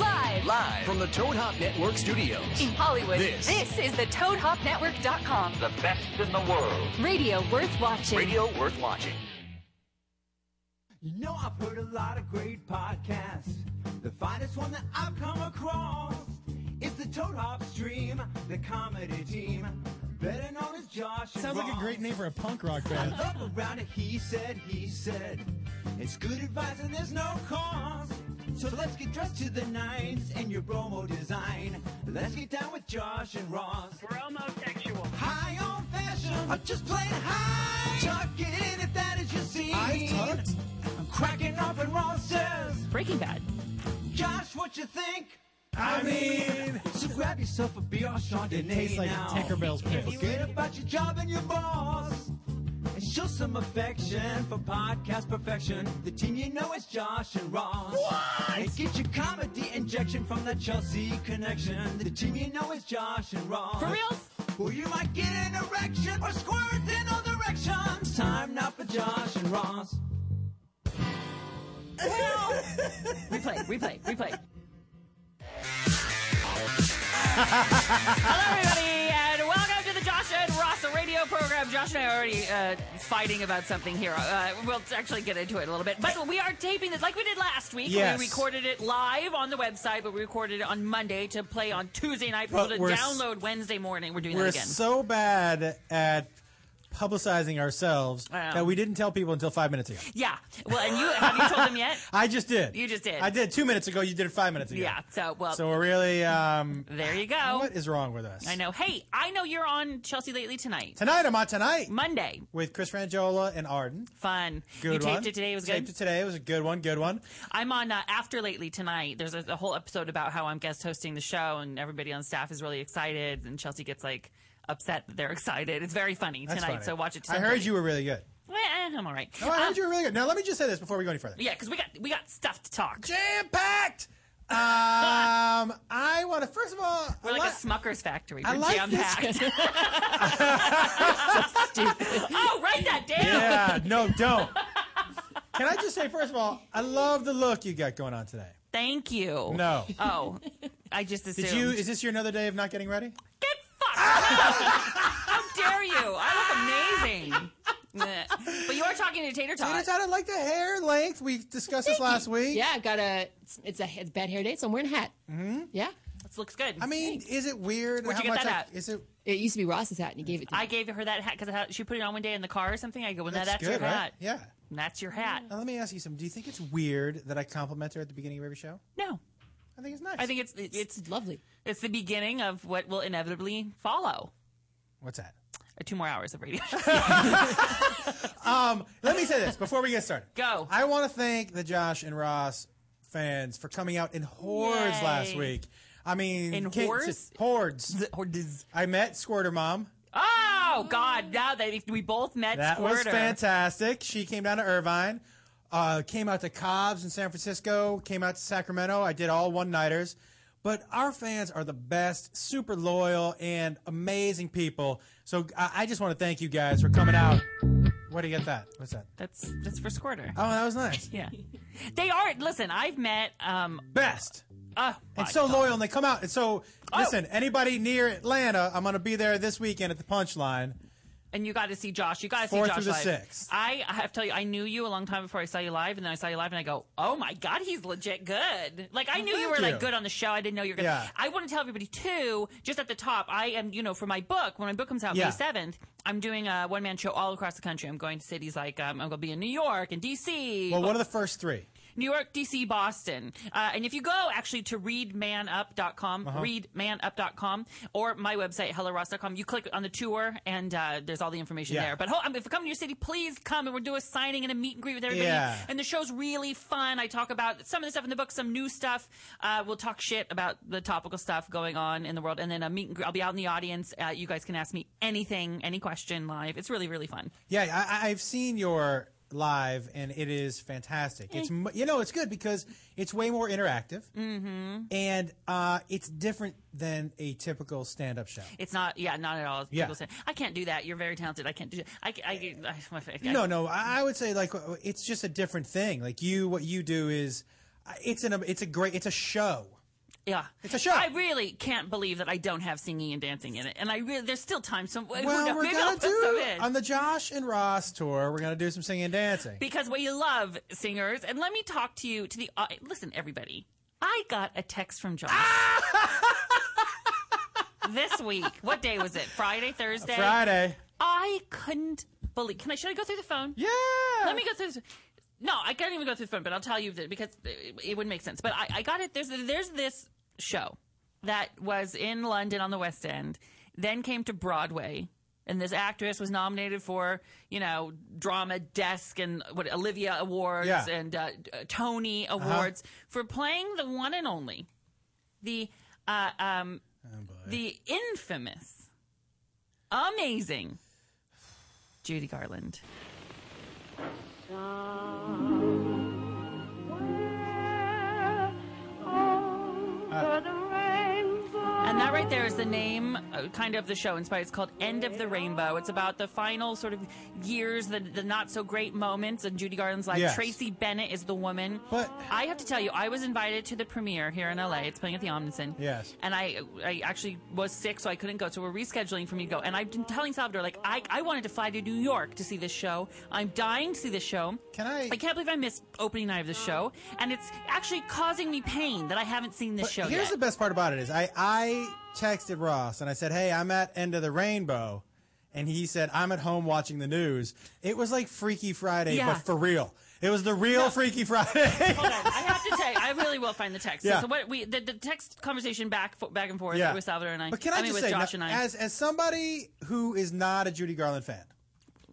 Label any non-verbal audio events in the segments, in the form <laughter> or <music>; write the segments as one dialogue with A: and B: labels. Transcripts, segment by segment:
A: Live from the Toad Hop Network studios.
B: In Hollywood,
A: This.
B: is the ToadHopNetwork.com.
A: The best in the world.
B: Radio worth watching.
A: Radio worth watching.
C: You know, I've heard a lot of great podcasts. The finest one that I've come across is the Toad Hop Stream, the comedy team, better known as Josh. and
D: Sounds like a
C: Ross.
D: great name for a punk rock
C: I
D: band.
C: love around it, he said, he said. It's good advice and there's no cost. So let's get dressed to the nines and your promo design. Let's get down with Josh and Ross.
E: Promosexual.
C: High on fashion, I'm just plain high. Tuck it in if that is your scene.
D: I tucked.
C: I'm cracking up and Ross says,
B: Breaking Bad.
C: Josh, what you think?
D: I mean,
C: So grab yourself a beer or Chardonnay
D: tastes like
C: now.
D: Tinkerbell's piss.
C: Forget about your job and your boss. And show some affection for podcast perfection. The team you know is Josh and Ross. What? And get your comedy injection from the Chelsea connection. The team you know is Josh and Ross.
B: For reals?
C: Or you might get an erection or squirt in all directions. Time now for Josh and Ross.
B: <laughs> Replay, replay, replay. Hello, everybody, and welcome to the Josh and Ross radio program. Josh and I are already uh, fighting about something here. Uh, we'll actually get into it a little bit. But we are taping it like we did last week.
D: Yes.
B: We recorded it live on the website, but we recorded it on Monday to play on Tuesday night for
D: But
B: people to
D: we're s-
B: download Wednesday morning. We're <laughs> doing
D: We're
B: that again.
D: so bad at publicizing ourselves
B: Wow.
D: that we didn't tell people until five minutes ago.
B: yeah. Well, and you have you told them
D: <laughs>
B: yet?
D: I just did.
B: You just did.
D: I did two minutes ago. You did it five minutes ago.
B: Yeah. So, well,
D: So we're really. Um,
B: there you go.
D: what is wrong with us?
B: I know. Hey, I know you're on Chelsea lately tonight.
D: Tonight I'm on tonight
B: Monday.
D: with Chris Frangiola and Arden.
B: Fun.
D: Good
B: you taped
D: one.
B: it today. It was
D: Taped
B: good.
D: it today. It was a good one. Good one.
B: I'm on uh, After Lately tonight. There's a, a whole episode about how I'm guest hosting the show, and everybody on staff is really excited, and Chelsea gets like upset that they're <laughs> excited. It's very funny
D: That's
B: tonight.
D: funny.
B: So watch it.
D: I
B: Tonight.
D: heard you were really good.
B: Eh, eh, I'm all right.
D: No, I
B: Um,
D: heard you were really good. Now let me just say this before we go any further.
B: Yeah, because we got we got stuff to talk.
D: Jam packed. Um, <laughs> I want to first of all.
B: We're
D: I
B: like a
D: li-
B: Smucker's factory.
D: I like
B: jam
D: this-
B: packed. <laughs> oh, write that down.
D: Yeah, no, don't. <laughs> Can I just say, first of all, I love the look you got going on today.
B: Thank you.
D: No.
B: Oh, I just assumed.
D: Did you? Is this your another day of not getting ready?
B: Get fucked! How dare you? I look amazing. <laughs> but you are talking to Tater Tot.
D: It is out of like the hair length. We discussed this last week.
F: Yeah, I've got a. It's, it's a it's bad hair day, so I'm wearing a hat. Mm-hmm. Yeah,
B: This looks good.
D: I mean, is it weird?
B: Where'd you
D: how
B: get
D: much
B: that
D: I-
B: at?
D: Is it?
F: it used to be Ross's hat, and he gave it to me.
B: I gave her that hat because she put it on one day in the car or something. I go, well, now
D: That's
B: that's
D: good,
B: your
D: right?
B: hat.
D: Yeah.
B: And That's your hat.
D: Now let me ask you something. Do you think it's weird that I compliment her at the beginning of every show?
B: No,
D: I think it's nice.
B: I think it's it's
F: It's lovely.
B: it's the beginning of what will inevitably follow.
D: What's that?
B: Or two more hours of
D: <laughs>
B: radio.
D: Um, Let me say this before we get started.
B: Go.
D: I want to thank the Josh and Ross fans for coming out in hordes
B: Yay.
D: last week. I mean,
B: In
D: kids-
B: hordes?
D: Hordes.
B: or does-
D: I met Squirter Mom.
B: oh God! Now that if we both met
D: That
B: Squirter,
D: was fantastic. She came down to Irvine, uh, came out to Cobb's in San Francisco, came out to Sacramento. I did all one nighters. But our fans are the best, super loyal, and amazing people. So I, I just want to thank you guys for coming out. Where do you get that? What's that?
B: That's that's for Squirter.
D: Oh, that was nice.
B: Yeah, they are. Listen, I've met. um
D: Best.
B: Oh, my
D: And so
B: God. Oh.
D: loyal, and they come out. And so, listen, anybody near Atlanta, I'm going to be there this weekend at the Punchline.
B: And you got to see Josh. You got to see
D: Fourth
B: Josh
D: through the
B: live.
D: sixth.
B: I, I have to tell you, I knew you a long time before I saw you live, and then I saw you live, and I go, "Oh my God, he's legit good." Like I knew you
D: thank
B: were
D: you.
B: like good on the show. I didn't know you were. Gonna...
D: Yeah.
B: I want to tell everybody too. Just at the top, I am. You know, for my book, when my book comes out
D: Yeah.
B: May seventh, I'm doing a one man show all across the country. I'm going to cities like um, I'm going to be in New York and D.C.
D: Well, what are the first three?
B: New York, D.C., Boston. Uh, and if you go actually to readmanup.com,
D: Uh-huh.
B: readmanup.com, or my website, helloross.com, you click on the tour and uh, there's all the information
D: Yeah.
B: there. But ho- um, if you come to your city, please come and we'll do a signing and a meet and greet with everybody.
D: Yeah.
B: And the show's really fun. I talk about some of the stuff in the book, some new stuff. Uh, we'll talk shit about the topical stuff going on in the world. And then a meet and greet. I'll be out in the audience. Uh, you guys can ask me anything, any question live. It's really, really fun.
D: Yeah, I, I- I've seen your live, and it is fantastic. It's mu- you know it's good because it's way more interactive, mm-hmm. and uh, it's different than a typical stand-up show.
B: It's not, yeah, not at all.
D: Yeah.
B: People say, I can't do that. You're very talented. I can't do that. I, ca- I, I, I,
D: no, no, I I would say like uh, it's just a different thing. Like you, what you do is uh, it's an it's a great it's a show.
B: Yeah,
D: It's a show.
B: I really can't believe that I don't have singing and dancing in it, and I really there's still time. So
D: Well, <laughs> we're
B: maybe I'll
D: gonna
B: put some
D: do
B: in.
D: on the Josh and Ross tour. We're gonna do some singing and dancing.
B: <laughs> because we love singers. And let me talk to you to the au- listen, everybody. I got a text from
D: <laughs>
B: Josh this week. What day was it? Friday, Thursday.
D: Friday.
B: I couldn't believe. Can I? Should I go through the phone?
D: Yeah.
B: Let me go through. This. No, I can't even go through the phone, but I'll tell you that because it, it wouldn't make sense. But I, I got it. There's there's this show that was in London on the West End, then came to Broadway, and this actress was nominated for you know drama desk and what Olivia Awards
D: Yeah.
B: and uh, uh, Tony Awards for playing the one and only, the uh, um, the infamous, amazing Judy Garland. And that right there is the name, uh, kind of the show inspired. It's called End of the Rainbow. It's about the final sort of years, the, the not so great moments in Judy Garland's life.
D: Yes.
B: Tracy Bennett is the woman.
D: But-
B: I have to tell you, I was invited to the premiere here in LA. It's playing at the Omnison.
D: Yes.
B: And I, I actually was sick, so I couldn't go. So we're rescheduling for me to go. And I've been telling Salvador, like, I, I wanted to fly to New York to see this show. I'm dying to see this show.
D: Can I-
B: I can't believe I missed opening night of the show, and it's actually causing me pain that I haven't seen this
D: But
B: show
D: Here's
B: yet.
D: the best part about it is I, I texted Ross and I said, Hey, I'm at End of the Rainbow. And he said, I'm at home watching the news. It was like Freaky Friday,
B: Yeah.
D: but for real. It was the real Freaky Friday.
B: Hold on. I have to tell you, I really will find the text.
D: Yeah.
B: So what we the, the text conversation back fo- back and forth with Salvador <laughs> and I.
D: <laughs> But can I,
B: mean,
D: just
B: with
D: say,
B: Josh
D: now,
B: and I?
D: as as somebody who is not a Judy Garland fan,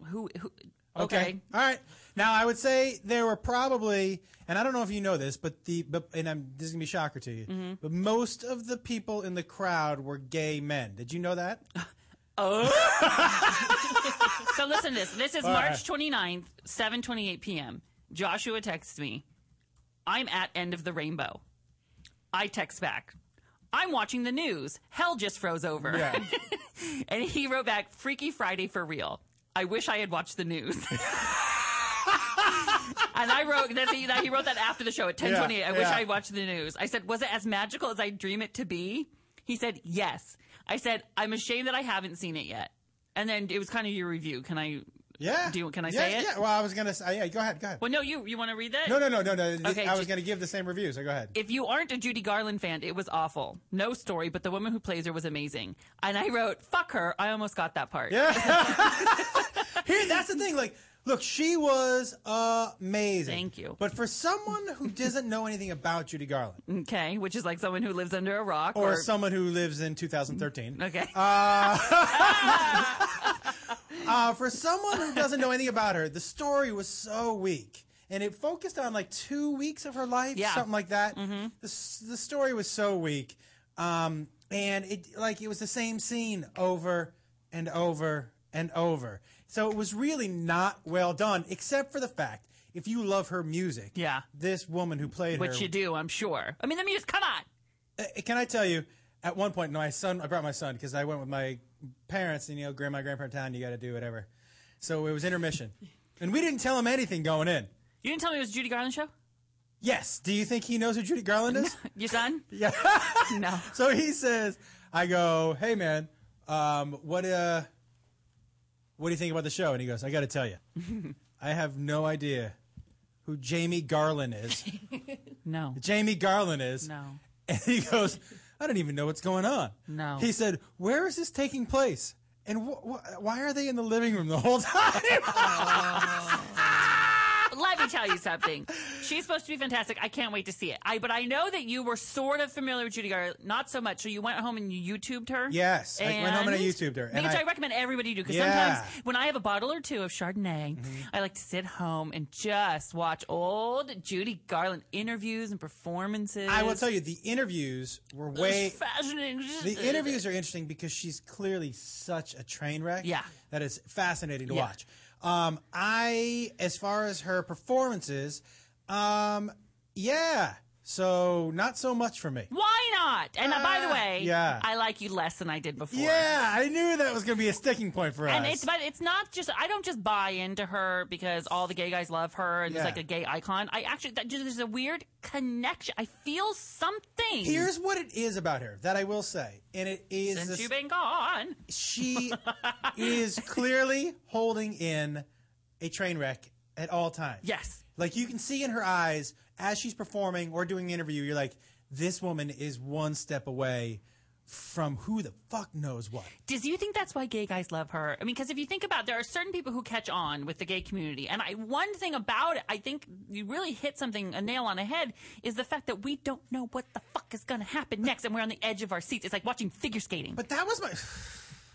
B: who, who? Okay.
D: All right. Now I would say there were probably, and I don't know if you know this, but the but and I'm this is gonna be a shocker to you,
B: Mm-hmm.
D: but most of the people in the crowd were gay men. Did you know that?
B: Oh. <laughs> So listen to this. This is
D: right.
B: March 29th, 7:28 p.m. Joshua texts me. I'm at end of the rainbow. I text back. I'm watching the news. Hell just froze over.
D: Yeah.
B: <laughs> And he wrote back, Freaky Friday for real. I wish I had watched the news. <laughs> and I wrote that's, he, that he wrote that after the show at 1028. I wish
D: yeah.
B: I had watched the news. I said, was it as magical as I dream it to be? He said, yes. I said, I'm ashamed that I haven't seen it yet. And then it was kind of your review. Can I?
D: Yeah.
B: Do you- can I
D: Yeah,
B: say it?
D: Yeah. Well, I was gonna say. Yeah. Go ahead. Go ahead.
B: Well, no, you you want to read that?
D: No, no, no, no, no.
B: Okay,
D: I was
B: just-
D: going to give the same review, so go ahead.
B: if you aren't a Judy Garland fan, it was awful. No story, but the woman who plays her was amazing. And I wrote, fuck her. I almost got that part. Yeah. <laughs>
D: <laughs> Here, that's the thing. Like, look, she was amazing.
B: Thank you.
D: But for someone who doesn't know anything about
B: <laughs>
D: Judy Garland
B: Okay. Which is like someone who lives under a rock
D: or someone who lives in 2013,
B: Okay.
D: <laughs> uh, for someone who doesn't know anything about her, the story was so weak. And it focused on like two weeks of her life,
B: Yeah. Mm-hmm.
D: something like that. The, s- the story was so weak. Um, and it like it was the same scene over and over and over. So it was really not well done, except for the fact if you love her music,
B: Yeah.
D: this woman who played her
B: Which you do, I'm sure. I mean, the music, come on.
D: Uh, Can I tell you? At one point, my son, I brought my son because I went with my parents, and you know, grandma, grandparent town, you got to do whatever. So it
B: <laughs>
D: was intermission, and we didn't tell him anything going in.
B: You didn't tell me it was a Judy Garland show?
D: Yes, do you think he knows who Judy Garland is?
B: <laughs> Your son?
D: yeah.
B: no.
D: so he says, I go, hey man, um, what uh, what do you think about the show? And he goes, I got to tell you, I have no idea who Jamie Garland is.
B: <laughs> No.
D: Jamie Garland is.
B: No.
D: And he goes, I don't even know what's going on.
B: No.
D: He said, Where is this taking place? And wh- wh- why are they in the living room the whole <laughs> time?
B: Let me tell you something. She's supposed to be fantastic. I can't wait to see it. I but I know that you were sort of familiar with Judy Garland, not so much. So you went home and you YouTubed her.
D: Yes, I went home and I
B: And-
D: YouTubed her, and
B: Which I,
D: I-
B: recommend everybody do because
D: Yeah. Mm-hmm.
B: sometimes when I have a bottle or two of Chardonnay, I like to sit home and just watch old Judy Garland interviews and performances.
D: I will tell you, the interviews were
B: It was
D: way.
B: fascinating.
D: The interviews are interesting because she's clearly such a train wreck.
B: Yeah.
D: That is fascinating to
B: Yeah.
D: watch. Um, I, as far as her performances, um, yeah, So not so much for me.
B: Why not? And uh, by the
D: Ah,
B: way,
D: yeah.
B: I like you less than I did before.
D: Yeah, I knew that was going to be a sticking point for
B: And
D: us.
B: it's but it's not just I don't just buy into her because all the gay guys love her and it's
D: Yeah.
B: like a gay icon. I actually that, there's a weird connection. I feel something.
D: Here's what it is about her that I will say, and it is
B: since
D: this-
B: you've been gone.
D: she is clearly holding in a train wreck at all times.
B: Yes.
D: Like you can see in her eyes as she's performing or doing an interview, you're like, this woman is one step away from who the fuck knows what.
B: <laughs> Does you think that's why gay guys love her? I mean, because if you think about, it, there are certain people who catch on with the gay community, and I one thing about it, I think you really hit something a nail on the head is the fact that we don't know what the fuck is going to happen next, and we're on the edge of our seats. It's like watching figure skating.
D: But that was my.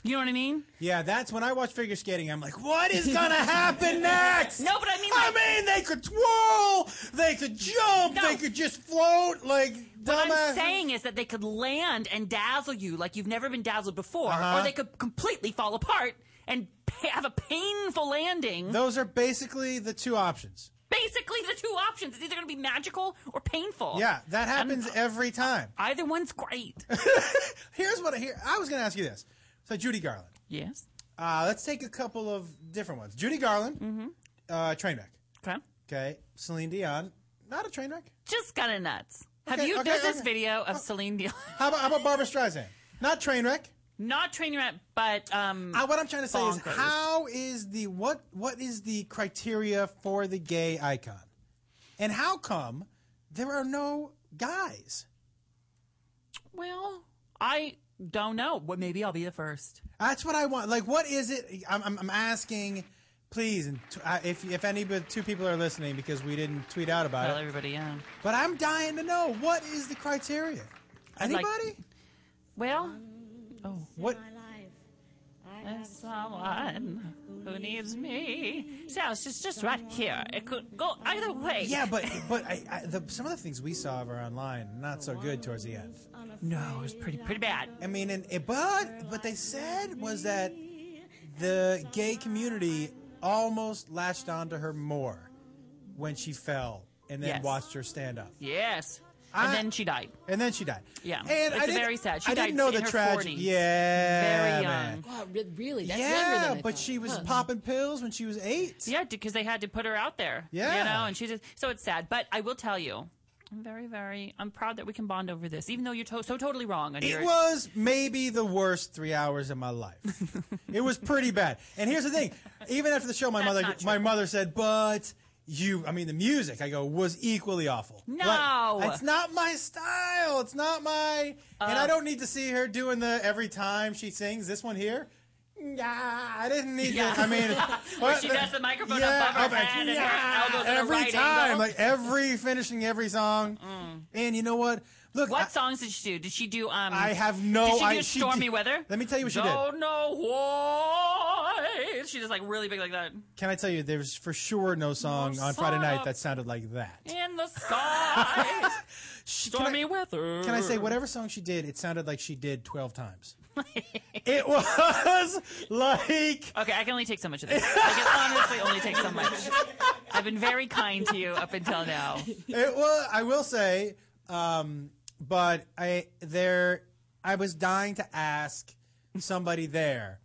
B: you know what I mean?
D: Yeah, that's when I watch figure skating. I'm like, what is gonna happen next?
B: No, but I mean, like-
D: I mean, they could twirl, they could jump,
B: No.
D: they could just float. Like,
B: What I'm
D: dumbass-
B: saying is that they could land and dazzle you like you've never been dazzled before,
D: Uh-huh.
B: or they could completely fall apart and pa- have a painful landing.
D: Those are basically the two options.
B: Basically, the two options. It's either going to be magical or painful.
D: Yeah, that happens
B: And
D: every time.
B: Either one's great.
D: Here's what I hear. I was going to ask you this. So Judy Garland.
B: yes.
D: Uh, let's take a couple of different ones. Judy Garland, uh, train wreck.
B: Mm-hmm. Okay.
D: Okay, Celine Dion, not a train wreck.
B: Just kind of nuts. Have
D: Okay,
B: you?
D: okay,
B: there's this
D: okay.
B: video of Celine Dion,
D: <laughs> How about, how about Barbara Streisand? Not train wreck.
B: not train wreck, but um,
D: Uh, what I'm trying to say
B: Bonkers.
D: is, how is the what what is the criteria for the gay icon, and how come there are no guys?
B: well, I don't know. Well, maybe I'll be the first.
D: That's what I want. Like, what is it? I'm, I'm, I'm asking, please, and t- uh, if if any but two people are listening because we didn't tweet out about
B: Tell
D: it.
B: everybody, yeah.
D: But I'm dying to know what is the criteria?
B: like-
D: Anybody?
B: Well, oh.
D: what?
B: There's someone who needs me. Sounds just just right here. It could go either way.
D: Yeah,
B: <laughs>
D: but but I, I, the, some of the things we saw were online not so good towards the end.
B: No, it was pretty pretty bad.
D: I mean, and it, but what they said was that the gay community almost latched onto her more when she fell and then
B: Yes.
D: watched her stand up.
B: Yes.
D: I-
B: and then she died.
D: And then she died.
B: Yeah.
D: and
B: It's
D: I didn't-
B: very sad. She
D: I
B: died
D: didn't know
B: in
D: the
B: her
D: tragic.
B: 40s.
D: Yeah,
B: Very
D: man.
B: young.
F: Wow, re- really? That's younger
D: yeah,
F: than I
D: but
F: thought.
D: she was
F: Huh.
D: popping pills when she was eight.
B: Yeah, because they had to put her out there.
D: Yeah.
B: You know, and she just so it's sad. But I will tell you, I'm very, very I'm proud that we can bond over this, even though you're to- so totally wrong on
D: It
B: your
D: was maybe the worst three hours of my life. it was pretty bad. And here's the thing: even after the show, my
B: That's
D: mother,
B: not true.
D: my mother said, "But you, I mean, the music." I go was equally awful. Like,
B: No.
D: it's not my style. It's not my, and
B: Oh. Uh.
D: I don't need to see her doing the every time she sings this one here. Yeah, I didn't need
B: Yeah.
D: to.
B: <laughs>
D: I mean, what
B: she does the microphone
D: yeah,
B: above her
D: I'm like,
B: head and her
D: yeah,
B: elbows at a
D: every
B: right
D: time,
B: angle. Mm.
D: like every finishing every song. And you know what? Look,
B: what
D: I-
B: songs did she do? Did she do um
D: I have no
B: Did she do
D: idea. She
B: Stormy
D: did-
B: Weather?
D: Let me tell you what she did.
B: Don't know why. She just like really big like that.
D: Can I tell you, there's for sure no song on Friday night that sounded like that.
B: in the
D: <laughs>
B: sky.
D: She- can I-
B: Stormy weather.
D: Can I say whatever song she did? It sounded like she did twelve times. <laughs> it was <laughs> like
B: Okay, I can only take so much of this. I can honestly only take so
D: <laughs>
B: much. I've been very kind to you up until now.
D: it was. I will say, um, but I there, I was dying to ask somebody there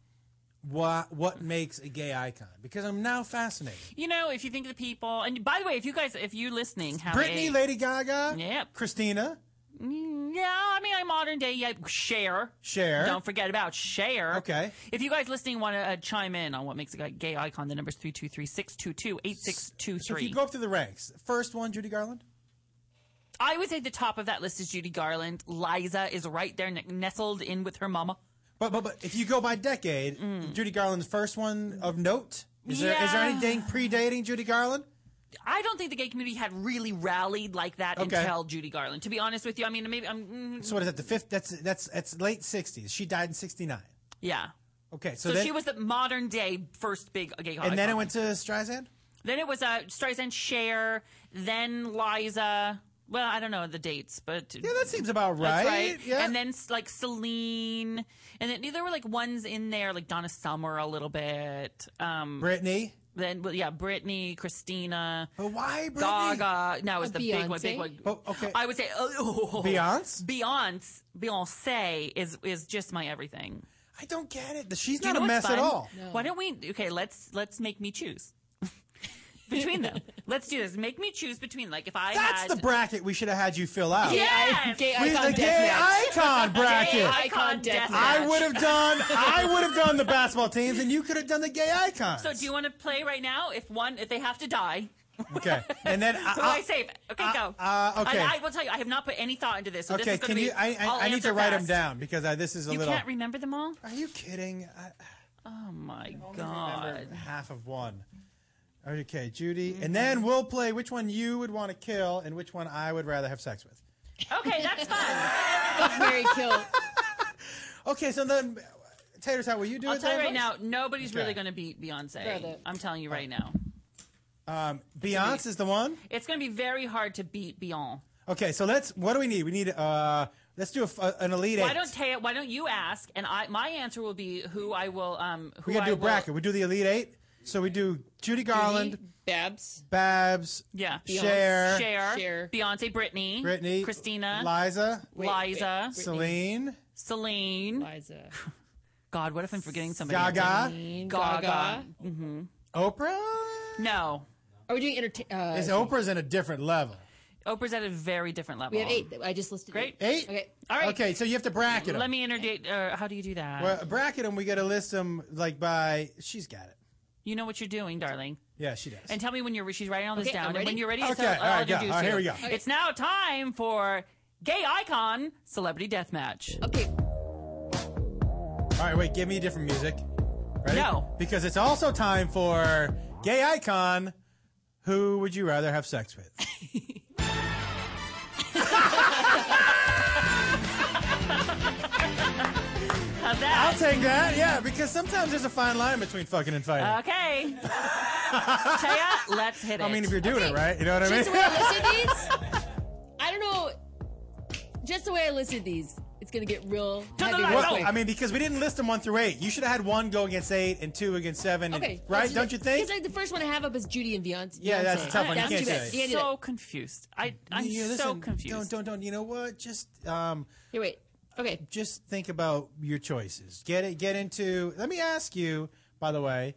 D: what what makes a gay icon because I'm now fascinated.
B: You know, if you think of the people, and by the way, if you guys, if you're listening, how
D: Britney, Lady Gaga,
B: Yep.
D: Christina,
B: Mm, Yeah, I mean, i modern day. Yeah, share.
D: Cher.
B: Don't forget about share.
D: Okay.
B: If you guys listening want to uh, chime in on what makes a gay icon, the number's 323 622
D: So if
B: 8623.
D: you go up through the ranks, first one, Judy Garland.
B: I would say the top of that list is Judy Garland. Liza is right there ne- nestled in with her mama.
D: But but but if you go by decade, Judy Garland's first one of note. Is there
B: Mm.
D: is there
B: Yeah.
D: anything predating Judy Garland?
B: I don't think the gay community had really rallied like that
D: Okay.
B: until Judy Garland. To be honest with you, I mean, maybe I'm. mm,
D: So what is that? The fifth? That's that's that's late sixties. She died in sixty nine.
B: Yeah.
D: Okay, so,
B: So
D: then,
B: she was the modern day first big gay.
D: and then it went to Streisand.
B: Then it was uh, Streisand, Cher, then Liza. Well, I don't know the dates, but
D: Yeah, that seems about right.
B: That's right.
D: Yeah.
B: And then s- like Celine, and then there were like ones in there like Donna Summer a little bit. Um,
D: Britney.
B: Then well, yeah, Britney, Christina,
D: But why Britney?
B: Gaga. Now is the big one. Big
F: Beyonce?
B: one.
D: Oh, okay.
B: I would say oh,
D: Beyonce?
B: Beyonce, Beyonce is is just my everything.
D: I don't get it. She's
B: You
D: not
B: know
D: a
B: what's
D: mess
B: fun?
D: at all.
B: Why don't we? Okay, let's let's make me choose <laughs> between them. let's do this. Make me choose between like if I
D: That's
B: had
D: the bracket we should have had you fill out.
B: Yeah.
F: I,
B: Yes!
F: gay
D: We-
F: icon
D: the gay
F: deathmatch.
B: <laughs>
D: icon
B: Gay
D: bracket.
B: icon
F: Icon
B: death.
F: death
D: I would have done. I would have done the basketball teams, and you could have done the gay icons.
B: So do you want to play right now? If one, if they have to die,
D: <laughs> okay, and
B: <laughs>
D: then
B: who
D: I,
B: I save? Okay, go.
D: uh, okay.
B: I, I will tell you. I have not put any thought into this. So
D: I,
B: This
D: okay,
B: is gonna
D: can
B: be,
D: you? I,
B: I'll
D: I, I need
B: answer
D: to write them
B: fast.
D: down because I, this is a
B: You
D: little.
B: can't remember them all.
D: Are you kidding? I
B: Oh my
D: remember
B: god.
D: half of one. Okay, Judy,
B: Mm-hmm.
D: and then we'll play which one you would want to kill and which one I would rather have sex with.
B: Okay, that's fun.
D: <laughs>
F: Fuck, Mary kill.
D: Okay, so then, Taters, how will you do
B: I'll
D: it?
B: tell you
D: then?
B: right now, nobody's
D: Okay.
B: really going to beat Beyonce.
F: Brother.
B: I'm telling you right now,
D: Um, Beyonce is the one.
B: it's going to be very hard to beat Beyonce.
D: Okay, so let's. What do we need? We need. Uh, let's do a f- an elite
B: Why
D: eight.
B: don't Taya, Why don't you ask? And I, my answer will be who I will. Um, who
D: we gotta
B: I
D: do a
B: will-
D: bracket. We do the elite eight. So we do Judy Garland,
F: Babs.
D: Babs,
B: Yeah.
D: Cher,
B: Cher,
F: Cher.
B: Beyonce, Britney,
D: Brittany,
B: Christina,
D: Liza,
F: Wait, wait.
B: Liza,
F: Britney.
D: Celine,
B: Celine. <laughs>
F: Liza.
B: God, what if I'm forgetting somebody?
D: Gaga,
F: Gaga.
B: Gaga. Mm-hmm.
D: Oprah.
B: No,
F: Are we doing entertain? Uh,
D: Is Oprah's in a different level?
B: Oprah's at a very different level.
F: we have eight. I just listed.
B: Great.
D: Eight.
F: Okay.
B: All right.
D: Okay, so you have to bracket them.
B: Let me introduce. Uh, how do you do that?
D: well, bracket them. We gotta list them like by. She's got it.
B: You know what you're doing, darling.
D: Yeah, she does.
B: And tell me when you're. re- She's writing all this
F: Okay,
B: down. And
F: I'm
B: when
F: ready.
B: you're ready, it's
D: Okay,
B: I'll,
D: all right,
B: I'll
D: go.
B: introduce
D: All right, here we
B: you.
D: go.
B: It's now time for gay icon celebrity deathmatch.
F: Okay.
D: All right, wait. Give me different music. Ready?
B: No.
D: Because it's also time for gay icon. Who would you rather have sex with?
B: How's
D: I'll
B: that?
D: take that. Yeah, because sometimes there's a fine line between fucking and fighting. <laughs>
B: okay. Taya, let's hit it.
D: I mean, if you're doing it
F: Okay.
D: right, you know what I mean.
F: Just the way I
D: <laughs>
F: listed these, I don't know. Just the way I listed these, it's gonna get real
B: Turn the
F: heavy
B: lights
F: real
B: off.
F: quick.
D: Well, I mean, because we didn't list them one through eight. You should have had one go against eight and two against seven. and-
F: okay.
D: right?
F: let's
D: Don't you think?
F: It's like the first one I have up is Judy and Beyonce.
D: Yeah, that's a tough one. You
F: That's too
D: can't do
F: bad.
D: that.
F: You can't do
B: so
F: that.
B: confused. I I'm
D: Yeah,
B: so
D: listen,
B: confused.
D: Don't, don't, don't. You know what? Just, um,
F: Here, wait. Okay.
D: just think about your choices. Get it. Get into. Let me ask you. By the way,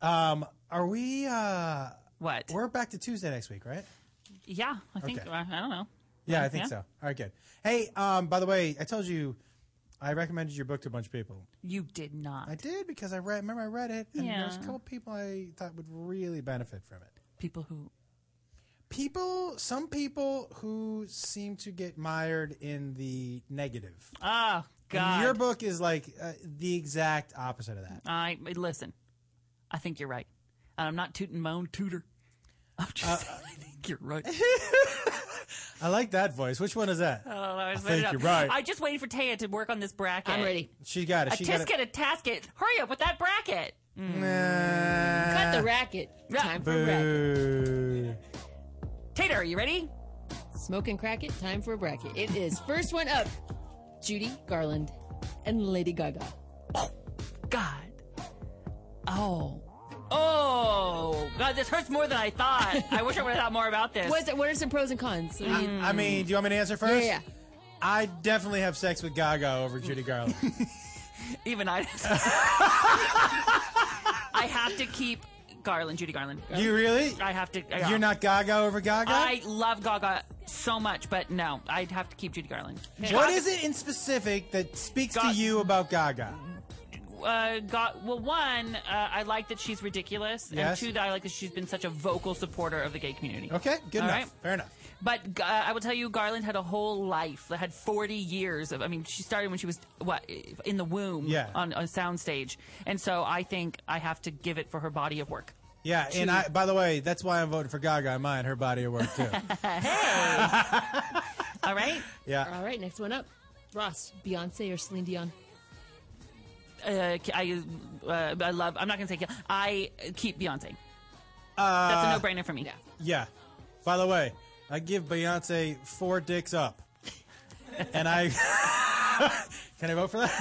D: um, are we? Uh,
B: What?
D: we're back to Tuesday next week, right?
B: yeah, I think
D: Okay.
B: I, I don't know.
D: Yeah, I think
B: Yeah.
D: so. All right, good. Hey, um, by the way, I told you, I recommended your book to a bunch of people.
B: You did not.
D: I did because I read. Remember, I read it, and there was a
B: Yeah.
D: couple people I thought would really benefit from it.
B: People who
D: People, some people who seem to get mired in the negative.
B: Oh God.
D: And your book is like uh, the exact opposite of that.
B: I listen. I think you're right, and I'm not tooting my own tutor. I'm just
D: Uh,
B: saying, I think you're right.
D: <laughs> I like that voice. Which one is that?
B: I don't know. Oh, I, just
D: I
B: made it
D: think
B: up.
D: you're right.
B: I just waited for Taya to work on this bracket.
F: I'm ready.
D: She got it.
B: A
D: She got
B: tisket, a tasket. Hurry up with that bracket. Hmm.
F: Cut the racket.
B: Yeah.
F: Time for a bracket.
D: Boo.
B: Tater, are you ready?
F: Smoke and crack it. Time for a bracket. It is first one up. Judy Garland and Lady Gaga.
B: God. Oh. Oh. God, this hurts more than I thought. I wish I would have thought more about this.
F: What's, what are some pros and cons? I mean,
D: I mean, do you want me to answer
F: yeah,
D: first?
F: yeah.
D: I definitely have sex with Gaga over Judy Garland.
B: <laughs> Even
D: <laughs>
B: I. I have to keep Garland, Judy Garland.
D: you really?
B: I have to. I-
D: You're not Gaga over Gaga?
B: I love Gaga so much, but no, I'd have to keep Judy Garland.
D: What is it in specific that speaks
B: Ga-
D: to you about Gaga?
B: Uh, Ga- well, one, uh, I like that she's ridiculous,
D: Yes.
B: and two, that I like that she's been such a vocal supporter of the gay community.
D: Okay, good
B: All
D: enough.
B: right.
D: Fair enough.
B: But uh, I will tell you, Garland had a whole life that had 40 years of. I mean, she started when she was what in the womb
D: Yeah.
B: on a soundstage, and so I think I have to give it for her body of work.
D: Yeah, and I by the way, that's why I'm voting for Gaga on mine, her body of work
B: <laughs>
D: too.
B: All right,
D: yeah.
F: All right, next one up. Ross, Beyonce or Celine Dion?
B: uh, I uh, I love. I'm not gonna say kill. I keep Beyonce. That's a
D: Uh,
B: no-brainer for me.
F: Yeah.
D: Yeah. By the way, I give Beyonce four dicks up. <laughs> And I Can I vote for that?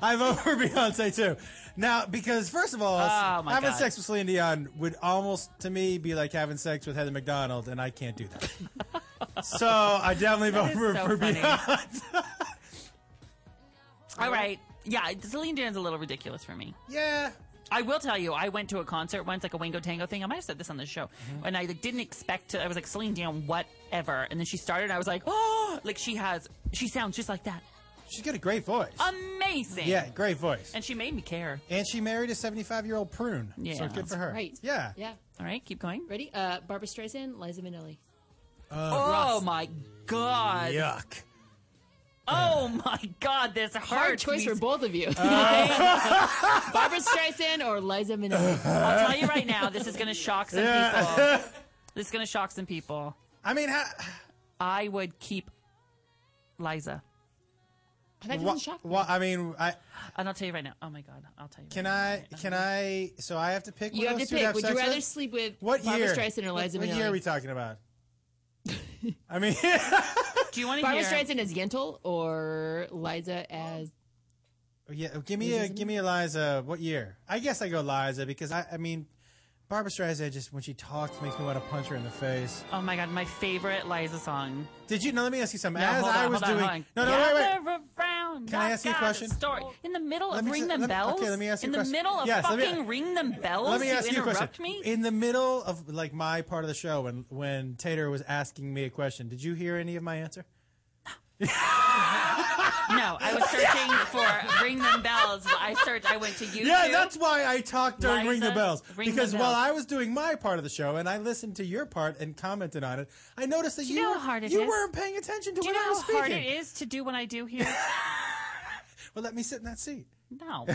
D: <laughs> I vote for Beyonce too. Now, because first of all,
B: Oh, my
D: having
B: God.
D: sex with Celine Dion would almost to me be like having sex with Heather McDonald, and I can't do
B: <laughs>
D: that. so I definitely vote
B: is
D: for,
B: so
D: for
B: funny.
D: Beyonce. <laughs>
B: All right. Yeah, Celine Dion's a little ridiculous for me.
D: yeah.
B: I will tell you, I went to a concert once, like a Wango Tango thing. I might have said this on the show,
D: Mm-hmm.
B: and I like, didn't expect to. I was like Celine Dion, whatever, and then she started. and I was like, oh, like she has, she sounds just like that.
D: She's got a great voice.
B: Amazing.
D: yeah, great voice.
B: And she made me care.
D: And she married a 75 year old prune.
B: Yeah.
D: So good for her.
F: Right.
D: Yeah.
F: Yeah.
B: All right, keep going.
F: Ready? Uh, Barbara Streisand, Liza Minnelli.
B: Oh my god.
D: Yuck.
B: Oh my god. There's a hard,
F: Hard choice for
B: music-
F: both of you. <laughs> Barbara Streisand or Liza Minnelli.
B: I'll tell you right now, this is gonna shock some
D: Yeah. <laughs>
B: people. This is gonna shock some people.
D: I mean, how,
B: I would keep Liza,
F: That
D: wha-
F: doesn't shock me.
D: wha- I mean, I
B: and I'll tell you right now. Oh my god, I'll tell you.
D: can
B: right
D: I
B: now.
D: can I so I have to pick.
F: Uh-huh. You
D: one
F: have
D: of
F: to
D: those two have
F: pick. Would you
D: sex
F: rather
D: with?
F: sleep with
D: What
F: Barbara
D: year?
F: Streisand or
D: What-
F: Liza
D: what,
F: Minnelli?
D: year are we
F: <laughs>
D: talking about? I mean, <laughs>
B: Do you want to
F: Barbara
B: hear?
F: Streisand as Yentl or Liza as
D: yeah, give me a give me Eliza. What year? I guess I go Eliza because I I mean, Barbara Streisand just when she talks makes me want to punch her in the face.
B: Oh my god, my favorite Liza song.
D: Did you? No, let me ask you something.
B: Now,
D: As
B: hold on,
D: I was
B: hold on,
D: doing,
B: hold on.
D: no, no, wait, wait.
B: Gather round,
D: Can I
B: I've
D: ask you a
B: got
D: question?
B: Story. In the middle of
D: Let me
B: ring
D: just-
B: them
D: let me-
B: bells.
D: okay, let me ask you
B: In
D: a
B: the
D: question.
B: middle of
D: Yes, let me-
B: fucking ring them bells.
D: Let me ask you a question.
B: interrupt me.
D: In the middle of like my part of the show, when when Tater was asking me a question, did you hear any of my answer?
B: no, I was searching for ring them bells. but I searched. I went to YouTube.
D: Yeah, that's why I talked during
B: Liza,
D: Ring the Bells.
B: Ring the
D: because while
B: Bells.
D: I was doing my part of the show and I listened to your part and commented on it, I noticed that you,
B: you know
D: were,
B: how hard it
D: you
B: is?
D: weren't paying attention to
B: Do you
D: what
B: know
D: I was
B: how
D: speaking.
B: hard it is to do what I do here?
D: <laughs> Well, let me sit in that seat.
B: <laughs> No.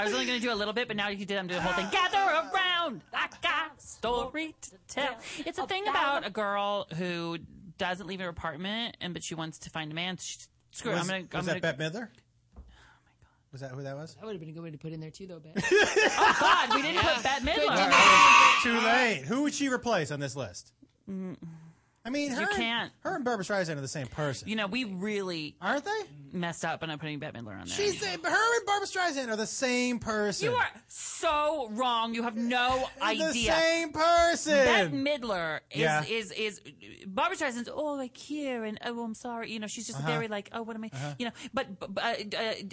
B: I was only going to do a little bit, but now you did. I'm doing the whole thing. Gather around. I got a story to tell. It's a thing about a girl who doesn't leave her apartment, and but she wants to find a man. She, screw it.
D: Was,
B: I'm going
D: was
B: to. I'm
D: that
B: gonna,
D: Bette Midler? Was that who that was?
F: that would have been a good way to put in there too, though. Ben.
B: God, we didn't put Bette Midler.
D: <laughs> Too late. Who would she replace on this list? I mean, her, and-
B: Mm-hmm. can't.
D: her and Barbara Streisand are the same person,
B: You know, we really
D: aren't they?
B: messed up by not putting Bette Midler on there.
D: She's her and Barbara Streisand are the same person.
B: you are so wrong. You have
D: <laughs>
B: no idea.
D: the same person.
B: Bette Midler is,
D: Yeah.
B: is is Barbara Streisand's oh like here and oh I'm sorry you know she's
D: Uh-huh.
B: just very like oh what am I you know but b- b- uh,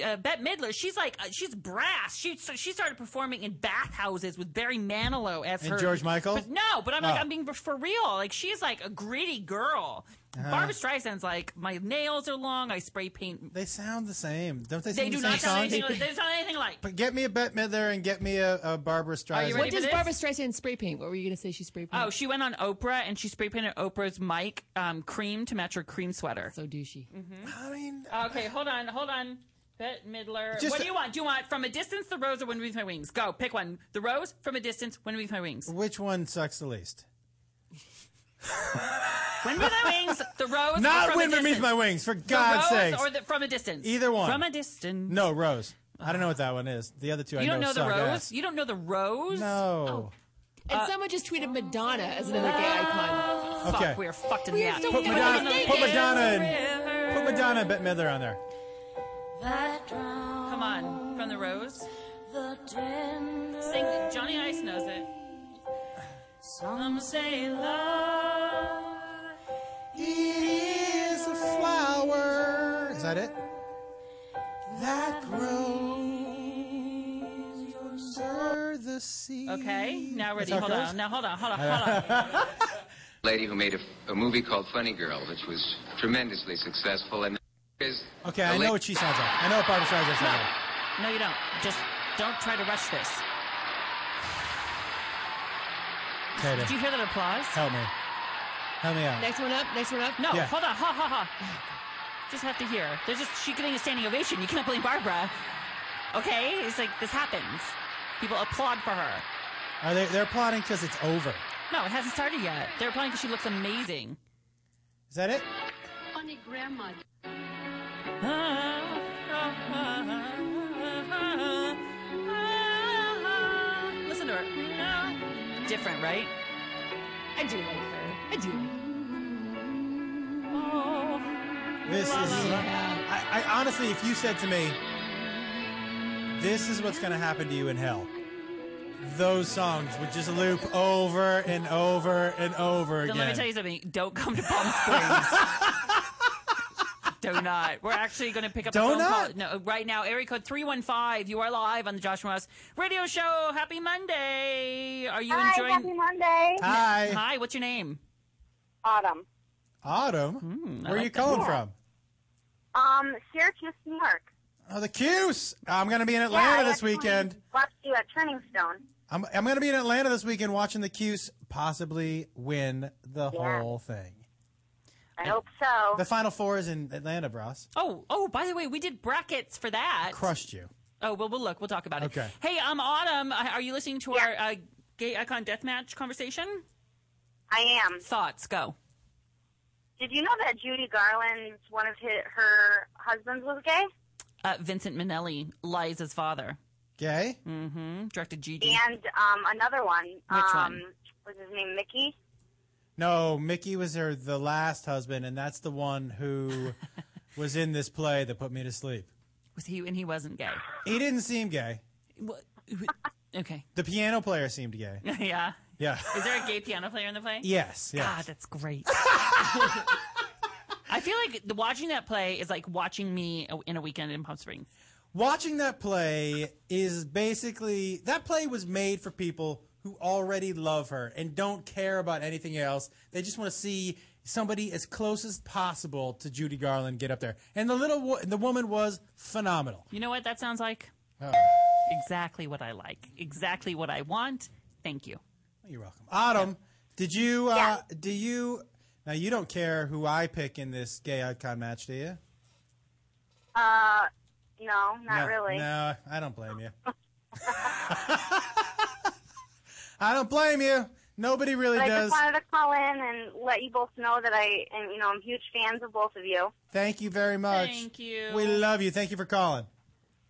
B: uh, uh, Bette Midler she's like uh, she's brass she she started performing in bathhouses with Barry Manilow as
D: And
B: her
D: George Michael?
B: But no but I'm like
D: Oh.
B: I'm being for real like she's like a gritty girl
D: Uh-huh.
B: Barbara Streisand's like my nails are long I spray paint
D: they sound the same, don't they?
B: they
D: sing
B: do
D: the
B: not
D: same
B: sound
D: songs?
B: anything like- they sound anything like
D: But get me a Bette Midler and get me a, a Barbara Streisand.
B: you
F: what
B: ready for
F: does
B: this?
F: Barbara Streisand spray paint? What were you going to say? She spray paint.
B: oh she went on Oprah and she spray painted Oprah's mic um, cream to match her cream sweater
F: so douchey.
D: I mean,
B: Mm-hmm. Okay, hold on, hold on. Bette Midler.
D: Just-
B: what do you want? Do you want from a distance the rose or wind beneath my wings? Go, pick one. The rose from a distance, wind beneath my wings.
D: which one sucks
B: <laughs>
D: the least?
B: Wind beneath my wings. The rose. or
D: Not
B: from
D: Wind
B: a
D: Beneath
B: distance?
D: My Wings, for
B: The
D: God's
B: rose
D: sakes.
B: or the, from a distance.
D: Either one.
B: From a distance.
D: no, Rose. I don't know what that one is. The other two I
B: You don't know the
D: suck
B: rose.
D: ass.
B: You don't know the rose.
D: No.
F: And someone just tweeted Madonna as another gay icon.
B: Uh, Oh, Fuck,
D: Okay.
B: we're fucked in the ass.
D: Put
B: We don't
D: Madonna-
B: know
D: put
B: the
D: Madonna in.
B: river.
D: Put Madonna and Bette Midler on there.
B: Come on, from the rose. Sing. Johnny Ice knows it. Some say love.
D: It is a flower. Is that it? That grows under the sea.
B: Okay, now ready.
D: how it
B: Hold
D: goes?
B: on. Now hold on. Hold on. Hold on.
E: <laughs> lady who made a, a movie called Funny Girl, which was tremendously successful. And is
D: Okay,
E: a
D: I
E: la-
D: know what she sounds like. I know what Barbara Streisand sounds like.
B: No, you don't. Just don't try to rush this.
D: Tater,
B: Did you hear that applause?
D: help me. Help me out.
F: Next one up. Next one up.
B: No,
D: Yeah.
B: hold on. Ha ha ha. Just have to hear. They're just she getting a standing ovation. You can't blame Barbara. Okay, it's like this happens. People applaud for her.
D: Are they? They're applauding because it's over.
B: No, it hasn't started yet. They're applauding because she looks amazing.
D: Is that it?
G: funny grandma.
B: Ah, Listen to her. Different, right?
F: I do like her. I do. Like her.
B: Oh,
D: This is.
F: Yeah.
D: I, I honestly, if you said to me, "This is what's going to happen to you in hell," those songs would just loop over and over and over
B: Then
D: again.
B: let me tell you something. Don't come to Palm Springs. Do not. We're actually going to pick up a
D: Do
B: phone call.
D: not?
B: No, right now, area code 315. You are live on the Josh Ross Radio Show. Happy Monday. Are you
H: Hi,
B: enjoying?
H: happy Monday.
D: Hi,
B: Hi, what's your name?
H: Autumn.
D: Autumn.
B: Hmm, I
D: Where are you
B: like that.
D: calling from?
H: Um, Syracuse, New York.
D: Oh, the Cuse. I'm going to be in
H: Yeah, I
D: Atlanta this
H: actually
D: weekend.
H: Watched you at Turning Stone.
D: I'm, I'm going to be in Atlanta this weekend watching the Cuse possibly win the
H: Yeah.
D: whole thing.
H: I hope so.
D: The Final Four is in Atlanta, Bros.
B: Oh, oh, by the way, we did brackets for that.
D: Crushed you.
B: Oh, well, we'll look. We'll talk about it.
D: Okay.
B: Hey, um, Autumn, uh, are you listening to
H: Yeah.
B: our uh, gay icon deathmatch conversation?
H: I am.
B: Thoughts, go.
H: Did you know that Judy Garland, one of his, her husbands was gay?
B: Uh, Vincent Minnelli, Liza's father, Mm-hmm.
D: Gay?
B: directed Gigi.
H: And um, another one. Which um,
B: one?
H: Was his name Mickey?
D: No, Mickey was her the last husband, and that's the one who was in this play that put me to sleep.
B: Was he, and he wasn't gay.
D: He didn't seem gay.
B: What- okay.
D: The piano player seemed gay.
B: <laughs> yeah.
D: Yeah.
B: Is there a gay piano player in the play?
D: yes.
B: God,
D: Yes.
B: that's great. I feel like the, watching that play is like watching me a- in a weekend in Palm Springs.
D: Watching that play is basically that play was made for people who already love her and don't care about anything else. They just want to see somebody as close as possible to Judy Garland get up there. And the little wo- the woman was phenomenal.
B: You know what that sounds like?
D: Oh.
B: Exactly what I like. Exactly what I want. Thank you.
D: You're welcome. Autumn, did you, uh,
H: Yeah.
D: do you, now you don't care who I pick in this gay icon match, do you?
H: Uh, no, not
D: no,
H: really.
D: No, I don't
H: <laughs>
D: blame you. <laughs> I don't blame you. Nobody really
H: But I
D: does.
H: just wanted to call in and let you both know that I am, you know, I'm huge fans of both of you.
D: Thank you very much.
B: Thank you.
D: We love you. Thank you for calling.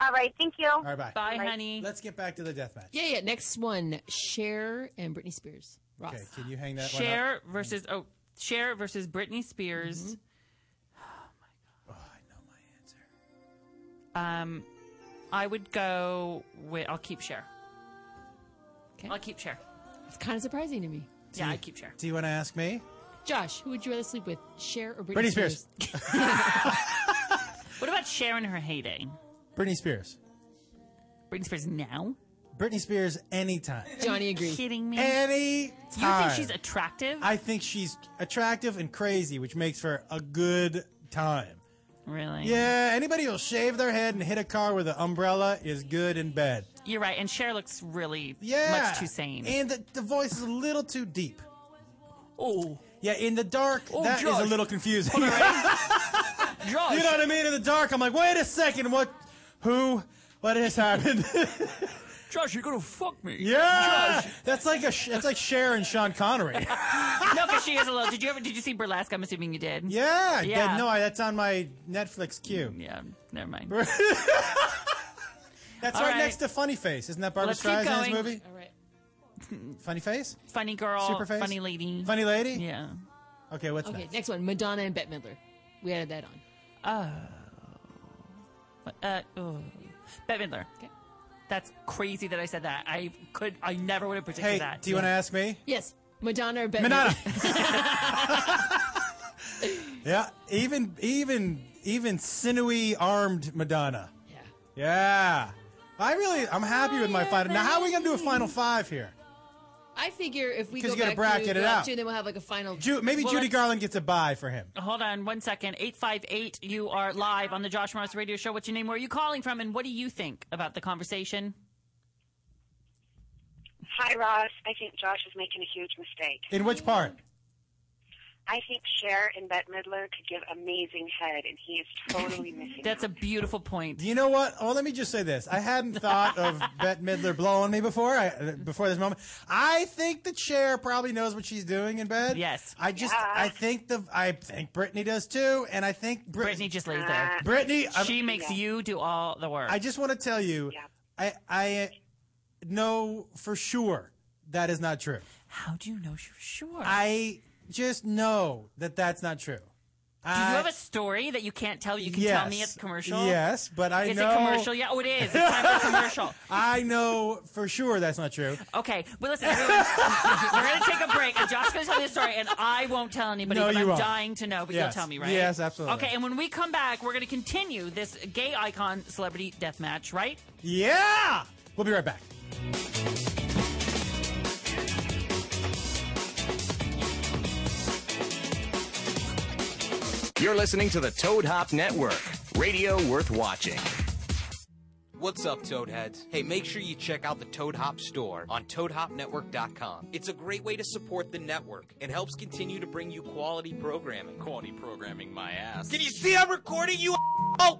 H: All right, thank you.
D: All right, bye.
B: Bye,
H: Right.
B: honey.
D: Let's get back to the death match.
F: Yeah, yeah. Next one, Cher and Britney Spears. Ross.
D: Okay, can you hang that one up?
B: Cher versus oh, Cher versus Britney Spears. Oh,
D: I know my answer.
B: Um, I would go with. I'll keep Cher.
F: Okay.
B: I'll keep Cher.
F: It's kind of surprising to me.
B: Yeah, I keep Cher.
D: Do you want to ask me?
F: Josh, who would you rather sleep with, Cher or Britney,
D: Britney Spears.
B: <laughs> What about Cher in her heyday?
D: Britney Spears.
B: Britney Spears now?
D: Britney Spears anytime.
F: Johnny agrees.
B: Kidding me?
D: Any
B: you
D: time.
B: think she's attractive?
D: I think she's attractive and crazy, which makes her a good time.
B: really?
D: Yeah, anybody who'll shave their head and hit a car with an umbrella is good in bed.
B: You're right. And Cher looks really
D: Yeah.
B: much too sane.
D: And the, the voice is a little too deep.
B: oh,
D: Yeah, in the dark,
B: Oh,
D: that is a
B: Josh.
D: little confusing. <laughs>
B: Josh.
D: you know what I mean? In the dark, I'm like, wait a second, what? Who? What has happened? <laughs>
B: Josh, you're going to fuck me.
D: yeah, that's like a sh- that's like Cher and
B: <laughs>
D: Sean Connery.
B: no, because she is a little. Did you ever, did you see Burlesque? I'm assuming you did. Yeah.
D: Yeah,
B: Mm,
D: dead- no, I- that's on my Netflix queue.
B: Yeah, never
D: <laughs>
B: mind.
D: That's
B: All
D: right,
B: right.
D: next to Funny Face. Isn't that Barbara
B: Let's keep
D: Streisand's
B: going.
D: movie?
F: All right.
D: Funny Face,
B: Funny girl.
D: Superface?
B: Funny lady.
D: Funny Lady.
B: Yeah.
D: Okay, what's
F: Okay,
D: next?
F: next one, Madonna and Bette Midler. We added that on. <laughs>
B: Uh, oh. Bette Midler.
F: Okay.
B: That's crazy that I said that. I could, I never would have predicted
D: Hey,
B: that.
D: do you want to ask me?
F: Yes, Madonna or Bette
D: Manana.
F: Midler. <laughs>
D: yeah, even even even sinewy armed Madonna.
F: Yeah.
D: Yeah, I really I'm happy with my final. Now, how are we gonna do a final five here?
F: I figure if we go back
D: 'Cause you gotta bracket
F: to
D: it
F: the last
D: out.
F: two, then we'll have like a final.
D: Ju- maybe
B: Well,
D: Judy
B: let's-
D: Garland gets a bye for him.
B: Hold on one second. 858, you are live on the Josh Morris Radio Show. What's your name? Where are you calling from? And what do you think about the conversation?
I: Hi, Ross. I think Josh is making a huge mistake.
D: In which part?
I: I think Cher and Bette Midler could give amazing head, and he is totally missing.
B: That's
I: out.
B: a beautiful point.
D: You know what? Well, let me just say this. I hadn't
B: <laughs>
D: thought of Bette Midler blowing me before. I, uh, before this moment, I think the chair probably knows what she's doing in bed.
B: Yes.
D: I just,
I: Yeah.
D: I think the, I think Brittany does too, and I think Brit-
B: Brittany just lays there.
D: Brittany, I'm-
B: She makes you do all the work.
D: I just want to tell you,
I: Yeah.
D: I, I know for sure that is not true.
B: How do you know she's sure?
D: I just know that that's not true.
B: Do you
D: I-
B: have a story that you can't tell? You can tell me
D: Yes.
B: at the commercial.
D: Yes, but I
B: is
D: know.
B: it commercial? Yeah. Oh, it is. It's time
D: <laughs>
B: for a commercial.
D: I know for sure that's not true.
B: Okay, but listen, everyone, we're going to take a break, and Josh's going to tell you a story, and I won't tell anybody,
D: No,
B: but
D: you
B: I'm
D: won't.
B: dying to know, but
D: Yes.
B: you'll tell me, right?
D: Yes, absolutely.
B: Okay, and when we come back, we're going to continue this gay icon celebrity death match, right?
D: Yeah! We'll be right back.
A: You're listening to the Toad Hop Network, radio worth watching.
J: What's up, Toadheads? Hey, make sure you check out the Toad Hop store on ToadHopNetwork.com. It's a great way to support the network and helps continue to bring you quality programming. Quality programming, my ass. Can you see I'm recording you? Oh!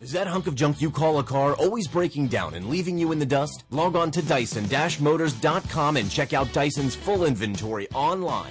K: Is that hunk of junk you call a car always breaking down and leaving you in the dust? Log on to Dyson-Motors.com and check out Dyson's full inventory online.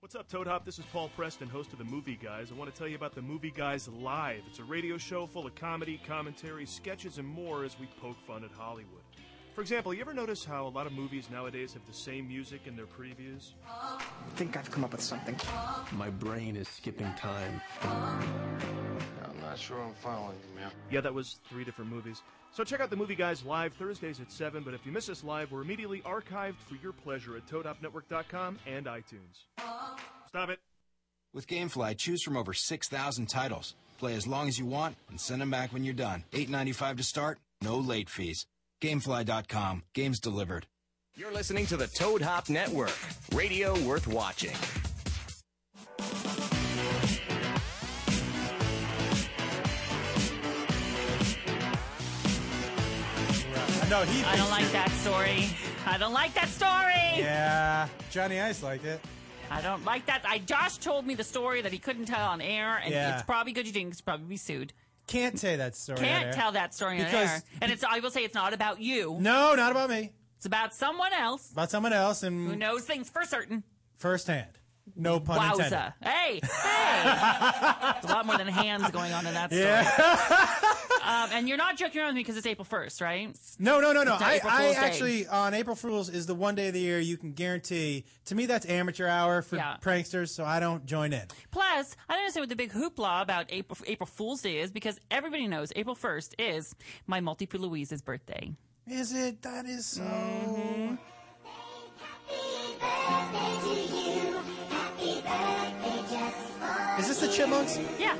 L: What's up, Toad Hop? This is Paul Preston, host of The Movie Guys. I want to tell you about The Movie Guys Live. It's a radio show full of comedy, commentary, sketches, and more as we poke fun at Hollywood. For example, you ever notice how a lot of movies nowadays have the same music in their previews?
M: I think I've come up with something.
N: My brain is skipping time.
E: I'm not sure I'm following you, man.
L: Yeah, that was three different movies. So check out The Movie Guys Live Thursdays at 7, but if you miss us live, we're immediately archived for your pleasure at ToadHopNetwork.com and iTunes. Stop it.
O: With GameFly, choose from over 6,000 titles. Play as long as you want and send them back when you're done. $8.95 to start, no late fees. GameFly.com, games delivered.
A: You're listening to the Toad Hop Network, radio worth watching.
D: No, he.
B: I don't like that story. I don't like that story.
D: Yeah, Johnny Ice liked it.
B: I don't like that. I Josh told me the story that he couldn't tell on air, and
D: Yeah.
B: it's probably good you didn't. 'cause you'd probably be sued.
D: Can't say that story. on
B: Can't
D: air.
B: tell that story on
D: Because-
B: air, and it's. I will say it's not about you.
D: No, not about me.
B: It's about someone else
D: About someone else
B: who
D: and
B: knows things for certain.
D: firsthand. No pun intended.
B: Wowza! Hey, hey! There's a lot more than hands going on in that story. um, and you're not joking around with me because it's April 1st, right?
D: No, no, no, no.
B: It's not
D: I,
B: April
D: I
B: Fool's Day.
D: actually on April Fools is the one day of the year you can guarantee. To me, that's amateur hour for
B: Yeah.
D: pranksters, so I don't join in.
B: Plus, I don't understand what the big hoopla about April April Fool's Day is because everybody knows April 1st is my multiple Louise's birthday.
D: Is it? That is so.
P: Mm-hmm.
D: Is this the Chipmunks?
B: Yeah.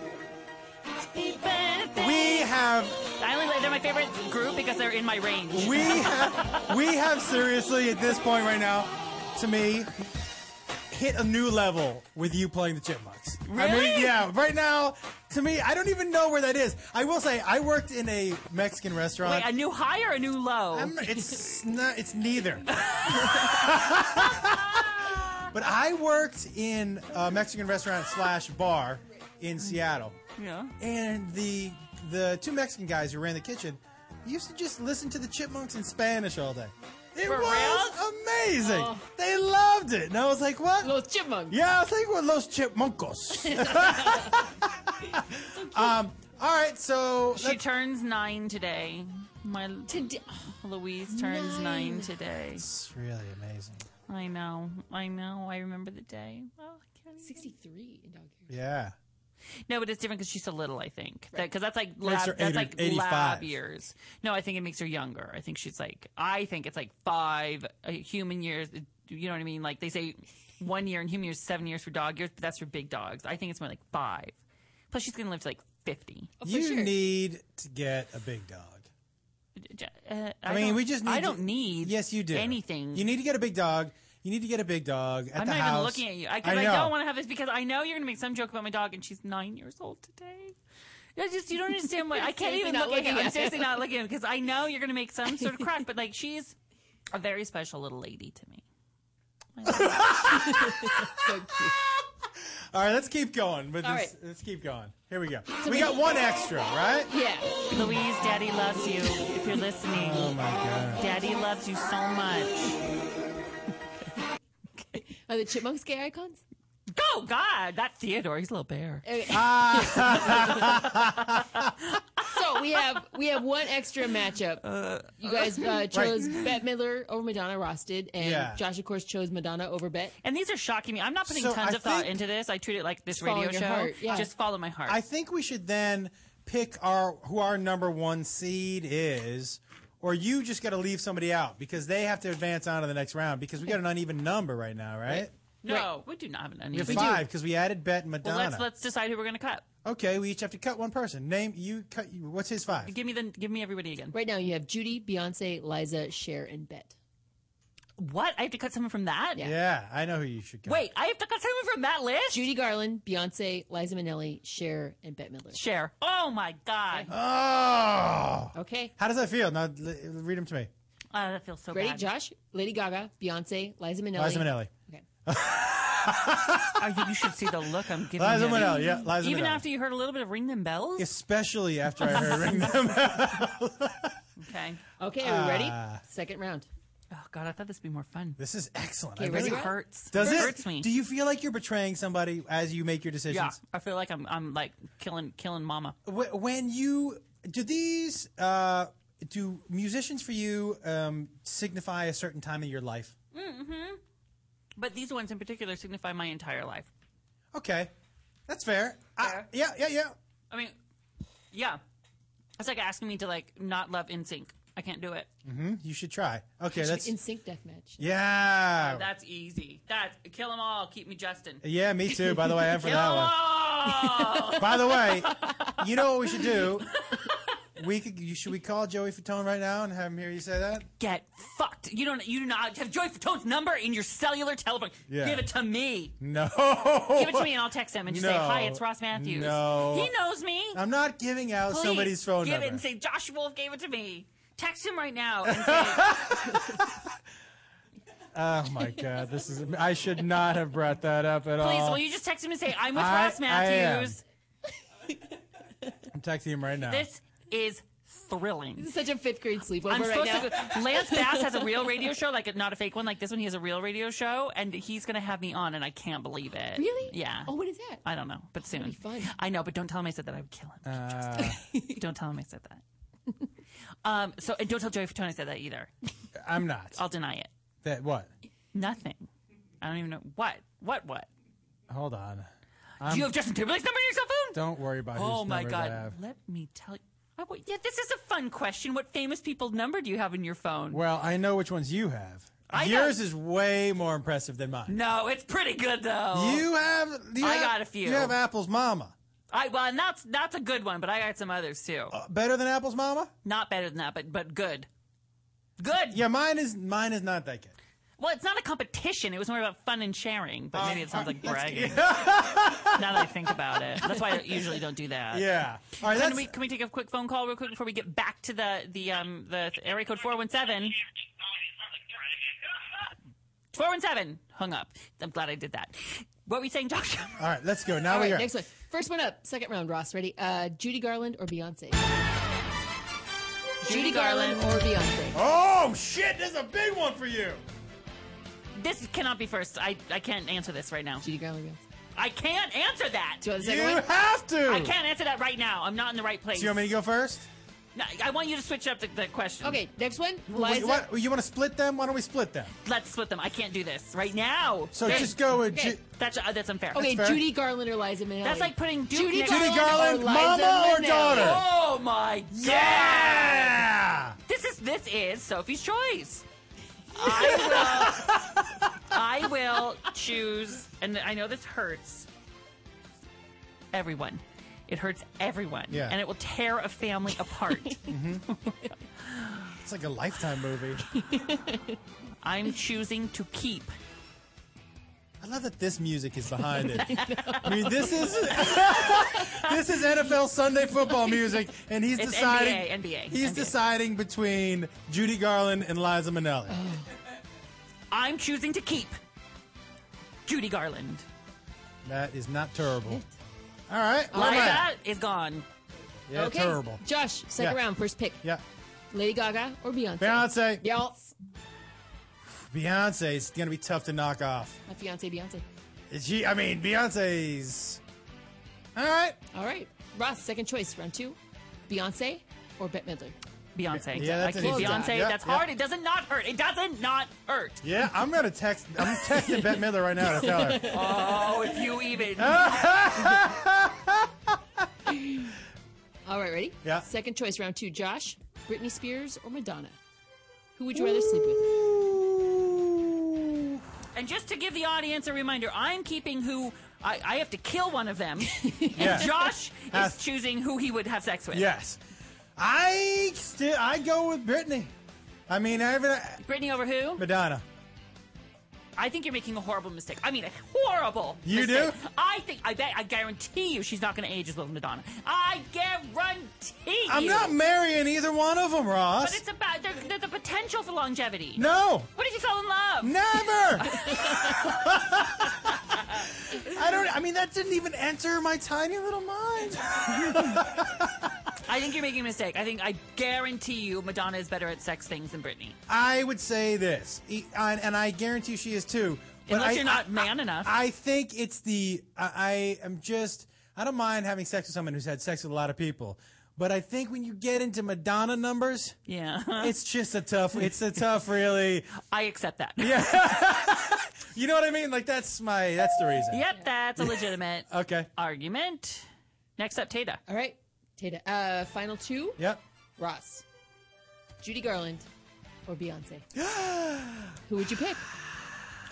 D: We have
B: I only, they're my favorite group because they're in my range. <laughs>
D: we have we have seriously at this point right now, to me, hit a new level with you playing the Chipmunks. I mean,
Q: Really?
D: yeah. Right now, to me, I don't even know where that is. I will say, I worked in a Mexican restaurant.
B: Wait, a new high or a new low?
D: I'm- it's not.
F: <laughs>
D: It's neither. <laughs> but I worked in a Mexican restaurant slash bar
F: Mm.
D: in Seattle,
B: yeah.
D: and the the two Mexican guys who ran the kitchen used to just listen to the Chipmunks in Spanish all day. It
Q: For
D: was amazing.
Q: Oh.
D: They loved it, and I was like, "What?
F: Los Chipmunks?"
D: Yeah, I was like, "What?
F: <laughs>
D: Los Chipmuncos?" <laughs> um. All right, so
B: She turns nine today. My Louise turns nine,
D: Nine.
B: today.
D: It's really amazing.
B: I know. I know. I remember the day. Oh, I can't even-
F: 63 in dog years.
D: Yeah.
B: No, but it's different because she's so little. I think
F: Right.
B: because that's like lab,
D: Makes her
B: that's
D: 80
B: like
D: 85.
B: lab years. No, I think it makes her younger. I think she's like I think it's like five uh, human years. You know what I mean? Like they say one year in human years, seven years for dog years, but that's for big dogs. I think it's more like five. Plus, she's gonna live to like fifty.
D: you need to get a big dog.
B: uh,
D: I, mean,
B: don't-
D: we just. Need
B: I don't need.
D: Yes, you do. Anything. You need to get a big dog. You need to get a big dog at
B: I'm
D: the
B: not
D: house.
B: even looking at you. I, 'cause I
D: know.
B: don't want to have this because I know you're going to make some joke about my dog, and she's nine years old today. I just you don't understand what I can't
F: Seriously
B: even
F: not
B: look at
F: looking
B: you. I'm
F: at
B: seriously
F: you.
B: not looking at because I know you're going to make some sort of crack. But like, she's a very special little lady to me.
D: All right, let's keep going. But
B: All
D: this,
B: right.
D: let's keep going. Here we go.
B: So
D: <laughs> we,
B: we-
D: got one extra, right?
F: Yeah.
B: Louise, Daddy loves you. If you're listening,
D: Oh my god.
B: Daddy loves you so much.
F: Are the chipmunks gay <laughs> icons?
B: Go, God, that Theodore, he's a little bear.
F: Okay. so we have we have one extra matchup. you guys uh, chose Bette Midler over Madonna Rosted, and
B: Yeah.
F: Josh, of course, chose Madonna over Bette.
B: And these are shocking me. I'm not putting
F: So
B: tons
F: I
B: of thought
F: think-
B: into this. I treat it like this
F: Just follow
B: radio
F: your
B: show.
F: heart, yeah.
B: Just follow my heart.
D: I think we should then pick our who our number one seed is, or you just got to leave somebody out because they have to advance on to the next round because we got an uneven number right now, right?
B: no, we do not have an
D: We have
B: uneven.
D: five because we added Bet and
B: Well,
D: Madonna.
B: let's let's decide who we're gonna cut.
D: okay, we each have to cut one person. Name you cut. you- What's his five?
B: Give me the give me everybody again.
F: Right now, you have Judy, Beyonce, Liza, Cher, and Bette.
B: What? I have to cut someone from that?
D: Yeah, I know who you should cut.
B: Wait, I have to cut someone from that list?
F: Judy Garland, Beyonce, Liza Minnelli, Cher, and Bette Midler.
B: Cher. Oh my God.
D: Oh.
F: Okay.
D: How does that feel? Now l- read them to me.
B: Uh, that feels so
F: Ready,
B: bad.
F: Josh? Lady Gaga, Beyonce, Liza Minnelli.
D: Liza Minnelli.
B: <laughs> Oh, you, you should see the look I'm giving.
D: Liza
B: him.
D: Minnelli, yeah, Liza
B: Even
D: Minnelli.
B: after you heard a little bit of ring them bells.
D: Especially after I
B: <laughs>
D: heard ring them.
B: Okay.
F: Okay, are we ready?
D: Ah.
F: Second round.
B: Oh God, I thought this would be more fun.
D: This is excellent.
B: Okay,
D: I
B: ready?
D: really-
B: It hurts.
D: Does
B: it
D: it?
B: hurts me?
D: Do you feel like you're betraying somebody as you make your
B: yeah,
D: decisions?
B: I feel like I'm I'm like killing killing mama.
D: Wh- When you do these, uh, do musicians for you um, signify a certain time in your life?
B: Mm-hmm. But these ones in particular signify my entire life.
D: Okay, that's fair. I, yeah, yeah, yeah.
B: I mean, yeah, it's like asking me to like not love In Sync. I can't do it.
D: hmm You should try. Okay, that's
F: in sync deathmatch.
D: yeah.
B: Oh, that's easy. That's kill 'em all. Keep me Justin.
D: Yeah, me too. By the way, I'm for
B: Kill
D: that
B: 'em
F: <laughs>
D: one.
B: all!
D: By the way, you know what we should do? We could. You, should we call Joey Fatone right now and have him hear you say that?
B: <laughs> Get fucked. You don't. You do not have Joy Fatone's number in your cellular telephone.
D: Yeah.
B: Give it to me.
D: No.
B: Give it to me and I'll text him and just say,
D: No.
B: "Hi, it's Ross Matthews."
D: No.
B: he knows me.
D: I'm not giving out
B: Please
D: somebody's phone
B: give
D: number.
B: it and say Josh Wolf gave it to me. Text him right now and say,
D: oh my god, this is. I should not have brought that up at all.
B: "Please, will you just text him and say I'm with
D: Uh, I-
B: Ross
D: I am.
B: Matthews."
D: <laughs> I'm texting him right now.
B: This is thrilling.
F: <laughs> This is such a fifth grade sleepover
B: I'm
F: right
B: supposed
F: now.
B: to. Go, Lance Bass has a real
F: <laughs>
D: <laughs>
B: radio show, like not a fake one, like this one. He has a real radio show, and he's gonna have me on, and I can't believe it.
F: Really?
B: Yeah.
F: Oh, what is that?
B: I don't know, but soon. <laughs> I know, but don't tell him I said that. I would kill him.
D: Uh,
B: don't tell him <laughs> I said that. Um. So, and don't tell Joey Fatone I said that either.
D: <laughs> I'm not.
B: I'll deny it.
D: That what?
B: Nothing. I don't even know what. What? What?
D: Hold on.
B: Do
D: I'm-
B: you have Justin Timberlake's number in your cell phone?
D: Don't worry about.
B: oh
D: whose
B: my
D: numbers I
B: God!
D: have.
B: Let me tell you. I wa- yeah, this is a fun question. What famous people number do you have in your phone?
D: Well, I know which ones you have.
B: I
D: Yours is way more impressive than mine.
B: No, it's pretty good though.
D: You have. You
B: I
D: have-
B: got a few.
D: You have Apple's mama.
B: I well, and that's that's a good one, but I got some others too.
D: Better than Apple's mama?
B: not better than that, but but good. Good.
D: Yeah, mine is mine is not that good.
B: Well, it's not a competition. It was more about fun and sharing. But maybe it sounds
D: Uh,
B: like
D: <laughs>
B: bragging. now that I think about it, that's why I usually don't do that.
D: Yeah. All right,
B: can
D: that's-
B: we can we take a quick phone call real quick before we get back to the the um the area code four one seven. Four one seven hung up. I'm glad I did that. What were you saying, Josh?
D: All right, let's go. Now
F: All
D: we
F: right,
D: are.
F: next one. First one up, second round, Ross. Ready? Uh, Judy Garland or Beyonce? Judy Garland or Beyonce?
D: Oh shit! This is a big one for you.
B: This cannot be first. I, I can't answer this right now.
F: Judy Garland.
B: I can't answer that.
F: Do you want the
D: You
F: second one?
D: have to.
B: I can't answer that right now. I'm not in the right place.
D: Do you want me to go first?
B: No, I want you to switch up the, the question.
F: Okay, next one.
D: Wait,
F: Liza.
D: what- you want to split them? Why don't we split them?
B: Let's split them. I can't do this right now.
D: So
B: Hey,
D: just go with.
F: Okay.
D: Ju-
B: That's uh, that's unfair.
F: Okay,
D: fair.
F: Judy Garland or Liza Minnelli?
B: That's like putting Duke
F: Judy
B: next-
F: Garland,
D: Garland,
F: or Liza
D: mama or
F: Minnelli?
D: daughter?
B: Oh my god!
D: yeah.
B: This is this is Sophie's choice. I <laughs> will. I will choose, and I know this hurts everyone. It hurts everyone, <laughs>
D: Yeah.
B: Mm-hmm. and it will tear a family apart.
D: It's like a lifetime movie.
B: I'm choosing to keep.
D: I love that this music is behind it. <laughs> I mean, this is this is NFL Sunday football music, and he's
B: It's
D: deciding
B: NBA, NBA,
D: he's
B: NBA.
D: deciding between Judy Garland and Liza Minnelli.
B: <laughs> I'm choosing to keep Judy Garland.
D: That is not terrible. All right, where am I at?
B: Liza is gone.
D: Yeah,
F: okay.
D: terrible.
F: Josh, second
D: Yeah.
F: round, first pick.
D: Yeah.
F: Lady Gaga or Beyonce?
D: Beyonce.
F: Beyonce.
D: Beyonce is gonna be tough to knock off.
F: My fiance, Beyonce.
D: She, I mean, Beyonce's. All right.
F: All right. Ross, second choice, round two. Beyonce or Bette
D: <laughs>
F: Midler?
B: Beyonce.
D: Yeah, that's
B: I
D: an
B: keep
D: easy one.
B: Beyonce.
D: Yeah,
B: that's
D: yeah.
B: hard. It doesn't not hurt. It doesn't not hurt.
D: Yeah, I'm gonna text. I'm texting Bette Midler right now to tell her.
B: <laughs> Oh, if you
D: <laughs>
B: even.
D: Ah.
F: All right, ready?
D: Yeah.
F: Second choice, round two. Josh, Britney Spears or Madonna? Who would you rather sleep with?
B: And just to give the audience a reminder, I'm keeping who I, I have to kill one of
D: <laughs>
B: them.
D: Yeah.
B: And Josh
D: Has-
B: is choosing who he would have sex with.
D: Yes, I still I go with Britney. I mean, every
B: Brittany over who?
D: Madonna.
B: I think you're making a horrible mistake. I mean, a horrible.
D: You
B: mistake.
D: do?
B: I think. I bet. I guarantee you, she's not going to age as well as Madonna. I guarantee.
D: I'm
B: you.
D: not marrying either one of them, Ross.
B: But it's about there- there's the potential for longevity.
D: no,
B: What if you fell in love?
D: never. I don't. I mean, that didn't even enter my tiny little mind.
B: <laughs> <laughs> I think you're making a mistake. I think I guarantee you, Madonna is better at sex things than Britney.
D: I would say this, e- and and I guarantee she is too.
B: Unless
D: I,
B: you're not man enough.
D: I think it's the I, I am just I don't mind having sex with someone who's had sex with a lot of people, but I think when you get into Madonna numbers,
B: yeah,
D: it's just a tough. It's
B: <laughs>
D: a tough, really.
B: I accept that.
D: <laughs> You know what I mean? Like that's my that's the reason.
B: <laughs> Yep, that's a legitimate
D: <laughs> Okay.
B: argument. Next up, Tata.
F: All right, Tata. Uh, final two.
D: Yep.
F: Ross, Judy Garland or
D: <gasps>
F: Beyonce? Who would you pick?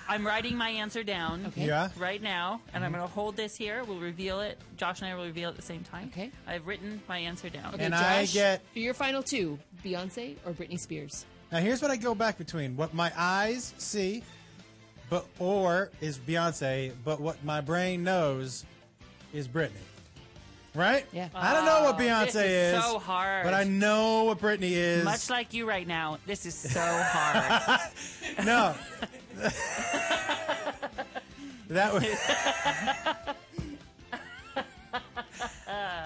B: I'm writing my answer down
F: Okay.
D: Yeah. Mm-hmm.
B: right now, and I'm going to hold this here. We'll reveal it. Josh and I will reveal it at the same time.
F: Okay.
B: I've written my answer down.
F: Okay,
D: And
F: Josh,
D: I get-
F: for your final two, Beyonce or Britney Spears?
D: Now here's what I go back between: what my eyes see, but or is Beyonce, but what my brain knows is Britney. Right?
F: Yeah.
D: I don't know what
B: Oh,
D: Beyonce
B: this is so hard.
D: but I know what Britney is. <laughs>
B: Much like you right now, this is so hard. <laughs>
D: no. that was. All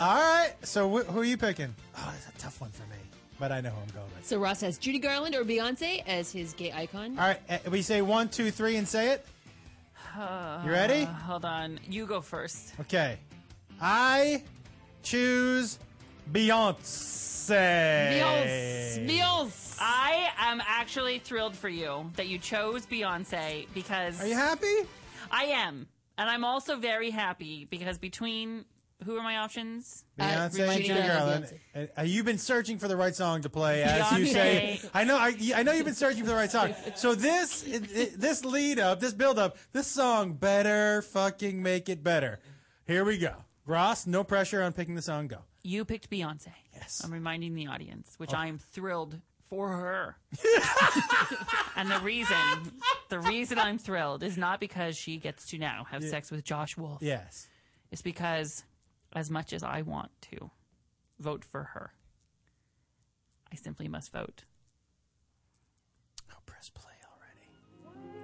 D: right. So wh- who are you picking? Oh, it's a tough one for me, but I know who I'm going with.
F: So Ross has Judy Garland or Beyonce as his gay icon.
D: All right. eh, We say one, two, three, and say it. You ready?
B: Uh, hold on. You go first.
D: Okay. I choose Beyonce.
F: Beyonce. Beyonce.
B: I am actually thrilled for you that you chose Beyonce because
D: Are you happy?
B: I am. And I'm also very happy because between who are my options? Uh,
D: Beyonce and
F: Regina
D: Judy Garland.
F: Beyonce.
D: And, uh, You've been searching for the right song to play, as you say.
B: Beyonce.
D: I know. I, I know you've been searching for the right song. So this this lead up, this build up, this song better fucking make it better. Here we go, Ross. No pressure on picking the song. Go.
B: You picked Beyonce.
D: Yes. Oh.
B: I'm reminding the audience, which I am thrilled for her.
D: <laughs>
B: and the reason, the reason I'm thrilled is not because she gets to now have sex with Josh Wolf.
D: Yes.
B: It's because, as much as I want to vote for her, I simply must vote.
D: Oh, press play already.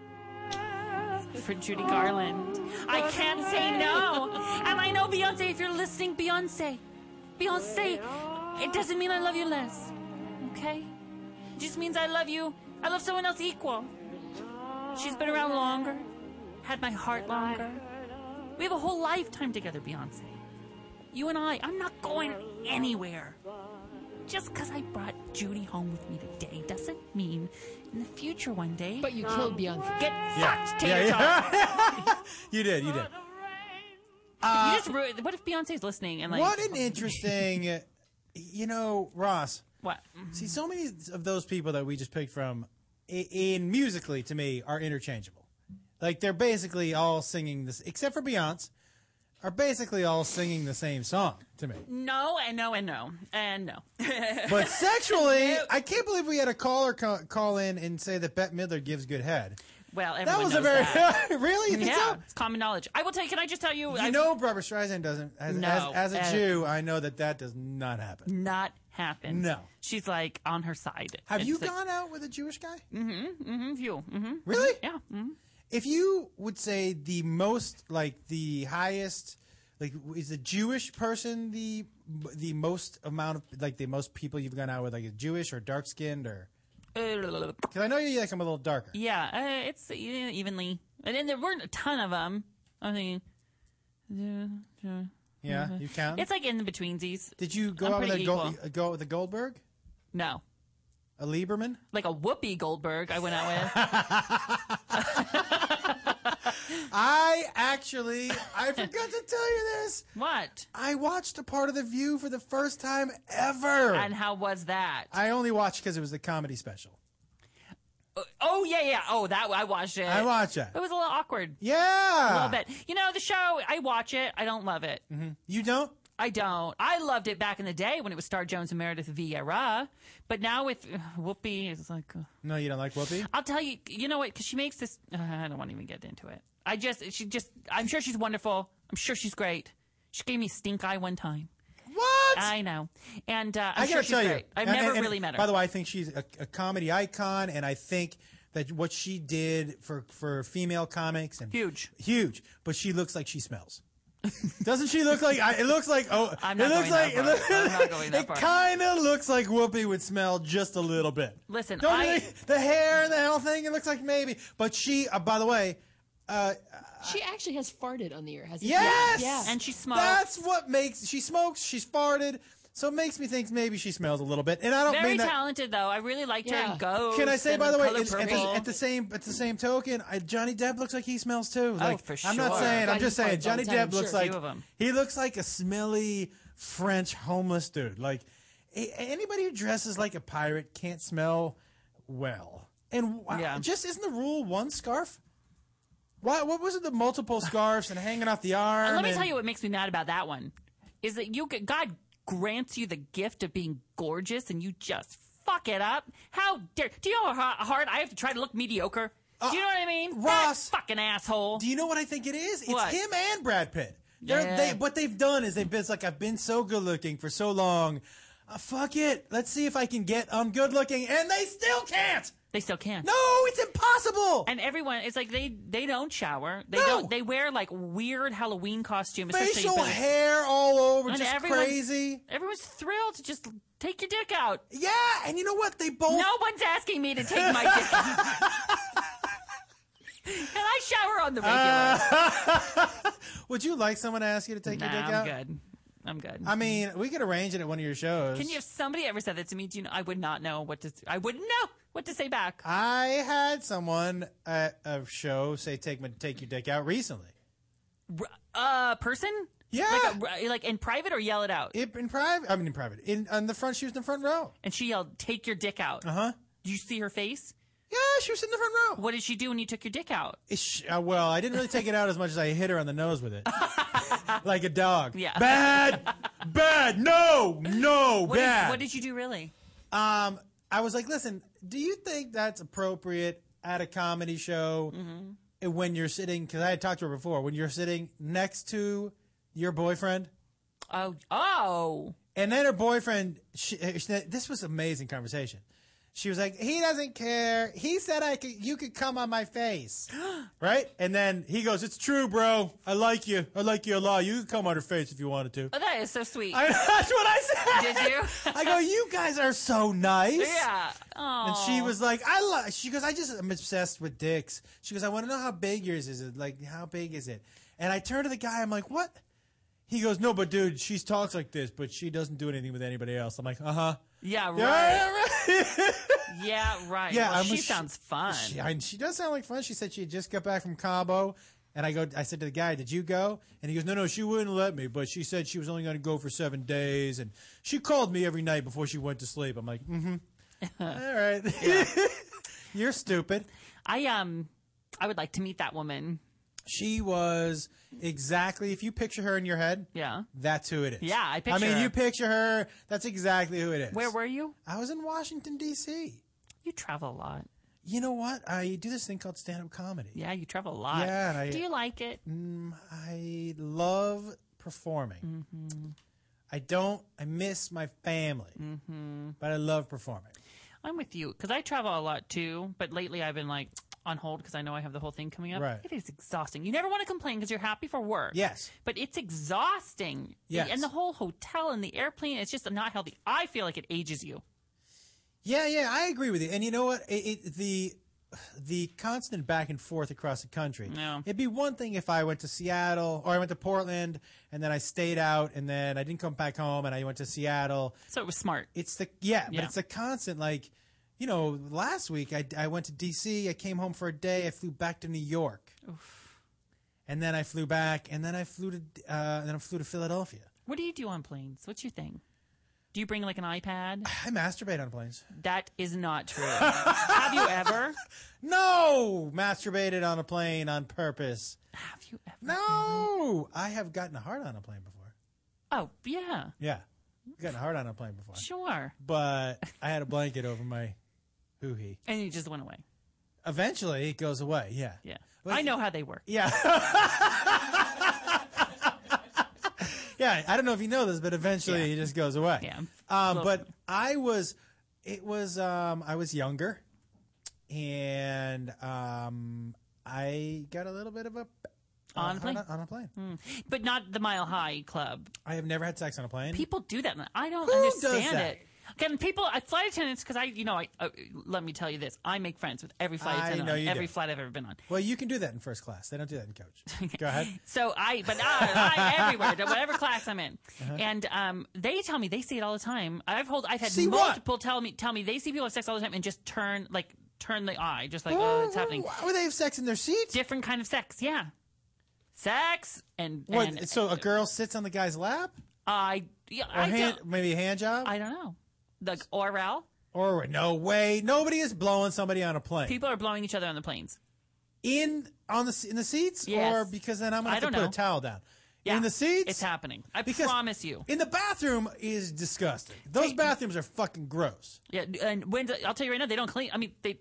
B: for Judy Garland. I can't say no. And I know Beyonce, if you're listening, Beyonce. Beyonce, it doesn't mean I love you less. Okay? It just means I love you. I love someone else equal. She's been around longer, had my heart longer. We have a whole lifetime together, Beyonce. You and I, I'm not going anywhere. Just because I brought Judy home with me today doesn't mean in the future one day.
F: But you killed Beyonce.
B: get
D: Yeah.
B: fucked,
D: Yeah,
B: Taylor Swift.
D: <laughs> yeah. you did. You did.
B: you just ruined. What if Beyonce's listening and like
D: Uh, what an interesting. You know, Ross.
B: what?
D: See, so many of those people that we just picked from, i- in musically to me, are interchangeable. Like they're basically all singing this, except for Beyonce. are basically all singing the same song to me.
B: No, and no, and no, and no. <laughs>
D: But sexually, I can't believe we had a caller co- call in and say that Bette Midler gives good head.
B: well, everyone
D: that was
B: knows
D: a very
B: that.
D: <laughs> really. You think
B: yeah,
D: so?
B: it's common knowledge. I will tell you. Can I just tell you?
D: You
B: I
D: know, Barbara Streisand doesn't. As,
B: No,
D: as, as a
B: uh,
D: Jew, I know that that does not happen.
B: not happen.
D: No.
B: she's like on her side.
D: Have you
B: It's like-
D: gone out with a Jewish guy?
B: Mm-hmm. Mm-hmm. You. Mm-hmm.
D: Really?
B: Yeah. Mm-hmm.
D: If you would say the most, like the highest, like is the Jewish person the the most amount of like the most people you've gone out with, like a Jewish or dark skinned or? Because I know you like I'm a little darker.
B: <laughs> Yeah, uh, it's uh, evenly, and then there weren't a ton of them. I mean, yeah,
D: Yeah, you count.
B: It's like in the betweensies.
D: Did you go
B: I'm
D: out with
B: pretty
D: a, Go-
B: equal.
D: a go with a Goldberg?
B: No.
D: A Lieberman?
B: Like a Whoopi Goldberg, I went out
D: <laughs> I actually, I forgot to tell you this.
B: What?
D: I watched a part of The View for the first time ever.
B: with. and how was that?
D: I only watched because it was the comedy special.
B: Oh yeah, yeah. Oh, that I watched it.
D: I watched it.
B: It was a little awkward.
D: Yeah,
B: a little bit. You know, the show. I watch it. I don't love it.
D: Mm-hmm. You don't.
B: I don't. I loved it back in the day when it was Star Jones and Meredith Vieira, but now with uh, Whoopi, it's like uh,
D: No, you don't like Whoopi?
B: I'll tell you. You know what? Because she makes this. Uh, I don't want to even get into it. I just. She just. I'm sure she's wonderful. I'm sure she's great. She gave me stink eye one time.
D: What?
B: I know. And uh, I'm
D: I
B: sure
D: gotta
B: she's
D: tell you,
B: great. I've
D: and-
B: never
D: and- and
B: really met her.
D: By the way, I think she's a, a comedy icon, and I think that what she did for for female comics and
B: huge,
D: huge. But she looks like she smells. Doesn't she look like? I, it looks like. Oh,
B: I'm not
D: it looks
B: going that
D: like.
B: far.
D: It, looks-
B: I'm
D: <laughs>
B: not going that
D: it
B: far.
D: kinda looks like Whoopi would smell just a little bit.
B: Listen,
D: Don't
B: I-
D: you think? the hair, the whole thing. It looks like maybe. But she. Uh, by the way, uh,
F: She actually has farted on the air, hasn't
D: Yes.
F: she? Yeah.
D: That's what makes she smokes. She's farted, so it makes me think maybe she smells a little bit. And I don't
B: Very
D: mean that.
B: talented though. I really liked her
D: Yeah.
B: in Ghost.
D: Can I say
B: and
D: by the way,
B: Color
D: it's- at the,
B: Purple.
D: at the same at the same token, I, Johnny Depp looks like he smells too. Like,
B: Oh, for
D: I'm not
B: sure.
D: saying.
B: God,
D: I'm just
B: he farts all
D: saying.
B: the
D: Johnny
B: time,
D: Depp
B: I'm
D: looks
B: sure.
D: like
B: Few of 'em.
D: he looks like a smelly French homeless dude. Like a- anybody who dresses like a pirate can't smell well. And wh-
B: Yeah.
D: just isn't the rule one scarf? Why? What was it? The multiple scarves and hanging off the arm.
B: And Uh, let me
D: and-
B: tell you what makes me mad about that one is that you could- God grants you the gift of being gorgeous and you just fuck it up. How dare? Do you know how ha- hard I have to try to look mediocre?
D: Uh,
B: do you know what I mean? Ross, that fucking asshole. Do
D: you know what I think it is? It's
B: What?
D: him and Brad Pitt. They're,
B: Yeah.
D: they, what they've done is they've been it's like, I've been so good looking for so long. Uh, fuck it. Let's see if I can get um good looking, and they still can't.
B: They still can't.
D: No, it's impossible.
B: And everyone, it's like they they don't shower. They don't. They wear like weird Halloween costumes.
D: Facial hair all over, just crazy.
B: Everyone's thrilled to just take your dick out.
D: Yeah, and you know what? They both.
B: No one's asking me to take my dick. out.
D: <laughs>
B: and I shower on the regular.
D: Uh-huh. Would you like someone to ask you to take
B: Nah,
D: your dick
B: I'm
D: out?
B: good. I'm good.
D: I mean, we could arrange it at one of your shows.
B: Can you? If somebody ever said that to me, do you know? I would not know what to. I wouldn't know what to say back.
D: I had someone at a show say, "Take my, take your dick out" recently.
B: Uh, person?
D: Yeah.
B: Like, a- like in private or yell it out?
D: It, in private. I mean, in private. In on the front. She was in the front row.
B: And she yelled, "Take your dick out." Uh
D: huh.
B: Did you see her face?
D: Yeah, she was in the front row.
B: What did she do when you took your dick out?
D: Is she- uh, well, I didn't really take it out as much as I hit her on the nose with
B: <laughs>
D: it, like a dog.
B: Yeah.
D: Bad, bad. No, no,
B: What
D: Oh, bad.
B: Did, what did you do really?
D: Um, I was like, listen, do you think that's appropriate at a comedy show
B: Mm-hmm.
D: when you're sitting? Because I had talked to her before. When you're sitting next to your boyfriend.
B: Oh, oh.
D: And then her boyfriend. She, she- this was amazing conversation. She was like, he doesn't care. He said I could, you could come on
B: <gasps>
D: my face, right? And then he goes, it's true, bro. I like you. I like you a lot. You could come on her face if you wanted to.
B: Oh, that is so sweet.
D: I- <laughs> that's what I said.
B: Did you?
D: I go, you guys are so <laughs> nice.
B: Yeah. Oh.
D: And she was like, I love. She goes, I just am obsessed with dicks. She goes, I want to know how big yours is. Like, how big is it? And I turn to the guy. I'm like, what? He goes, no, but dude, she talks like this, but she doesn't do anything with anybody else. I'm like, uh huh.
B: Yeah, right.
D: Yeah, <laughs>
B: yeah, right.
D: Yeah,
B: Well,
D: I'm-
B: she
D: she-
B: sounds fun.
D: She, I, she does sound like fun. She said she had just got back from Cabo. And I go, I said to the guy, "Did you go?" And he goes, "No, no, she wouldn't let me, but she said she was only going to go for seven days, and she called me every night before she went to sleep." I'm like, "Mm-hmm, <laughs> all right, you're stupid."
B: I um, I would like to meet that woman.
D: She was exactly if you picture her in your head.
B: Yeah.
D: That's who it is.
B: Yeah, I
D: I
B: picture
D: mean,
B: her.
D: you picture her. That's exactly who it is.
B: Where were you?
D: I was in Washington D.C.
B: You travel a lot.
D: You know what? I do this thing called stand-up comedy.
B: Yeah, you travel a lot.
D: Yeah, and I,
B: Do you like it?
D: Mm, I love performing.
B: Mm-hmm.
D: I don't. I miss my family,
B: Mm-hmm.
D: but I love performing.
B: I'm with you because I travel a lot too. But lately, I've been like on hold because I know I have the whole thing coming up.
D: Right.
B: It is exhausting. You never want to complain because you're happy for work.
D: Yes.
B: But it's exhausting.
D: Yes.
B: And the whole hotel and the airplane, it's just not healthy. I feel like it ages you.
D: Yeah, yeah, I agree with you. And you know what? It, it, the the constant back and forth across the country. It'd be one thing if I went to Seattle or I went to Portland and then I stayed out and then I didn't come back home and I went to Seattle.
B: So it was smart.
D: It's the yeah,
B: Yeah.
D: but it's a constant like, you know, last week I I went to DC, I came home for a day, I flew back to New York. And then I flew back and then I flew to uh, then I flew to Philadelphia.
B: What do you do on planes? What's your thing? Do you bring like an iPad?
D: <sighs> I masturbate on planes.
B: That is not
D: <laughs>
B: true. Have you ever?
D: No, masturbated on a plane on purpose.
B: Have you ever?
D: No, I have gotten hard on a plane before.
B: Oh, yeah.
D: Yeah, gotten hard on a plane before.
B: Sure.
D: But I had a blanket over my hoo hee.
B: And you just went away.
D: Eventually, it goes away. Yeah.
B: Yeah. I know how they work.
D: Yeah. yeah, I don't know if you know this, but eventually it just goes away. Yeah. Um,
B: Well-
D: but I was, it was, um, I was younger, and um, I got a little bit of a
B: On a
D: uh,
B: plane?
D: on a plane.
B: Mm. <laughs> But not the Mile High Club.
D: I have never had sex on a plane.
B: People do that. and I don't
D: Who does
B: understand
D: that?
B: it. Can people uh, flight attendants? Because I, you know, I uh, let me tell you this. I make friends with every flight
D: I
B: attendant,
D: know
B: on
D: you
B: every
D: do.
B: flight I've ever been on.
D: Well, you can do that in first class. They don't do that in
B: <laughs>
D: coach. Go ahead.
B: So I, but I, I everywhere, to whatever class I'm in,
D: Uh-huh.
B: and um, they tell me they see it all the time. I've hold, I've had
D: See what?
B: multiple tell me tell me they see people have sex all the time and just turn like turn the eye, just like oh, it's happening.
D: Why would they have sex in their seat?
B: Different kind of sex, yeah. Sex and
D: What?
B: and
D: so a girl sits on the guy's lap,
B: I yeah,
D: or
B: I
D: hand,
B: don't
D: maybe a hand job.
B: I don't know the oral.
D: Or no way, nobody is blowing somebody on a plane
B: People are blowing each other on the planes.
D: in on the s- in the seats,
B: Yes.
D: or because then I'm
B: I
D: gonna have to
B: don't
D: put
B: know.
D: a towel down.
B: Yeah,
D: in the seats,
B: it's happening. I
D: Because-
B: promise you.
D: In the bathroom is disgusting. Those bathrooms are fucking gross.
B: Yeah, and when I'll tell you right now, they don't clean. I mean, they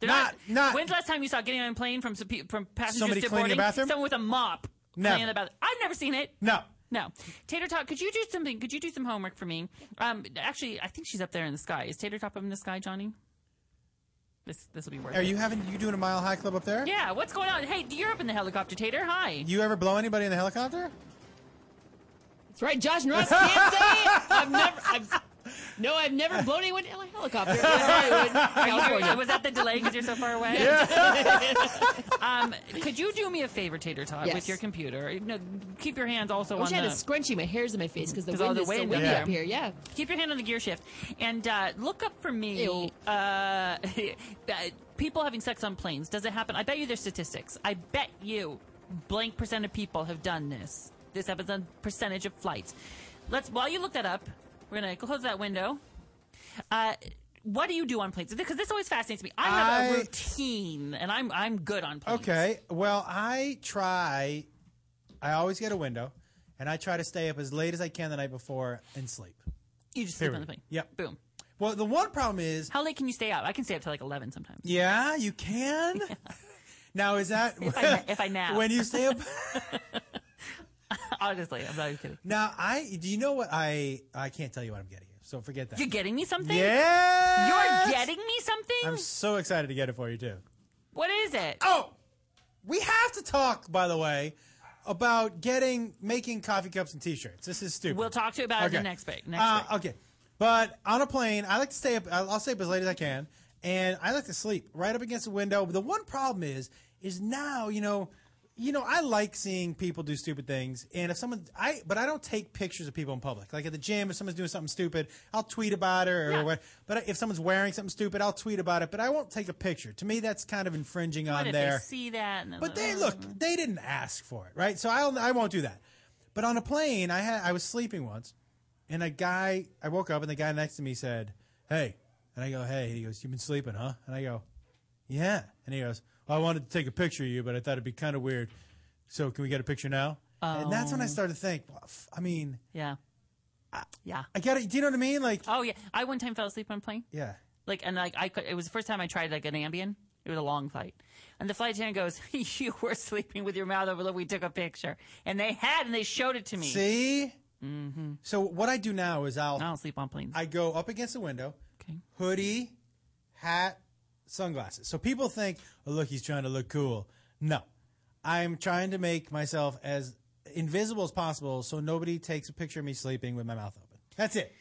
B: they're not.
D: Not- not-
B: when's the last time you saw getting on a plane from some pe- from passengers
D: Somebody
B: to
D: cleaning the
B: boarding,
D: bathroom?
B: Someone with a mop
D: Never.
B: cleaning the bathroom. I've never seen it.
D: No,
B: No, Tater Tot, could you do something? Could you do some homework for me? Um, actually, I think she's up there in the sky. Is Tater Tot up in the sky, Johnny? This this will be worth.
D: are
B: it.
D: you having you doing a mile high club up there?
B: Yeah, what's going on? Hey, you're up in the helicopter, Tater. Hi.
D: You ever blow anybody in the helicopter?
F: That's right. Josh and Ross
D: <laughs>
F: can't <laughs> say it. I've never. I've, no, I've never blown anyone in a
B: <laughs>
F: helicopter. in Hollywood,
B: Are you-
F: California.
B: was that the delay because you're so far away?
F: Yeah.
B: <laughs> um, could you do me a favor, Tater Tot, with
F: Yes.
B: your computer? You know, keep your hands also
F: I wish
B: on
F: I had
B: the
F: a scrunchie. My hair's in my face because the
B: 'Cause
F: wind
B: all the
F: is so
B: wind
F: windy
B: up
F: up
B: here.
F: here. Yeah.
B: Keep your hand on the gear shift and uh, look up for me. Uh, <laughs> people having sex on planes. Does it happen? I bet you there's statistics. I bet you blank percent of people have done this. This happens on percentage of flights. Let's while you look that up, we're gonna close that window. Uh, what do you do on planes? Because this always fascinates me. I have a
D: I-
B: routine, and I'm I'm good on planes.
D: Okay. Well, I try. I always get a window, and I try to stay up as late as I can the night before and sleep.
B: You just sleep on the
D: Period.
B: plane.
D: Yep.
B: Boom.
D: Well, the one problem is
B: how late can you stay up? I can stay up till like eleven sometimes.
D: Yeah, you can. <laughs> Now is that
B: If I, if I nap.
D: when
B: <laughs>
D: you stay up?
B: Honestly, I'm not even kidding.
D: Now I do you know what I I can't tell you what I'm getting you, so forget that.
B: You're getting me something?
D: Yes!
B: You're getting me something?
D: I'm so excited to get it for you too.
B: What is it?
D: Oh, we have to talk, by the way, about getting making coffee cups and T-shirts. This is stupid.
B: We'll talk to you about it in
D: okay.
B: the next break. Next
D: uh, Okay, but on a plane, I like to stay up. I'll I'll stay up as late as I can, and I like to sleep right up against the window. But the one problem is, is now you know, you know, I like seeing people do stupid things, and if someone, I, but I don't take pictures of people in public. Like at the gym, if someone's doing something stupid, I'll tweet about it or what. But if someone's wearing something stupid, I'll tweet about it. But I won't take a picture. To me, that's kind of infringing
B: What
D: on
B: if
D: their
B: they see that? And
D: but they look, they didn't ask for it, right? So I'll, I won't do that. But on a plane, I had I was sleeping once, and a guy I woke up and the guy next to me said, "Hey," and I go, "Hey," and he goes, "You've been sleeping, huh?" And I go, "Yeah," and he goes, well, "I wanted to take a picture of you, but I thought it'd be kind of weird." So can we get a picture now? And that's when I
B: Oh.
D: started to think. Well, f- I mean,
B: Yeah. yeah.
D: I got it. Do you know what I mean? Like,
B: Oh yeah, I one time fell asleep on a plane.
D: yeah.
B: Like and like I could, it was the first time I tried like an Ambien. It was a long flight, and the flight attendant goes, <laughs> "You were sleeping with your mouth open. Look, we took a picture, and they had and they showed it to me.
D: See. Mm-hmm. So what I do now is I'll I
B: don't sleep on planes.
D: I go up against the window, hoodie, hat, sunglasses. So people think, oh look, he's trying to look cool. No, I'm trying to make myself as invisible as possible so nobody takes a picture of me sleeping with my mouth open. That's it.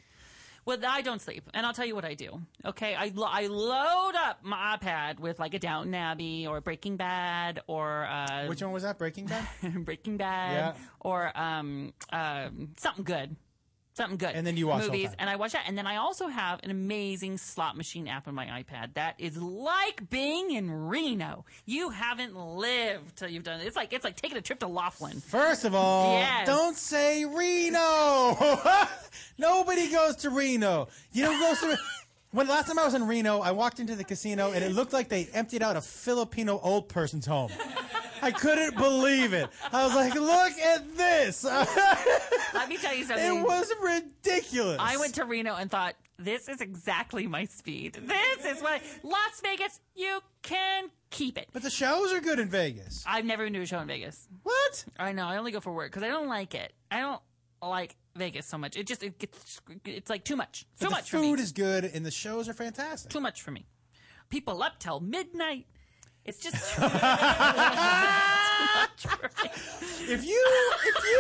B: Well, I don't sleep, and I'll tell you what I do. Okay, I lo- I load up my iPad with like a Downton Abbey or Breaking Bad or uh,
D: Which one was that? Breaking Bad.
B: <laughs> Breaking Bad
D: Yeah.
B: or um, um something good. Something good. And
D: then you watch all
B: movies,
D: time.
B: and I watch that. And then I also have an amazing slot machine app on my iPad that is like being in Reno. You haven't lived till you've done it. It's like it's like taking a trip to Laughlin.
D: First of all,
B: Yes.
D: don't say Reno. <laughs> Nobody goes to Reno. You don't go to. When last time I was in Reno, I walked into the casino and it looked like they emptied out a Filipino old person's home. I couldn't believe it. I was like, look at this.
B: Let me tell you something.
D: <laughs> it was ridiculous.
B: I went to Reno and thought, this is exactly my speed. This is what Las Vegas, you can keep it.
D: But the shows are good in Vegas.
B: I've never been to a show in Vegas.
D: What?
B: I know. I only go for work because I don't like it. I don't like Vegas so much. It just it gets it's like too much.
D: But
B: too
D: the
B: much for me.
D: food is good and the shows are fantastic.
B: Too much for me. People up till midnight. It's just
D: <laughs>
B: too much for me.
D: if you if you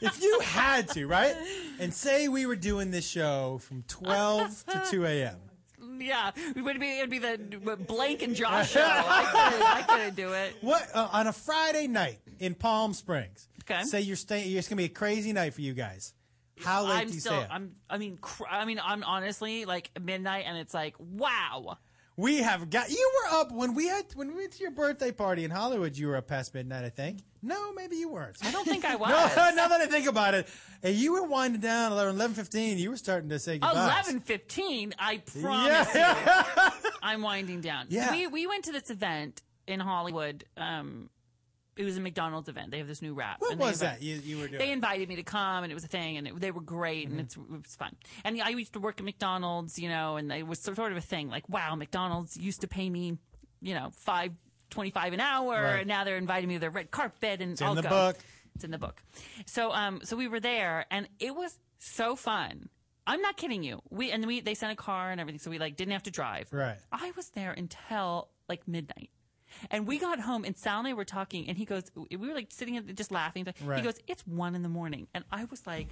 D: if you had to, right? And say we were doing this show from twelve to two AM.
B: Yeah, it would be it'd be the Blank and Josh show. I couldn't, I couldn't do it.
D: What uh, on a Friday night in Palm Springs?
B: Okay.
D: Say you're staying. It's gonna be a crazy night for you guys. How late
B: I'm
D: do you
B: still,
D: stay? up?
B: I'm, I mean, cr- I mean, I'm honestly like midnight, and it's like, wow.
D: we have got. You were up when we had when we went to your birthday party in Hollywood. You were up past midnight, I think. No, maybe you weren't.
B: I don't
D: <laughs>
B: think I
D: No,
B: was.
D: now that I think about it, and you were winding down around eleven fifteen. You were starting to say goodbye.
B: Eleven fifteen. I promise
D: <laughs>
B: you, I'm winding down.
D: Yeah.
B: We we went to this event in Hollywood. Um, it was a McDonald's event. They have this new wrap.
D: What
B: and they
D: was
B: invite-
D: that you, you were Mm-hmm. doing?
B: They invited me to come, and it was a thing, and it, they were great, and it's, it was fun. And I used to work at McDonald's, you know, and it was sort of a thing. Like, wow, McDonald's used to pay me, you know, five twenty-five an hour,
D: Right.
B: and now they're inviting me to their red carpet, and
D: It's in
B: I'll
D: the
B: go.
D: book.
B: It's in the book. So, um, so we were there, and it was so fun. I'm not kidding you. We and we they sent a car and everything, so we like didn't have to drive.
D: Right.
B: I was there until like midnight. And we got home and Sal and I were talking and he goes, we were like sitting and just laughing.
D: Right.
B: He goes, it's one in the morning. And I was like,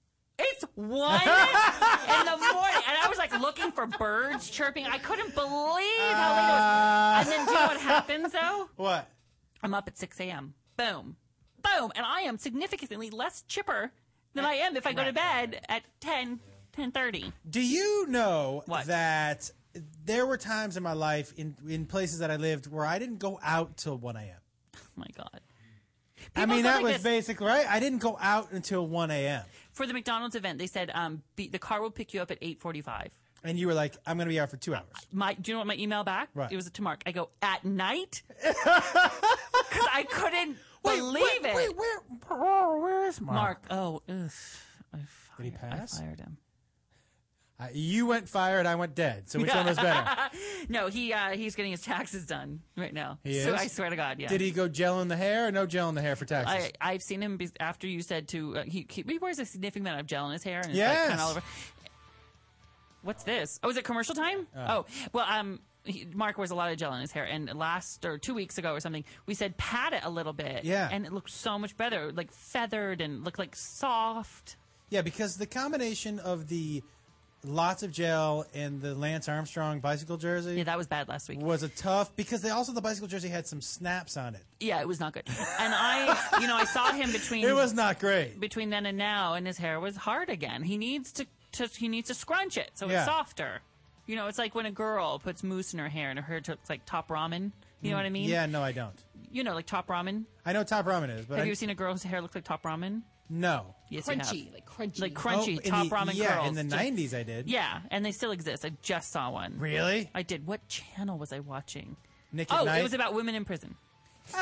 D: <laughs>
B: it's one in the morning. And I was like looking for birds chirping. I couldn't believe how late it
D: Uh.
B: was. And then do you know what
D: <laughs>
B: happens though?
D: What?
B: I'm up at 6 a.m. Boom. Boom. And I am significantly less chipper than I am if I go to bed at 10, 10.30.
D: Do you know that there were times in my life in in places that I lived where I didn't go out till one a.m. Oh
B: <laughs> my god!
D: I
B: go
D: mean, that
B: like
D: was
B: this-
D: basically right. I didn't go out until one a.m.
B: For the McDonald's event, they said um, be, the car will pick you up at 8.45.
D: and you were like, "I'm going to be out for two hours."
B: My, do you know what my email back?
D: Right.
B: It was to Mark. I go, at
D: <laughs>
B: night? Because I couldn't believe it.
D: wait, where- oh, where is
B: Mark, oh, ugh. I fired,
D: Did he pass?
B: I fired him.
D: Uh, you went fired. I went dead. So which one was better?
B: <laughs> no, he uh, he's getting his taxes done right now.
D: He
B: So
D: is?
B: I swear to God, yeah.
D: Did he go gel in the hair or no gel in the hair for taxes?
B: I, I've seen him be- after you said to uh, he, he he wears a significant amount of gel in his hair and it's like kind
D: Yes.
B: of all over. What's this? Oh, is it commercial time?
D: Oh.
B: oh, well, um, he, Mark wears a lot of gel in his hair, and last or two weeks ago or something, we said pat it a little bit,
D: Yeah.
B: and it looked so much better, like feathered and looked like soft.
D: yeah, because the combination of the lots of gel and the Lance Armstrong bicycle jersey. Yeah,
B: that was bad last week.
D: Was a tough because they also the bicycle jersey had some snaps on it.
B: Yeah, it was not good. And I, you know, I saw him between.
D: <laughs> It was not great.
B: between then and now, and his hair was hard again. He needs to, to he needs to scrunch it so
D: Yeah.
B: it's softer. You know, it's like when a girl puts mousse in her hair and her hair looks like top ramen. You know what I mean?
D: Mm. Yeah, no, I don't.
B: You know, like top ramen.
D: I know top ramen is, but
B: have
D: I,
B: you seen a girl whose hair looks like top ramen?
D: No.
B: Yes, you have. Crunchy,
F: like crunchy,
B: Like crunchy
D: Oh, in
B: top
D: the-
B: ramen
D: yeah,
B: curls.
D: in the
B: Just-
D: nineties, I did.
B: Yeah, and they still exist. I just saw one.
D: Really?
B: I did. What channel was I watching?
D: Nick at
B: oh,
D: Night?
B: it was about women in prison.
D: All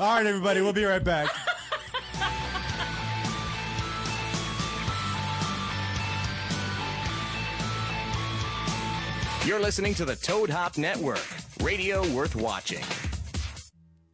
D: right, everybody, we'll be right back.
A: You're listening to the Toad Hop Network, radio worth watching.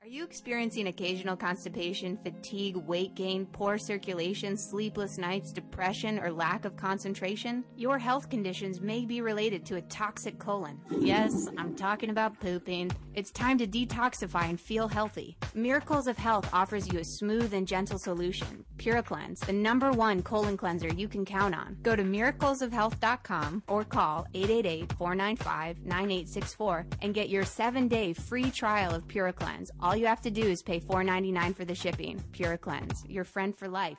Q: Are you experiencing occasional constipation, fatigue, weight gain, poor circulation, sleepless nights, depression, or lack of concentration? Your health conditions may be related to a toxic colon. Yes, I'm talking about pooping. It's time to detoxify and feel healthy. Miracles of Health offers you a smooth and gentle solution. PuraCleanse, the number one colon cleanser you can count on. Go to miraclesofhealth.com or call 888-495-9864 and get your 7-day free trial of PuraCleanse. All you have to do is pay $4.99 for the shipping. PuraCleanse, your friend for life.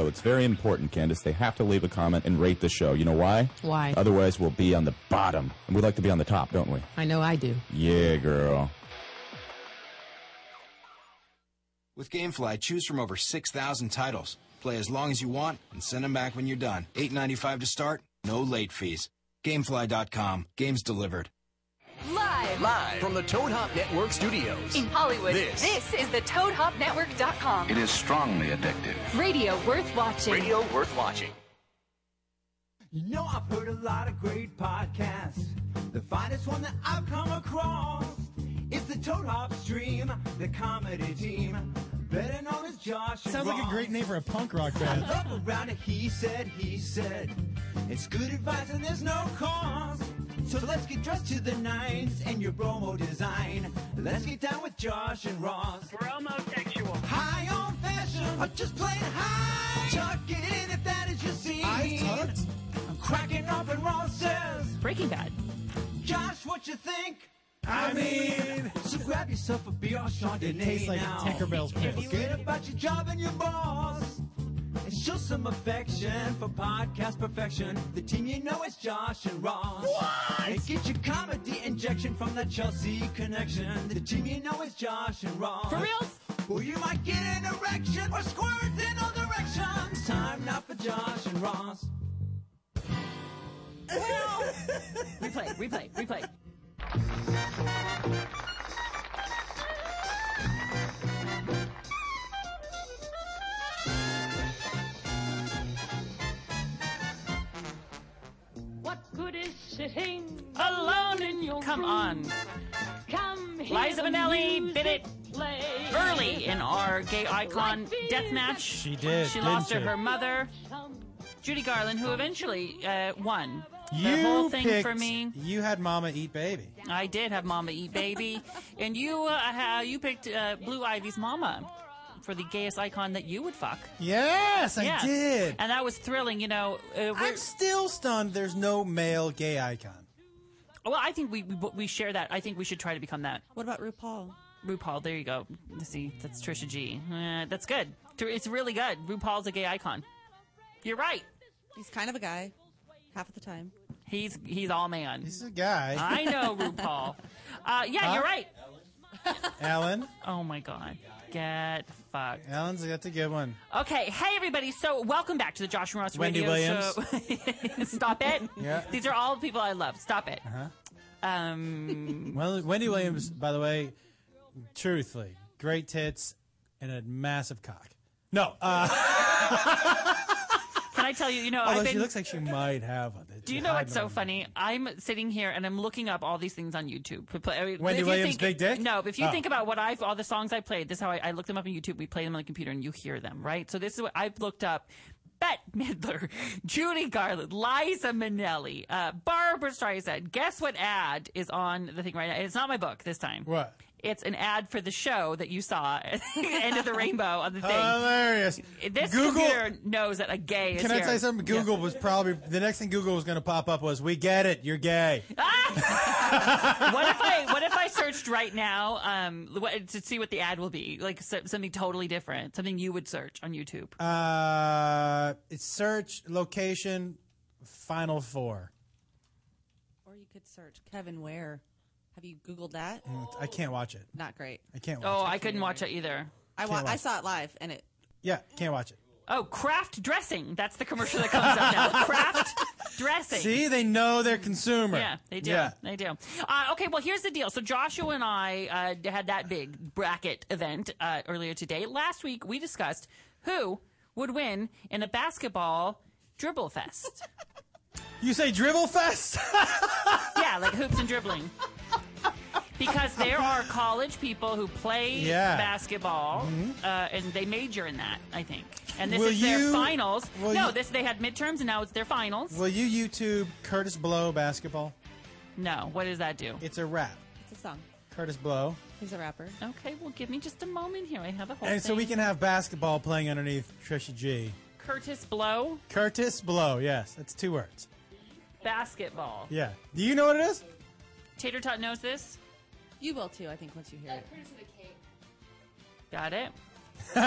R: It's very important, Candace. They have to leave a comment and rate the show. You know why?
S: Why?
R: Otherwise, we'll be on the bottom. And we like to be on the top, don't we?
S: I know I do.
R: Yeah, girl.
O: With GameFly, choose from over 6,000 titles. Play as long as you want and send them back when you're done. $8.95 to start, no late fees. GameFly.com, games delivered.
T: Live.
A: Live from the Toad Hop Network studios.
T: In Hollywood.
A: This.
T: is the ToadHopNetwork.com.
A: It is strongly addictive.
T: Radio worth watching.
A: Radio worth watching.
C: You know, I've heard a lot of great podcasts. The finest one that I've come across is the Toad Hop Stream, the comedy team, better known as Josh. and
D: Sounds like a
C: Ross.
D: great name for a punk rock
C: I
D: band.
C: love around it. He said, he said, it's good advice and there's no cost. So let's get dressed to the nines and your promo design. Let's get down with Josh and Ross. We're homosexual. High on fashion, or just plain high. Tuck it in if that is your scene.
D: I've tucked.
C: I'm cracking up and Ross says,
B: Breaking Bad.
C: Josh, what you think?
D: I mean-
C: so grab yourself a beer or Chardonnay
D: Tastes like
C: now.
D: Tinker Bell's piss.
C: Forget about your job and your boss. And show some affection for podcast perfection. The team you know is Josh and Ross. And get your comedy injection from the Chelsea connection. The team you know is Josh and Ross.
B: For reals?
C: Or you might get an erection or squirt in all directions. Time now for Josh and Ross.
B: Replay, replay, replay.
U: What good is sitting
B: Alone
U: in your
B: Come on.
U: Come here.
B: Liza Minnelli
U: music
B: bit it
U: play.
B: early in our gay icon death match.
D: She did,
B: She lost to
D: didn't she?
B: her mother, Judy Garland, who eventually uh, won.
D: you
B: the whole thing
D: picked,
B: for me.
D: You had Mama Eat Baby.
B: I did have Mama Eat Baby, and you uh, ha- you picked uh, Blue Ivy's mama for the gayest icon that you would fuck.
D: Yes, I
B: Yeah.
D: did.
B: and that was thrilling. You know, uh, we're-
D: I'm still stunned. There's no male gay icon.
B: well, I think we, we we share that. I think we should try to become that.
V: What about RuPaul?
B: RuPaul, there you go. See, that's Trisha G. Uh, that's good. Tr- It's really good. RuPaul's a gay icon. You're right.
V: He's kind of a guy, half of the time.
B: He's he's all man. He's
D: a guy.
B: I
D: <laughs>
B: know RuPaul. Uh, yeah,
D: Huh?
B: you're right.
D: Alan.
B: Oh my God. Get fucked.
D: Alan's that's a good one.
B: Okay, hey everybody. So welcome back to the Josh and Ross
D: Wendy
B: Radio
D: Williams.
B: Show. <laughs> Stop it.
D: Yeah.
B: These are all people I love. Stop it.
D: Uh-huh.
B: Um,
D: Well, Wendy Williams, by the way, Truthfully, great tits and a massive cock. No. Uh,
B: Can I tell you? You
D: <laughs>
B: know,
D: although
B: I've been.
D: Oh, she looks like she might have one.
B: do you know what's so
D: Hiding
B: funny? I'm sitting here and I'm looking up all these things on YouTube. P- play- I mean,
D: Wendy
B: if you
D: Williams,
B: think-
D: Big Dick?
B: No, if you
D: Oh.
B: think about what I've all the songs I played, this is how I, I looked them up on YouTube. We play them on the computer and you hear them, right? So this is what I've looked up. Bette Midler, <laughs> Judy Garland, Liza Minnelli, uh, Barbara Streisand. Guess what ad is on the thing right now? It's not my book this time.
D: What?
B: It's an ad for the show that you saw <laughs> at the end of the rainbow on
D: <laughs>
B: the thing.
D: Hilarious.
B: This
D: Google-
B: computer knows that a gay is
D: Can I
B: here.
D: tell you something?
B: Yeah.
D: Google was probably the next thing Google was going to pop up was, "We get it, you're gay."
B: what if I what if I searched right now um what, to see what the ad will be like so, something totally different something you would search on YouTube
D: Uh, it's search location, final four.
V: Or you could search Kevin Ware. Have you Googled that?
D: Uh, I can't watch it.
V: Not great.
D: I can't. Watch
B: oh
D: it.
B: I couldn't watch it either
V: I,
D: Can't
V: wa- I
D: watch
V: saw it live, and it
D: Yeah, can't watch it.
B: oh craft dressing that's the commercial that comes up
V: <laughs>
B: now craft dressing
D: See, they know their consumer.
B: Yeah, they do.
D: Yeah.
B: They do. Uh, okay, well, here's the deal. So Joshua and I uh, had that big bracket event uh, earlier today. Last week, we discussed who would win in a basketball dribble fest.
D: You say
C: <laughs>
D: dribble fest?
B: yeah, like hoops and dribbling. Because there are college people who play
D: Yeah. Mm-hmm.
B: basketball, uh, and they major in that, I think. And this
D: Will
B: is their
D: you-
B: finals.
D: will
B: No,
D: you-
B: this they had midterms, and now it's their finals.
D: Will you YouTube Curtis Blow basketball?
B: No, what does that do?
D: It's a rap.
V: it's a song.
D: Curtis Blow.
V: He's a rapper.
B: Okay, well, give me just a moment here. I have a whole
D: And so we
B: thing.
D: can have basketball playing underneath Trisha G.
B: Curtis Blow
D: Curtis Blow, yes. That's two words.
B: basketball.
D: Yeah. Do you know what it is?
B: Tater Tot knows this.
V: You will too, I think, once you hear it.
B: Got
D: <laughs>
B: it.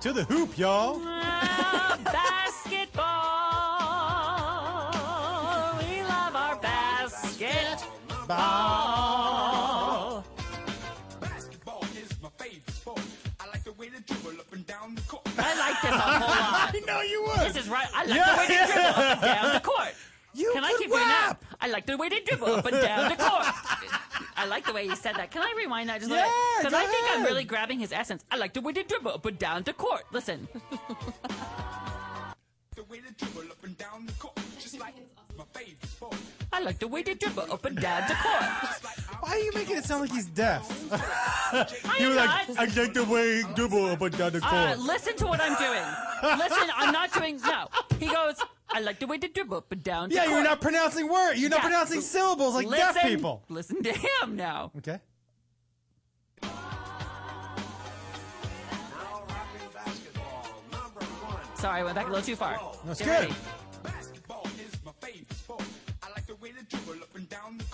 D: To the hoop, y'all.
B: basketball. We love our basketball. I like this a whole lot.
D: <laughs> I know you would.
B: This is right. I like
C: Yeah,
B: the way they
C: yeah.
B: dribble up and down the court. You Can I keep doing that? I like the way they dribble up and down the court. I like the way he said that. Can I rewind that just a little
C: Yeah,
B: Because
C: go
B: I think I'm
C: ahead.
B: really grabbing his essence. I like the way they dribble up and down the court. Listen. I like the way they dribble up and down the court.
D: Why are you making it sound like
B: <laughs>
D: he's deaf? you
B: am
D: were like,
B: not.
D: I like the way dribble up and down the court.
B: Uh, listen to what I'm doing. Listen, I'm not doing. No. He goes, I like the way they dribble up and down the
D: yeah,
B: court.
D: you're not pronouncing words. You're not
B: Yeah.
D: pronouncing syllables like deaf
B: Listen-
D: people.
B: Listen <laughs> to him now.
D: Okay.
B: Sorry, I went back a little too far.
D: That's
B: Get
D: good.
B: ready. I like the way they dribble up and down the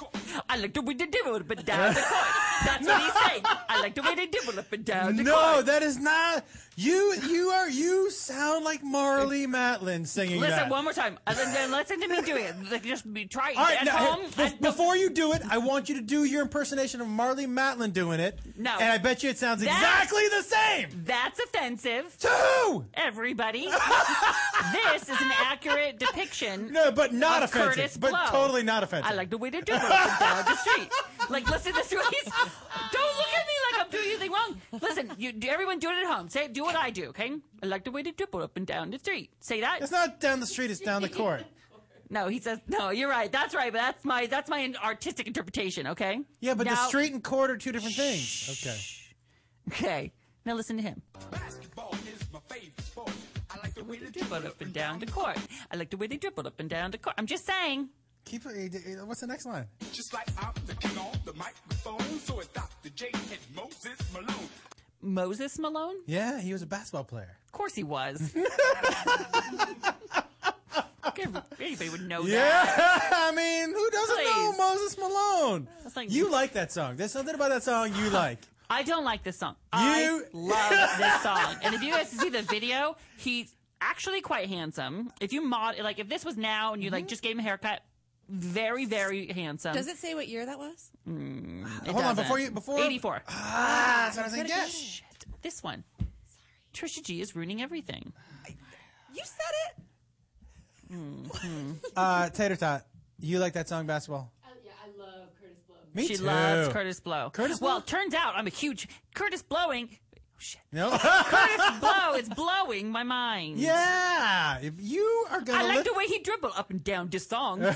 B: court. That's what he's saying. I like the way they dribble up and down the court.
D: No, that is not you. You are you sound like Marley Matlin singing
B: Listen
D: that.
B: one more time. And then- then listen to me doing it. Like, Just be, try it
D: All right,
B: at
D: now,
B: home.
D: hey, be- before you do it, I want you to do your impersonation of Marley Matlin doing it.
B: No.
D: and I bet you it sounds
B: That's-
D: exactly the same.
B: That's offensive.
D: To who? <laughs>
B: Everybody. this is an accurate depiction.
D: No, but not
B: of
D: offensive.
B: Curtis
D: but
B: Blow.
D: totally not offensive.
B: I like the way they do it down the street. Like, listen to streets. Don't look at me like I'm doing anything wrong. Listen, you, do- everyone do it at home. Say, do what I do, okay? I like the way they dribble up and down the street. Say that.
D: It's not down the street. It's down the court.
B: <laughs> No, he says no. You're right. That's right. But that's my that's my artistic interpretation. Okay.
D: Yeah, but the
B: Now-
D: street and court are two different things. Okay.
B: Okay. Now listen to him. Dribble up and down the court. I like the way they dribble up and down the court. I'm just saying.
D: Keep. uh, What's the next line?
G: Just like I'm the king on the microphone, so it's Dr. J and Moses Malone.
B: Moses Malone?
D: Yeah, he was a basketball player.
B: Of course he
D: <laughs>
B: was. Anybody would know
D: Yeah, <laughs>
B: that.
D: I mean, who doesn't know
B: Oh, Please.
D: Moses Malone?
B: That's like-
D: you like that song. There's something about that song
B: <gasps>
D: you like.
B: I don't like this song. I
D: You-
B: love this song. And if you guys see the video, he's actually quite handsome. If you mod, like if this was now and you
D: Mm-hmm.
B: like just gave him a haircut, very very handsome.
V: Does it say what year that was?
B: Mm, it
D: Hold on,
B: doesn't.
D: before you- before-
B: 84.
D: Ah, that's what I was
V: Gotta
D: saying.
V: get
D: Yes.
V: it.
B: This one. Sorry. Trisha G is ruining everything.
V: You said it.
D: <laughs> Uh, Tater Tot, you like that song, Basketball? Me
B: she
D: too.
B: loves Curtis Blow.
D: Curtis
B: well, turns out I'm a huge Curtis Blowing. Oh,
D: No.
B: <laughs> Curtis Blow is blowing my mind.
D: Yeah, if you are gonna.
B: I like
D: li-
B: the way he dribble up and down this
D: <laughs>
B: song.
D: you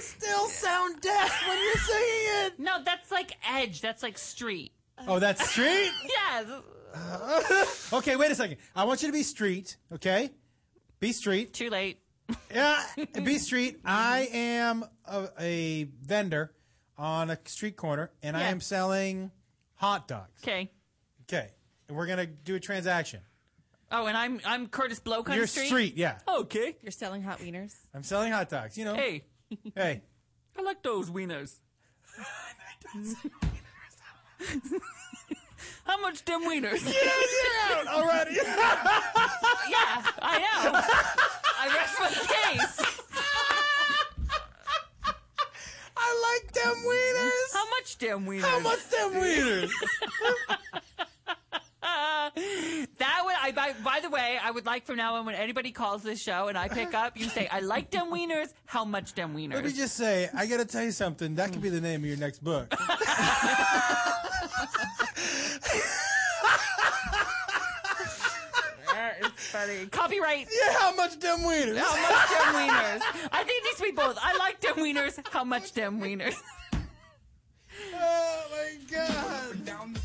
D: still sound deaf when you're singing it.
B: No, that's like edge. That's like street.
D: Oh, that's street?
B: <laughs> yes.
D: okay, wait a second. I want you to be street, okay? Be street.
B: Too late. Mm-hmm.
D: Yeah,
B: <laughs>
D: be street. I am a, a vendor on a street corner, and I
B: Yeah.
D: am selling hot dogs.
B: Okay.
D: Okay, and we're gonna do a transaction.
B: Oh, and I'm I'm Curtis Blow country.
D: You're street, yeah.
B: Okay.
V: You're selling hot wieners.
D: I'm selling hot dogs. You know.
B: Hey.
D: Hey.
B: I like those wieners. How much dim
D: <laughs>
B: wieners?
D: Get out, get out
B: <laughs>
D: already.
B: yeah, I know. I rest my case.
D: <laughs> I like them wieners.
B: How much dim wieners?
D: How much them wieners?
B: Uh, that would I by, by the way, I would like from now on when anybody calls this show and I pick up, you say, I like dem wieners, how much dem wieners?
D: Let me just say, I gotta tell you something. That could be the name of your next
B: <laughs>
D: book.
B: it's funny. Copyright.
D: Yeah, how much dem wieners?
B: How
D: <laughs>
B: much dem wieners? I think these should be both. I like dem wieners. How much dem wieners? <laughs>
D: Oh my god.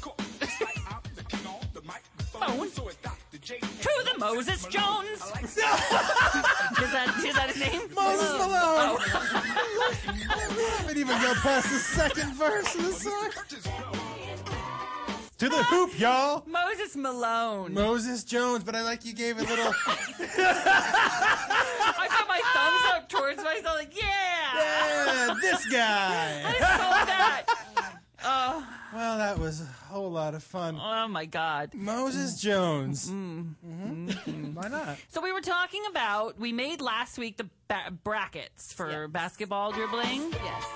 G: So it's not the J.
B: Oh, To the Moses
D: <laughs>
B: Jones. is that is that his name? Oh.
D: Moses
B: Malone.
D: Malone. <laughs> I haven't even go past the
B: <laughs>
D: second verse of the song. To the hoop, y'all.
B: Moses Malone.
D: Moses Jones, but I like you gave
B: <laughs>
D: a little.
B: I put my thumbs up towards myself, like yeah.
D: Yeah, this Uh, guy.
B: <laughs> I saw that. Oh,
D: Well, that was a whole lot of fun.
B: oh my God. Mm-hmm.
D: Moses Jones. Why not?
B: So we were talking about we made last week the ba- brackets for basketball dribbling. Yes.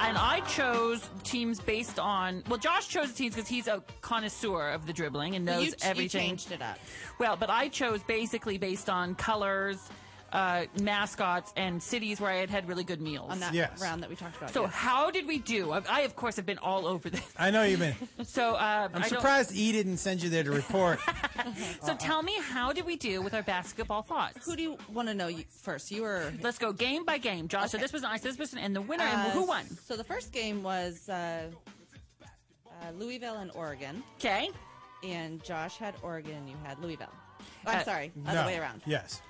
B: And I chose teams based on well, Josh chose the teams because he's a connoisseur of the dribbling and
V: Well,
B: knows
V: you ch- you
B: everything.
V: changed it up.
B: Well, but I chose basically based on colors, uh, mascots, and cities where I had had really good meals
V: On that round that we talked about.
B: So
V: yes.
B: how did we do? I, I of course have been all over this. <laughs>
D: I know you mean.
B: So uh, I
D: I'm
B: don't-
D: surprised E didn't send you there to report.
B: <laughs> So tell me, how did we do with our basketball thoughts?
V: Who do you want to know you first? You were.
B: Let's go game by game, Josh. So this was nice. This was and the winner and
V: Uh,
B: who won?
V: So the first game was uh, uh, Louisville and Oregon.
B: Okay.
V: And Josh had Oregon and you had Louisville. Oh, I'm
B: Uh,
V: sorry,
D: no.
V: other way around.
D: Yes.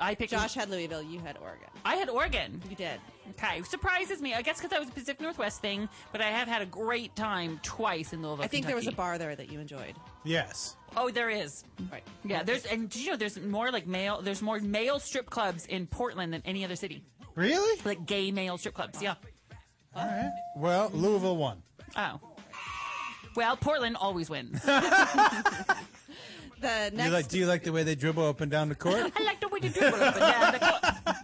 B: I picked
V: Josh had Louisville, you had Oregon.
B: I had Oregon.
V: You did.
B: Okay, surprises me. I guess because I was a Pacific Northwest thing, but I have had a great time twice in Louisville.
V: I think there was a
B: Kentucky.
V: bar there that you enjoyed.
D: Yes.
B: Oh, there is.
V: Right.
B: Yeah, there's and did you know there's more like male there's more male strip clubs in Portland than any other city.
D: Really?
B: Like gay male strip clubs. Yeah.
D: All right. Well, Louisville won.
B: Oh. Well, Portland always wins.
V: The
D: You
V: next
D: like? Do you like the way they dribble up and down the court?
B: <laughs> I like the way you do it.
D: <laughs>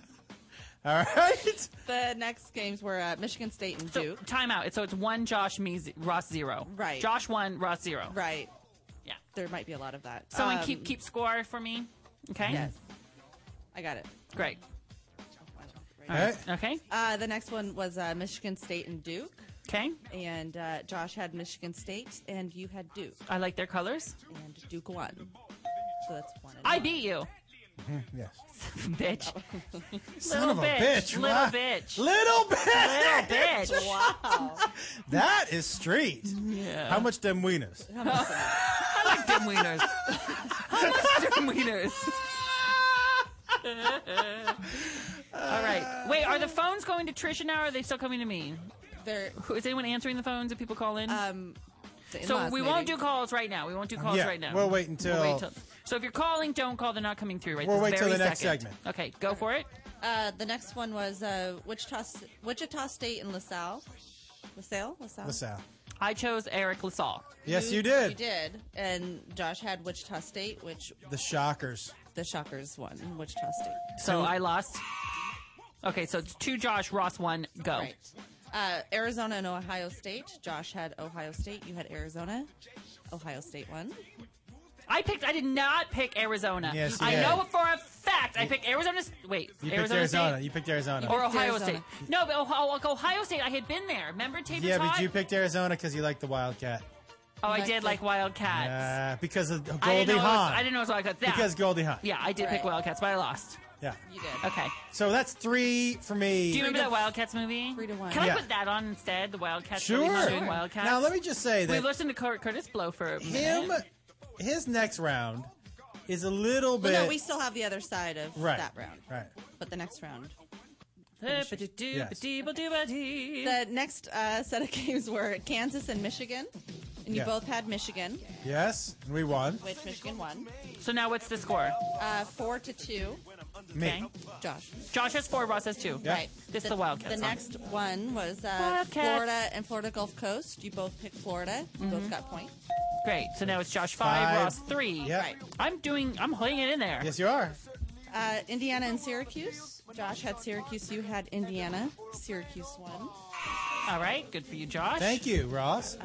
D: All right.
V: the next games were uh, Michigan State and Duke.
B: Time out. So it's one Josh, me, z- Ross zero.
V: Right.
B: Josh one, Ross zero.
V: Right.
B: Yeah.
V: There might be a lot of that.
B: Someone
V: Um,
B: keep keep score for me. Okay.
V: Yes. I got it.
B: Great.
D: All right.
B: Okay.
V: Uh, the next one was uh, Michigan State and Duke.
B: Okay.
V: And uh, Josh had Michigan State, and you had Duke,
B: I like their colors.
V: and Duke won. So that's one. and
B: I
V: one.
B: beat <laughs> you,
D: Mm-hmm. Yes.
B: bitch.
V: Oh.
D: Son of a bitch.
B: Little
D: Wow.
B: bitch. Little
D: Little bitch.
V: <laughs>
B: bitch.
V: Wow.
D: That is street.
B: Yeah.
D: How much
B: <laughs>
D: them wieners?
B: I like dim wieners. <laughs> I like dim wieners. All right. Wait, are the phones going to Trisha now or are they still coming to me?
V: There.
B: Who- Is anyone answering the phones if people call in?
V: Um. the
B: so
V: in-laws,
B: we won't do
V: maybe.
B: calls right now. We won't do calls
D: Um, Yeah,
B: right now.
D: we'll wait until-
B: So if you're calling, don't call. They're not coming through right
D: We'll
B: this
D: wait till
B: very
D: the next
B: second.
D: segment.
B: Okay, go for it.
V: Uh, the next one was uh, Wichita, S- Wichita State and LaSalle. LaSalle? LaSalle?
D: LaSalle.
B: I chose Eric LaSalle.
D: Yes, you did.
V: You did. And Josh had Wichita State, which
D: The Shockers.
V: the Shockers won. Wichita State.
B: So I lost. Okay, so it's two Josh, Ross one, go.
V: Right. Uh, Arizona and Ohio State. Josh had Ohio State. You had Arizona. Ohio State won.
B: I picked. I did not pick Arizona.
D: Yes, you
B: I
D: did.
B: know for a fact I picked Arizona. S- Wait,
D: You picked
B: Arizona, State
D: Arizona. You picked Arizona.
B: or Ohio
D: Arizona.
B: State? No, but Ohio, like Ohio State. I had been there. Remember Tabor's
D: Yeah,
B: Hot?
D: but you picked Arizona because you like the Wildcat.
B: oh, I did like Wildcats.
D: Uh, because of Goldie
B: I didn't know. It was,
D: Hawn.
B: I didn't know it was Wildcats. Yeah.
D: Because Goldie Hawn.
B: Yeah, I did pick Wildcats, but I lost.
D: Yeah.
B: You did. Okay.
D: So that's three for me.
B: Do you remember that Wildcats movie? Three to one. Can
D: Yeah.
B: I put that on instead? The Wildcats.
D: Sure.
B: Billy Munro,
D: Sure.
B: Wildcats.
D: Now, let me just say
B: we
D: that-
B: listened to Cur- Curtis Blow for a
D: Him,
B: minute.
D: his next round is a little bit.
V: Well, no, we still have the other side of
D: right.
V: that round.
D: Right.
V: But the next round.
B: Yes.
V: The next uh, set of <laughs> games were Kansas and Michigan, and you
D: Yeah.
V: both had Michigan,
D: Yes, and we won.
V: which Michigan won
B: So now what's the score?
V: uh, four to two.
D: Me.
V: Josh.
B: Josh has four. Ross has two.
V: Right.
B: This is the Wildcats.
V: The
B: song.
V: next one was uh,
B: Wildcats.
V: Florida and Florida Gulf Coast. You both picked Florida. You
B: Mm-hmm.
V: both got points.
B: Great. So now it's Josh five,
V: Five.
B: Ross three.
V: Yeah. Right.
B: I'm doing. I'm holding it in there.
D: Yes, you are.
V: Uh, Indiana and Syracuse. Josh had Syracuse. You had Indiana. Syracuse won.
B: All right. Good for you, Josh.
D: Thank you, Ross.
V: Uh,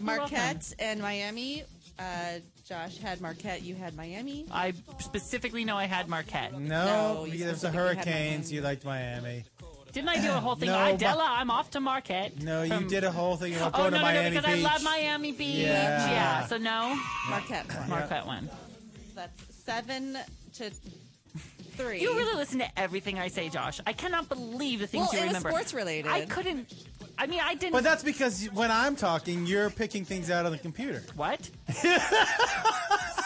B: welcome.
V: Marquette and Miami. Uh, Josh had Marquette. You had Miami.
B: I specifically know I had Marquette.
D: no,
V: you
D: because there's the
V: specifically had
D: Hurricanes. You liked Miami.
B: Didn't I do a whole thing?
D: No,
B: I, Della,
D: Ma-
B: I'm off to Marquette.
D: No, you
B: From-
D: did a whole thing about
B: Oh,
D: going
B: no,
D: to
B: no,
D: Miami
B: no, because I
D: Beach.
B: love Miami Beach.
D: Yeah.
B: Yeah. So no,
V: Marquette won.
B: Marquette won.
V: So that's seven to three.
B: You really listen to everything I say, Josh. I cannot believe the things
V: Well,
B: you
V: it was
B: remember.
V: sports-related.
B: I couldn't. I mean, I didn't.
D: But that's because when I'm talking, you're picking things out on the computer.
B: What?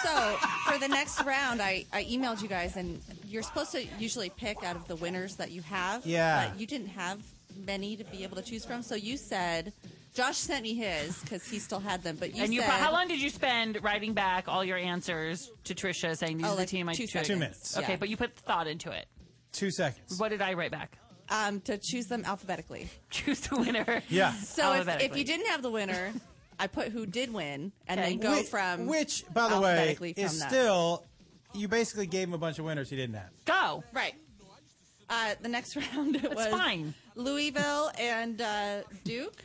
V: so for the next round, I, I emailed you guys, and you're supposed to usually pick out of the winners that you have.
D: Yeah.
V: But you didn't have many to be able to choose from, so you said Josh sent me his because he still had them, but you
B: and
V: said
B: you, pro- how long did you spend writing back all your answers to Trisha, saying these
V: Oh,
B: are the
V: like
B: team I
V: two
B: chose?
V: seconds. Two minutes.
B: Okay,
V: Yeah.
B: but you put thought into it.
D: Two seconds.
B: What did I write back?
V: um, to choose them alphabetically.
B: Choose the winner.
D: Yeah.
V: So if, if
B: Alphabetically.
V: you didn't have the winner, I put who did win, <laughs> and
B: Okay.
V: then go
B: Which-
V: from
D: Which, by the way,
V: alphabetically from
D: is
V: that.
D: still you basically gave him a bunch of winners he didn't have.
B: Go.
V: Right. Uh, the next <laughs> round it
B: That's
V: was
B: fine.
V: Louisville and uh, Duke.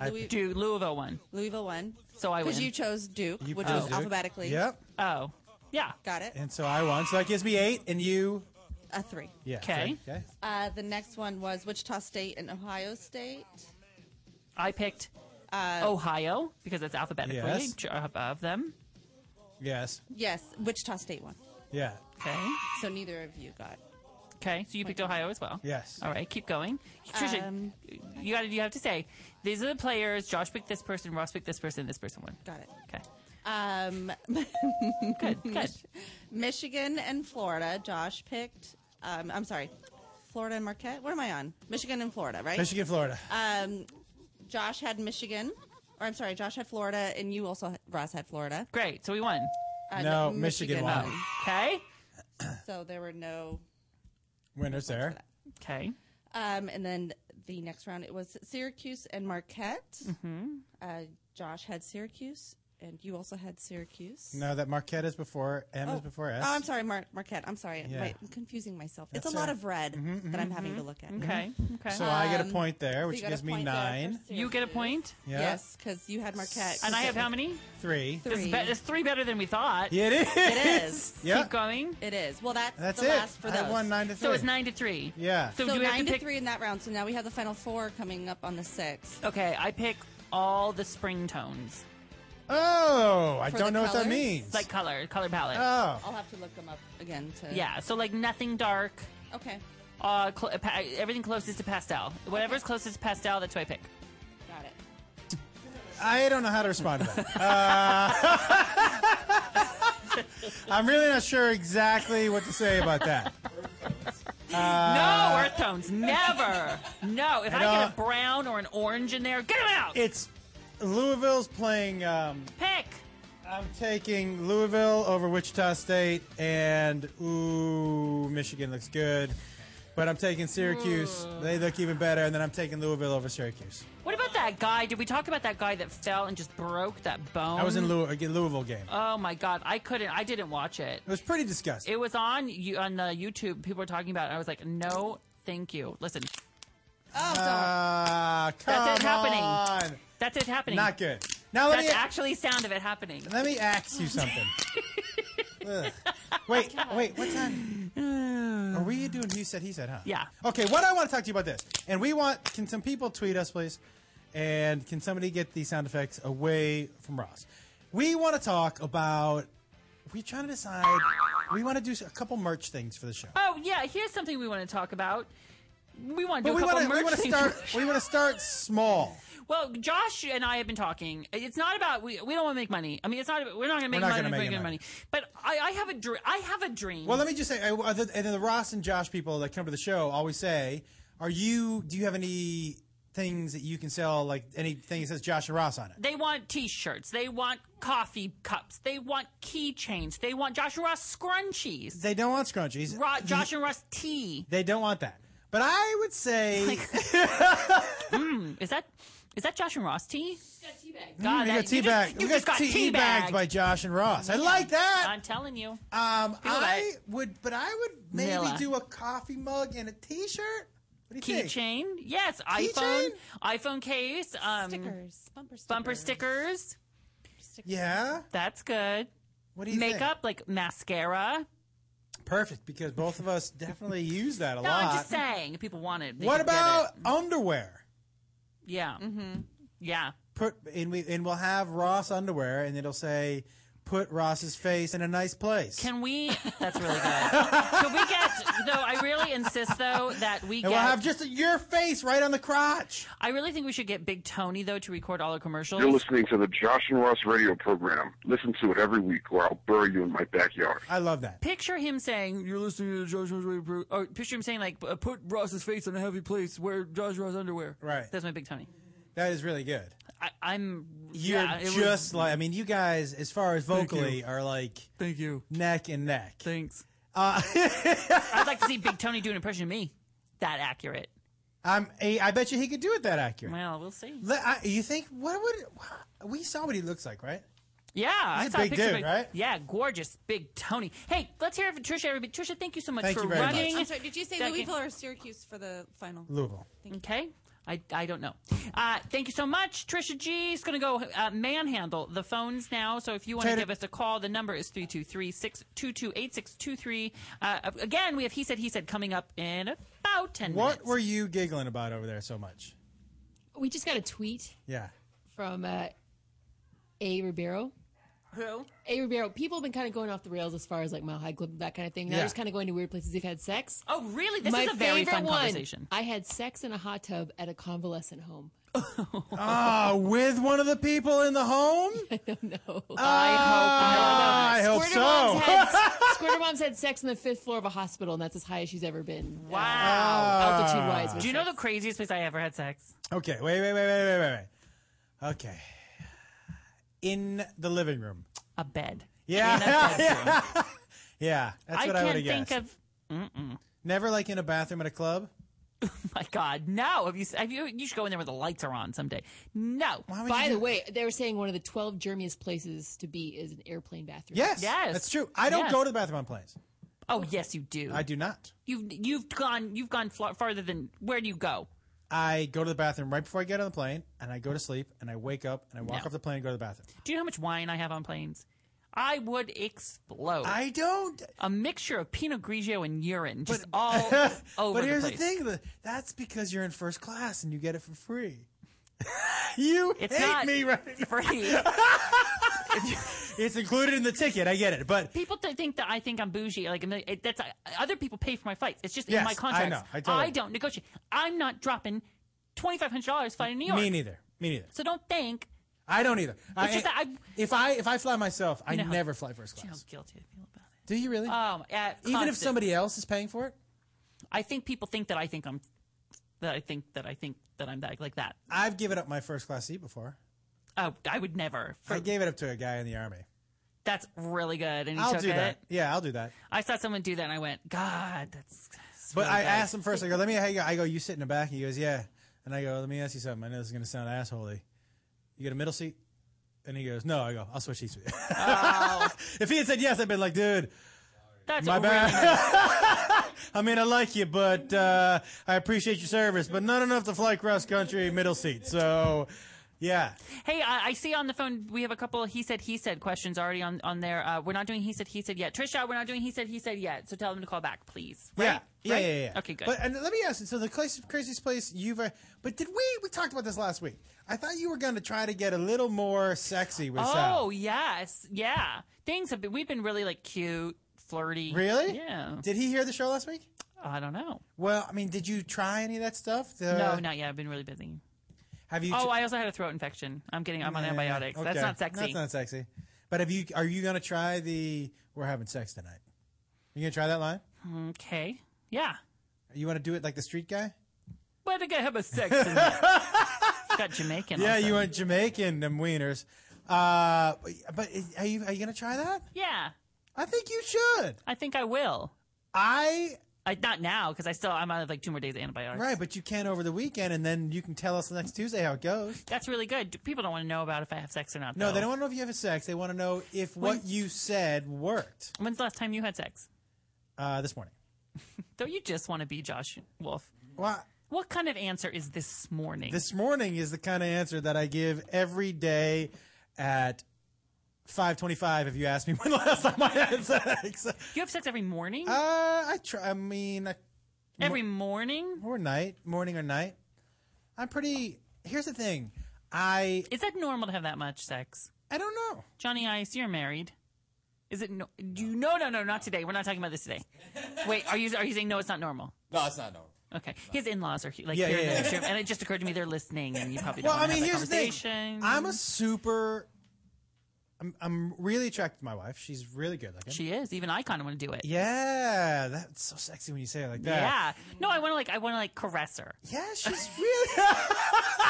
B: I,
V: Louis-
B: Duke, Louisville won.
V: Louisville won.
B: So I
V: Because
B: win.
V: you chose Duke,
D: You
V: which
D: chose
V: was
D: Duke.
V: alphabetically.
D: Yep.
B: Oh. Yeah.
V: Got it.
D: And so I won. So that gives me eight, and you,
V: A three.
D: yeah. Okay.
V: Uh, the next one was Wichita State and Ohio State.
B: I picked
V: Uh,
B: Ohio because it's alphabetically
D: Yes.
B: ch- above them.
D: Yes.
V: Yes, Wichita State won.
D: Yeah.
B: Okay.
V: So neither of you got.
B: Okay. So you picked Ohio as well.
D: Yes.
B: All right. Keep going. Trisha,
V: Um,
B: you got. to You have to say these are the players. Josh picked this person. Ross picked this person. This person won.
V: Got it.
B: Okay.
V: <laughs> Um,
B: Good. Good.
V: Michigan and Florida. Josh picked. Um, I'm sorry, Florida and Marquette. What am I on? Michigan and Florida, right?
D: Michigan, Florida.
V: Um, Josh had Michigan, or I'm sorry, Josh had Florida, and you also had, Ross had Florida.
B: Great. So we won.
V: Uh,
D: No, Michigan won.
B: Okay.
V: So there were no.
D: Winners there.
B: Okay.
V: Um, and then the next round it was Syracuse and Marquette.
B: Mhm.
V: Uh, Josh had Syracuse, and you also had Syracuse.
D: No, that Marquette is before M is before S.
V: Oh, I'm sorry, Mar- Marquette. I'm sorry.
D: Yeah.
V: Wait, I'm confusing myself.
D: That's
V: it's a lot
D: all right.
V: of red
D: Mhm,
V: that I'm
D: mhm,
V: having to
D: mhm.
V: look at. Mm-hmm. Um,
D: Okay, Mhm. okay. So I get a point there,
V: you
D: which
V: got a
D: gives me
V: point there for
D: nine.
B: You get a point?
V: Syracuse. Yes, because you had Marquette.
B: And I have how many?
D: Three.
B: This is be- it's three better than we thought.
D: Yeah, it is.
V: It
D: <laughs>
V: is.
D: Yeah.
B: Keep going.
V: It is. Well, that's,
D: That's
V: the
D: it.
V: last for
D: I
V: those.
D: won nine to
B: So it's
D: three.
B: nine to three.
D: Yeah.
B: So,
V: So,
B: do we have
V: nine
B: to
V: to,
B: pick?
V: three in that round. So now we have the final four coming up on the sixth.
B: Okay, I pick all the spring tones.
D: Oh, I
V: For
D: don't
V: the
D: know what that
V: colors?
D: means. Oh.
B: Like color, color palette.
V: I'll have to look them up again. To
B: Yeah. So like nothing dark.
V: Okay.
B: Uh, cl- uh, pa- everything closest to pastel. Whatever's closest to pastel, that's what I pick.
V: Got it.
D: I don't know how to respond to that. Uh, <laughs> I'm really not sure exactly what to say about that.
B: no
D: Uh,
B: earth tones, never. No. If
D: I
B: I, get
D: don't-
B: a brown or an orange in there, get them out.
D: It's Louisville's playing. Um,
B: Pick.
D: I'm taking Louisville over Wichita State, and ooh, Michigan looks good. But I'm taking Syracuse.
B: Hmm.
D: They look even better, and then I'm taking Louisville over Syracuse.
B: What about that guy? Did we talk about that guy that fell and just broke that bone?
D: I was in Louis- again, Louisville game.
B: Um, Oh my god, I couldn't. I didn't watch it.
D: It was pretty disgusting.
B: It was on you on the YouTube. People were talking about it. I was like, no, thank you. Listen,
D: Ah, come
B: That's it happening.
D: Ah, on.
B: that's it happening.
D: Not good. Now let
B: That's
D: me-
B: actually sound of it happening.
D: Let me ask
B: <laughs>
D: you something. Ugh. Wait, wait,
B: <sighs>
D: what time? Are we doing you said he said, huh?
B: Yeah.
D: Okay, what I want to talk to you about this, and we want can some people tweet us, please, and can somebody get the sound effects away from Ross? We want to talk about. We're trying to decide. We want to do a couple merch things for the show.
B: Oh yeah, here's something we want to talk about. We want to do
D: But we
B: a couple
D: wanna- we
B: merch
D: wanna
B: things.
D: start- we want to start small.
B: Well, Josh and I have been talking. It's not about we. We don't want to make money. I mean, it's not. We're not going to make
D: not
B: money.
D: gonna
B: we're
D: make
B: gonna
D: money.
B: But I, I have a dream. I have a dream.
D: Well, let me just say, I- other- and then the Ross and Josh people that come to the show always say, "Are you? Do you have any things that you can sell? Like anything that says Josh and Ross on it?"
B: They want T-shirts. They want coffee cups. They want keychains. They want Josh and Ross scrunchies.
D: They don't want scrunchies.
B: Ro- Josh and Ross tea.
D: They don't want that. But I
B: <laughs>
D: would say, <laughs>
B: Mm, is that is that Josh and Ross tea?
D: Mm,
B: God, that-
D: we got
B: you
D: tea
B: just-
D: bagged.
B: you
D: We
B: just
D: got
B: got Mm-hmm.
D: tea bagged
B: teabagged.
D: by Josh and Ross. I like that.
B: I'm telling you.
D: Um,
B: Feel
D: I
B: that.
D: would, but I would maybe
B: Vanilla.
D: do a coffee mug and a T-shirt. What do you think?
B: Keychain, yes. iPhone,
D: Keychain?
B: iPhone case, um, stickers,
V: bumper stickers.
B: bumper stickers.
D: Yeah,
B: that's good.
D: What do you think?
B: makeup like mascara?
D: Perfect because both of us definitely use that a
B: no,
D: lot.
B: I'm just saying. if People want it. they
D: What
B: could get
D: about underwear?
B: it. Yeah. Mm-hmm. Yeah.
D: put and we and we'll have Ross underwear and it'll say put Ross's face in a nice place.
B: Can we? That's really good. Can we get? No, I really insist though that we
D: <laughs>
B: get.
D: and we'll have just your face right on the crotch.
B: I really think we should get Big Tony though to record all the commercials.
H: You're listening to the Josh and Ross radio program. Listen to it every week, or I'll bury you in my backyard.
D: I love that.
B: Picture him saying, "You're listening to the Josh Ross radio," pro-" or picture him saying, "Like uh, put Ross's face in a heavy place, wear Josh Ross underwear."
D: Right.
B: That's my Big Tony.
D: That is really good.
B: I, I'm.
D: You're
B: yeah, it was-
D: just like I mean, you guys as far as
B: Thank you.
D: vocally are like
B: Thank you.
D: Neck and neck.
B: Thanks.
D: Uh, <laughs>
B: I'd like to see Big Tony do an impression of me. That accurate.
D: I'm a, I bet you he could do it that accurate.
B: Well, we'll see.
D: Le- I- you think what would we saw what he looks like, right?
B: Yeah, I
D: He's a
B: saw a
D: big
B: picture of
D: dude,
B: it.
D: right?
B: Yeah, gorgeous, big Tony. Hey, let's hear it from Trisha. Everybody, Trisha, thank you so much
D: Thank
B: for
D: you very much.
B: running.
V: I'm sorry, did you say
B: that
V: Louisville
B: game.
V: or Syracuse for the final?
D: Louisville?
B: Okay, I, I don't know. Uh, thank you so much, Trisha G. Is going to go uh, manhandle the phones now. So if you want to
D: Tater-
B: give us a call, the number is 323-622-8623. Uh, again, we have he said he said coming up in about ten minutes.
D: What were you giggling about over there so much?
F: We just got a tweet
D: Yeah.
F: from uh, A. Ribeiro.
B: Who?
F: A. Ribeiro. People have been kind of going off the rails as far as like Mile High Club, that kind of thing. Now
B: Yeah.
F: they're just kind of going to weird places they've had sex.
B: Oh, really? This
F: My
B: is a very
F: favorite
B: fun
F: one,
B: conversation.
F: I had sex in a hot tub at a convalescent home.
D: Ah, with one of the people in
B: <laughs>
D: the home? I
F: don't know.
B: Oh,
D: I hope
F: Squirter
D: so.
F: Moms
D: <laughs>
F: had, Squirter Moms had sex on the fifth floor of a hospital, and that's as high as she's ever been. Wow. Oh,
D: Ah.
F: altitude wise.
B: Do you know the craziest place I ever had sex? <laughs>
D: Okay, wait, wait, wait, wait, wait, wait, wait. Okay. In the living room.
B: A bed.
D: Yeah.
B: In
D: <laughs>
B: a bedroom.
D: yeah. that's
B: I
D: what I
B: can't
D: would have guessed.
B: think of. Mm-mm.
D: Never like in a bathroom at a club?
B: Oh My God, no! Have you, have you? You should go in there where the lights are on someday. No.
F: By the way, they were saying one of the 12 germiest places to be is an airplane bathroom.
D: Yes. That's true. I don't go to the bathroom on planes.
B: Oh, yes, you do.
D: I do not.
B: You've you've gone you've gone fl- farther than where do you go?
D: I go to the bathroom right before I get on the plane, and I go to sleep, and I wake up, and I walk
B: No.
D: off the plane and go to the bathroom.
B: Do you know how much wine I have on planes? I would explode.
D: I don't.
B: A mixture of Pinot Grigio and urine, just all over
D: <laughs> but here's
B: the
D: the,
B: place.
D: thing: the- that's because you're in first class and you get it for free. <laughs> you
B: It's
D: hate
B: not
D: me right now.
B: free.
D: <laughs> it's included in the ticket. I get it, but
B: People th- think that I think I'm bougie. Like it, that's uh, other people pay for my flights. It's just in
D: Yes,
B: my
D: I
B: contract.
D: know. I totally-
B: don't negotiate. I'm not dropping twenty five hundred dollars flying to New York.
D: me neither. Me neither.
B: So don't think
D: I don't either. I,
B: just that I-
D: if I if I fly myself, I
B: You know how-
D: never fly first
B: you know, how
D: class.
B: guilty I feel about
D: Do you really?
B: it. Um, at
D: Even if
B: constant-
D: somebody else is paying for it,
B: I think people think that I think I'm that I think that I think that I'm that like that.
D: I've given up my first class seat before.
B: Oh, I would never.
D: I gave it up to a guy in the army.
B: That's really good. And he
D: I'll
B: took
D: do
B: it.
D: that. Yeah, I'll do that.
B: I saw someone do that and I went, God, that's. that's
D: But
B: really
D: I
B: bad."
D: asked him first. I go, "Let me." I go, I go, "You sit in the back." He goes, "Yeah." And I go, "Let me ask you something. I know this is going to sound assholey. You get a middle seat?" And he goes, "No." I go, "I'll switch seats with you." <laughs> if he had said yes, I'd been like,
B: Oh.
D: "Dude,
B: That's
D: my
B: really
D: bad." <laughs>
B: nice.
D: I mean, I like you, but uh, I appreciate your service, but not enough to fly cross country middle seat. So Yeah.
B: Hey, I, I see on the phone we have a couple he said he said questions already on on there. Uh, we're not doing he said he said yet. Trisha, we're not doing he said he said yet. So tell them to call back, please.
D: Yeah.
B: Right?
D: Yeah,
B: Right?
D: yeah, yeah, yeah.
B: Okay, good.
D: But and let me ask you. So the crazy, craziest place you've, uh, but did we? We talked about this last week. I thought you were going to try to get a little more sexy with Sal.
B: oh yes, yeah. Things have been. We've been really like cute, flirty.
D: Really?
B: Yeah.
D: Did he hear the show last week?
B: I don't know.
D: Well, I mean, did you try any of that stuff? The-
B: no, not yet. I've been really busy.
D: uh, Have you?
B: oh,
D: tr-
B: I also had a throat infection. I'm getting. I'm on
D: Yeah,
B: antibiotics. That's
D: okay.
B: not sexy.
D: That's not sexy. But have you? Are you going to try the? We're having sex tonight. You going to try that line?
B: Okay. Yeah.
D: You want to do it like the street guy?
B: Where to go have a sex? in there? It's <laughs> got Jamaican.
D: yeah,
B: also.
D: you went Jamaican them wieners. Uh, but is- are you are you gonna try that?
B: Yeah.
D: I think you should.
B: I think I will.
D: I.
B: I not now because I still I'm on like two more days of antibiotics.
D: Right, but you can over the weekend, and then you can tell us next Tuesday how it goes.
B: That's really good. People don't want to know about if I have sex or not.
D: No,
B: though.
D: they don't want to know if you have sex. They want to know if what you said worked.
B: When's the last time you had sex?
D: Uh, this morning.
B: Don't you just want to be Josh Wolf?
D: What?
B: What kind of answer is this morning?
D: This morning is the kind of answer that I give every day at five twenty-five. If you ask me <laughs> when the last time I had sex, uh,
B: you have sex every morning?
D: I try. I mean, I,
B: every morning
D: or night, morning or night. I'm pretty. Here's the thing. I
B: is that normal to have that much sex?
D: I don't know.
B: Johnny Ice, you're married. Is it no? Do you no no no not today? We're not talking about this today. Wait, are you are you saying no? It's not normal.
J: No, it's not normal.
B: Okay, his in-laws are he- like
D: Yeah,
B: here
D: yeah,
B: in the
D: yeah.
B: next room, and it just occurred to me they're listening, and you probably don't
D: Well, I
B: wanna
D: mean,
B: have
D: here's the
B: that
D: thing. I'm a super. I'm I'm really attracted to my wife. She's really good looking.
B: She is. Even I kind of want to do it.
D: Yeah, that's so sexy when you say it like that.
B: Yeah. No, I want to like I want to like caress her.
D: Yeah, she's really. <laughs>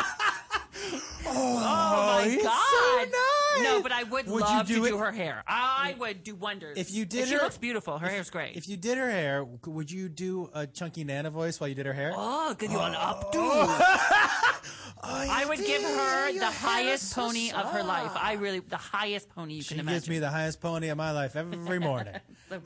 D: oh,
B: my
D: it's so
B: god.
D: nice.
B: No, but I would,
D: Would you
B: love
D: do
B: to
D: it-
B: do her hair. I would do wonders.
D: If you
B: And
D: did
B: she
D: her-
B: looks beautiful. Her hair's
D: <laughs>
B: great.
D: If you did her hair, c- would you do a chunky Nana voice while you did her hair? Oh.
B: Oh, could you an updo? I would give her the highest pony of her life. I really the highest pony you
D: She
B: can imagine.
D: gives me the highest pony of my life every morning.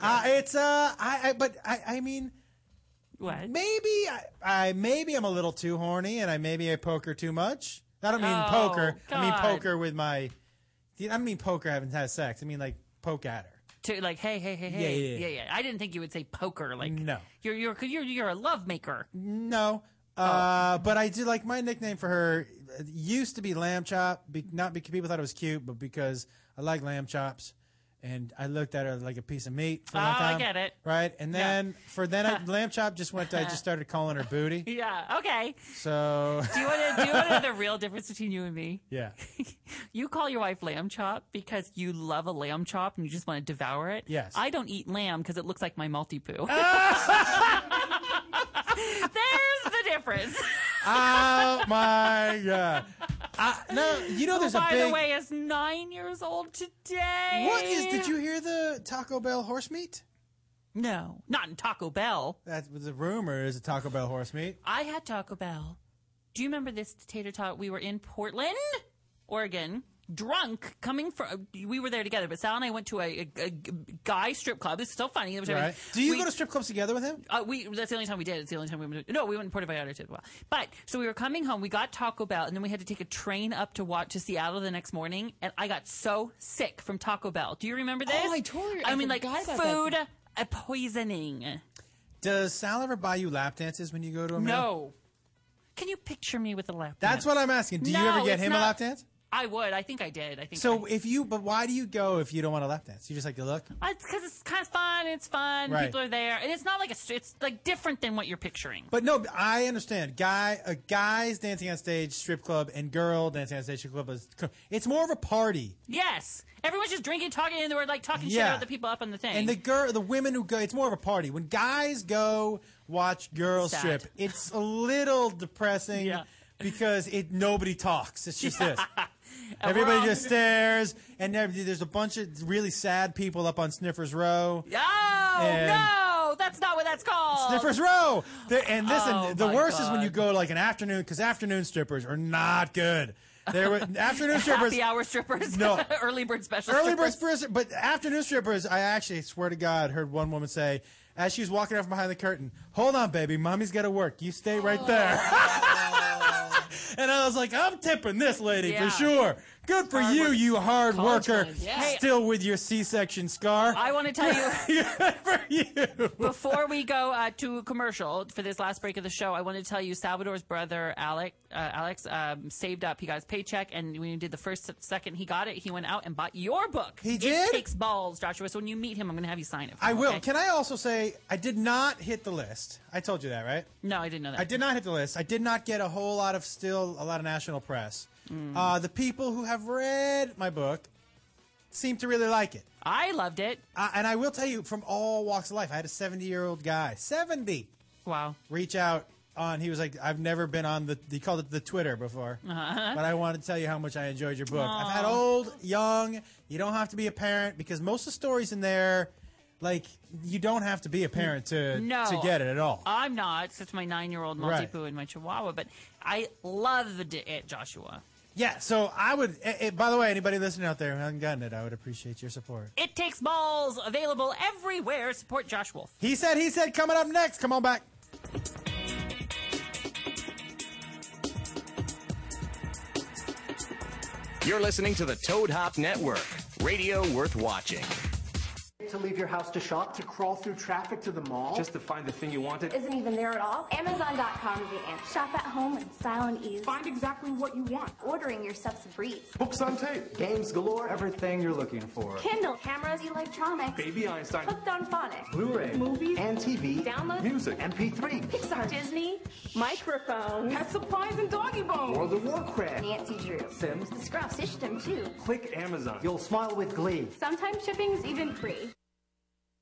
D: uh, it's uh, I, I but I, I mean,
B: <laughs>
D: <laughs>
B: what?
D: Maybe I, I, maybe I'm a little too horny, and I maybe I poker too much. I don't mean
B: Oh,
D: poker. I mean
B: God.
D: poker with my. I don't mean poker. I haven't had sex. I mean like poke at her.
B: To like, hey, hey, hey,
D: Yeah,
B: hey,
D: yeah, yeah.
B: I didn't think you would say poker. Like,
D: No. Mm.
B: you're you're 'cause you're you're a love maker.
D: No.
B: Oh.
D: Uh, But I do like my nickname for her uh, used to be Lamb Chop, be, not because people thought it was cute, but because I like lamb chops, and I looked at her like a piece of meat for a long
B: Oh, I
D: time.
B: get it.
D: Right, and then for
B: <laughs>
D: then I, lamb chop just went. I just started calling her booty.
B: Yeah. Okay.
D: So
B: Do you want to do you want to know the real difference between you and me?
D: yeah,
B: You call your wife lamb chop because you love a lamb chop and you just want to devour it.
D: Yes. Ah!
B: I don't eat lamb because it looks like my multi poo. <laughs> There's the difference.
D: <laughs> oh my god. I, no, you know there's
B: Who, by
D: a big.
B: the way, is nine years old today.
D: what is? Did you hear the Taco Bell horse meat?
B: No, not in Taco Bell.
D: That was a rumor. Is a Taco Bell horse meat?
B: I had Taco Bell. Do you remember this tater tot? We were in Portland, Oregon, drunk, coming from. We were there together, but Sal and I went to a, a- a guy strip club. It's so funny.
D: Right. Do you
B: We-
D: go to strip clubs together with him?
B: Uh, we that's the only time we did. It's the only time we went. To, no, we went to Puerto Vallarta too. Well, but so we were coming home. We got Taco Bell, and then we had to take a train up to watch to Seattle the next morning. And I got so sick from Taco Bell. Do you remember this?
F: Oh, I told her- I
B: mean, like
F: forgot about
B: food
F: that.
B: uh, poisoning.
D: Does Sal ever buy you lap dances when you go to a meal?
B: No. Can you picture me with a lap?
D: That's
B: dance?
D: what I'm asking. Do you ever
B: No,
D: get
B: it's
D: him a
B: not-
D: lap dance?
B: I would. I think I did. I think
D: So
B: I-
D: if you, but why do you go if you don't want a lap dance? You just like to look.
B: I, because Uh, it's kind of fun. It's fun.
D: Right.
B: People are there, and it's not like a. str- It's like different than what you're picturing.
D: But no, I understand. Guy, a guy's dancing on stage, strip club, and girl dancing on stage, strip club. Is, it's more of a party.
B: Yes, everyone's just drinking, talking, and they were like talking shit
D: Yeah.
B: about the people up on the thing.
D: And the girl, the women who go, it's more of a party. When guys go watch girls
B: Sad.
D: strip, it's a little depressing because it nobody talks. It's
B: <laughs>
D: just this. Everybody
B: all-
D: just stares, and there- there's a bunch of really sad people up on Sniffers Row.
B: Oh
D: And-
B: no, that's not what that's called.
D: Strippers row. They- and listen,
B: Oh,
D: the
B: my
D: worst is when
B: God.
D: you go to like an afternoon because afternoon strippers are not good.
B: <laughs>
D: There were afternoon strippers.
B: Happy hour strippers.
D: No.
B: <laughs> early bird special.
D: Early
B: strippers.
D: <laughs> bird strippers, but afternoon strippers. I actually swear to God, heard one woman say as she was walking Oh. out from behind the curtain, "Hold on, baby, mommy's got to work. You stay right there." <laughs> and I was like, I'm tipping this lady
B: Yeah.
D: for sure. Good for
B: Hard
D: you,
B: work.
D: you hard
B: College
D: worker,
B: ones, yeah. Hey-
D: still with your C-section scar.
B: I want to tell
D: <laughs>
B: you, <laughs> before we go uh, to commercial for this last break of the show, I want to tell you Salvador's brother Alec, uh, Alex um, saved up. He got his paycheck, and when he did the first second he got it, he went out and bought your book. He
D: did?
B: It takes balls, Joshua. So when you meet him, I'm going to have you sign it. for
D: I
B: him,
D: will.
B: okay?
D: Can I also say I did not hit the list? I told you that, right?
B: No, I didn't know that.
D: I did not hit the list. I did not get a whole lot of still a lot of national press.
B: Mm.
D: Uh, the people who have read my book seem to really like it.
B: I loved it,
D: uh, and I will tell you from all walks of life. I had a seventy-year-old guy, seventy.
B: Wow.
D: Reach out on. He was like, "I've never been on the." He called it the Twitter before,
B: Uh-huh.
D: but I wanted to tell you how much I enjoyed your book. I've had
B: Aw.
D: old, young. You don't have to be a parent because most of the stories in there, like, you don't have to be a parent to
B: no,
D: to get it at all.
B: I'm not. It's my nine-year-old
D: Right.
B: multi poo and my chihuahua, but I loved it, Joshua.
D: Yeah, so I would. eh, eh, by the way, anybody listening out there who hasn't gotten it, I would appreciate your support.
B: It takes balls. Available everywhere. Support Josh Wolf.
D: He said, he said, coming up next. Come on back.
A: You're listening to the Toad Hop Network, radio worth watching.
M: To leave your house to shop, to crawl through traffic to the mall. Just to find the thing you wanted.
P: Isn't even there at all. Amazon.com is the answer. Shop at home in style and ease. Find exactly what you want. Ordering your stuff's a breeze.
W: Books on tape. Games galore. Everything you're looking for.
P: Kindle, cameras, electronics.
W: Baby Einstein.
P: Hooked on phonics.
W: Blu-ray.
P: Movies.
M: And TV.
P: Download.
M: Music. MP3.
P: Pixar. Disney. Microphones. Pet supplies and doggy bones.
M: World of Warcraft.
P: Nancy Drew.
M: Sims.
P: The Scruff System, too.
W: Click Amazon.
M: You'll smile with glee.
P: Sometimes shipping's even free.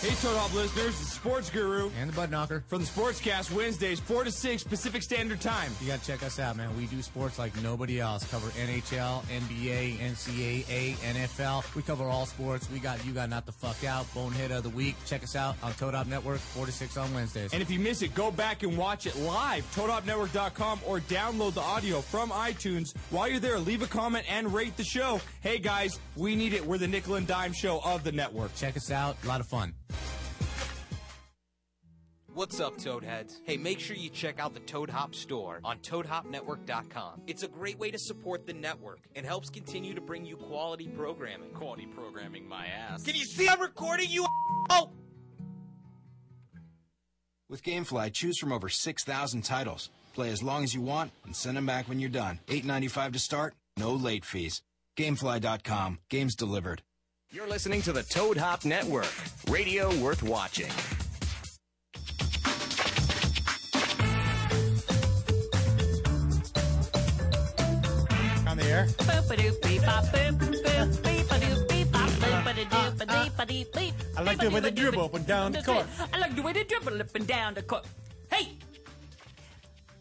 K: Hey, Toad Hop listeners, the sports guru and the bud knocker from the Sportscast Wednesdays, 4 to 6 Pacific Standard Time.
S: You gotta check us out, man. We do sports like nobody else. Cover NHL, NBA, NCAA, NFL. We cover all sports. We got you got not the fuck out. Bonehead of the week. Check us out on Toad Hop Network, four to six on Wednesdays.
K: And if you miss it, go back and watch it live, toadhopnetwork.com, or download the audio from iTunes. While you're there, leave a comment and rate the show. Hey, guys, we need it. We're the nickel and dime show of the network.
S: Check us out. A lot of fun.
J: What's up, Toadheads? Hey, make sure you check out the Toad Hop store on ToadHopNetwork.com. It's a great way to support the network and helps continue to bring you quality programming. Quality programming, my ass. Can you see I'm recording you? Oh!
O: With GameFly, choose from over 6,000 titles. Play as long as you want and send them back when you're done. 8.95 to start, no late fees. GameFly.com. Games delivered.
A: You're listening to the Toad Hop Network, radio worth watching.
D: On the air.
B: I
D: I like the way they dribble up and down the court.
B: I like the way they dribble up and down the court. Hey,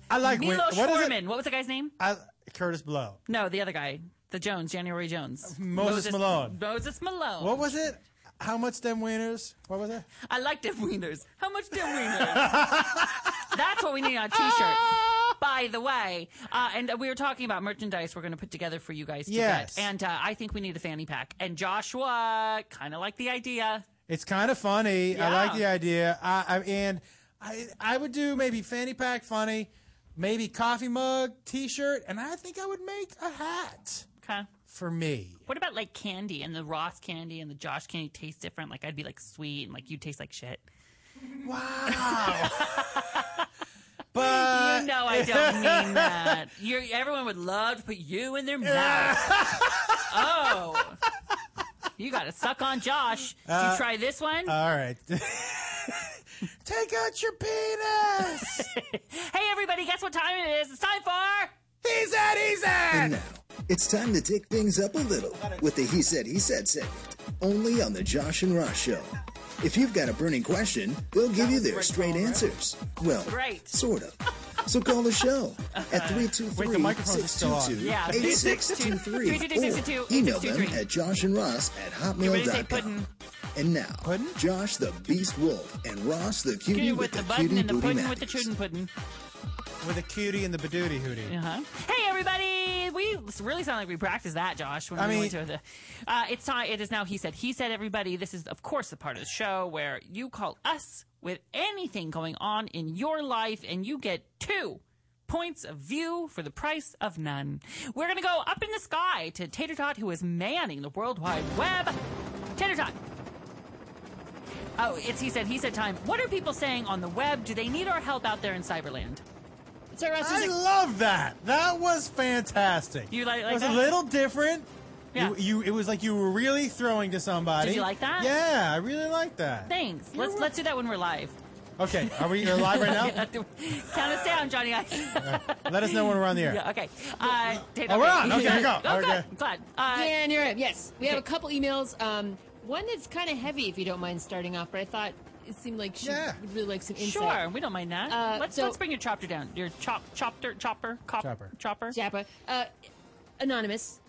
D: I like when-
B: Milos
D: what is it?
B: Forman. What was the guy's name?
D: I, Uh, Curtis Blow.
B: No, the other guy, the Jones, January Jones,
D: Moses Malone.
B: Moses Malone.
D: What was it? How much them wieners? What was it?
B: I like them wieners. How much them wieners? That's what we need on a t-shirt. By the way, uh, and we were talking about merchandise we're going to put together for you guys to
D: Yes.
B: get. And uh, I think we need a fanny pack. And Joshua kind of like the idea.
D: It's kind of funny. I
B: Yeah.
D: like the idea. I, I and I I would do maybe fanny pack funny, maybe coffee mug, t-shirt, and I think I would make a hat
B: Okay.
D: for me.
B: What about like candy and the Ross candy and the Josh candy taste different? Like I'd be like sweet and like you <laughs> taste like shit.
D: Wow. But
B: You know I I don't mean that. You're, everyone would love to put you in their mouth. <laughs> oh. You got to suck on Josh. Did
D: Uh,
B: you try this one?
D: All right.
B: <laughs>
D: <laughs>
B: Take out your penis. <laughs> hey, everybody, guess what time it is? It's time for. He's at, he's
E: And now, it's time to take things up a little with the He Said, He Said segment, only on the Josh and Ross Show. If you've got a burning question, they'll give you their straight answers. Well,
B: Right.
E: sort of. So call the show
B: Uh-huh.
E: at 323-622-8623
B: Yeah. <laughs>
E: or email them at Josh and Ross at
B: You ready to say
E: hotmail.com. And now, Josh the Beast Wolf and Ross the Cutie,
B: Cutie
E: with,
B: with the
E: the Cutie
B: button and the
E: Booty
B: pudding
E: Map.
B: with the chudin puddin'.
D: With a cutie and the badooty hootie.
B: Uh-huh. Hey everybody! We really sound like we practiced that, Josh. When
D: I
B: we
D: mean-
B: went to the, uh, it's time. It is now. He said. He said. Everybody. This is, of course, the part of the show where you call us with anything going on in your life, and you get two points of view for the price of none. We're gonna go up in the sky to Tater Tot, who is manning the World Wide Web. Tater Tot. Oh, it's he said. He said. Time. What are people saying on the web? Do they need our help out there in Cyberland?
D: I love that. That was fantastic.
B: You like- like
D: It was
B: that?
D: a little different.
B: Yeah.
D: You, you- it was like you were really throwing to somebody.
B: Did you like that?
D: Yeah, I really like that.
B: Thanks. Let's let's do that when we're live.
D: Okay, are we you're live right now?
B: <laughs> Count us down, Johnny. I-
D: Let us know when we're on the air.
B: Yeah, okay. Uh,
D: Oh, we're on. Okay, go.
B: Oh,
D: Okay.
B: good. Glad.
F: yeah, and you're up. Yes, we have a
B: okay.
F: couple emails. Um, one that's kind of heavy, if you don't mind starting off. But I thought it seemed like she would really like some insight.
B: Sure, we don't mind that.
F: Uh,
B: let's
F: so-
B: let's bring your chopper down. Your chop chopper chopper cop,
F: Chopper.
B: chopper.
F: Zappa. Uh, anonymous.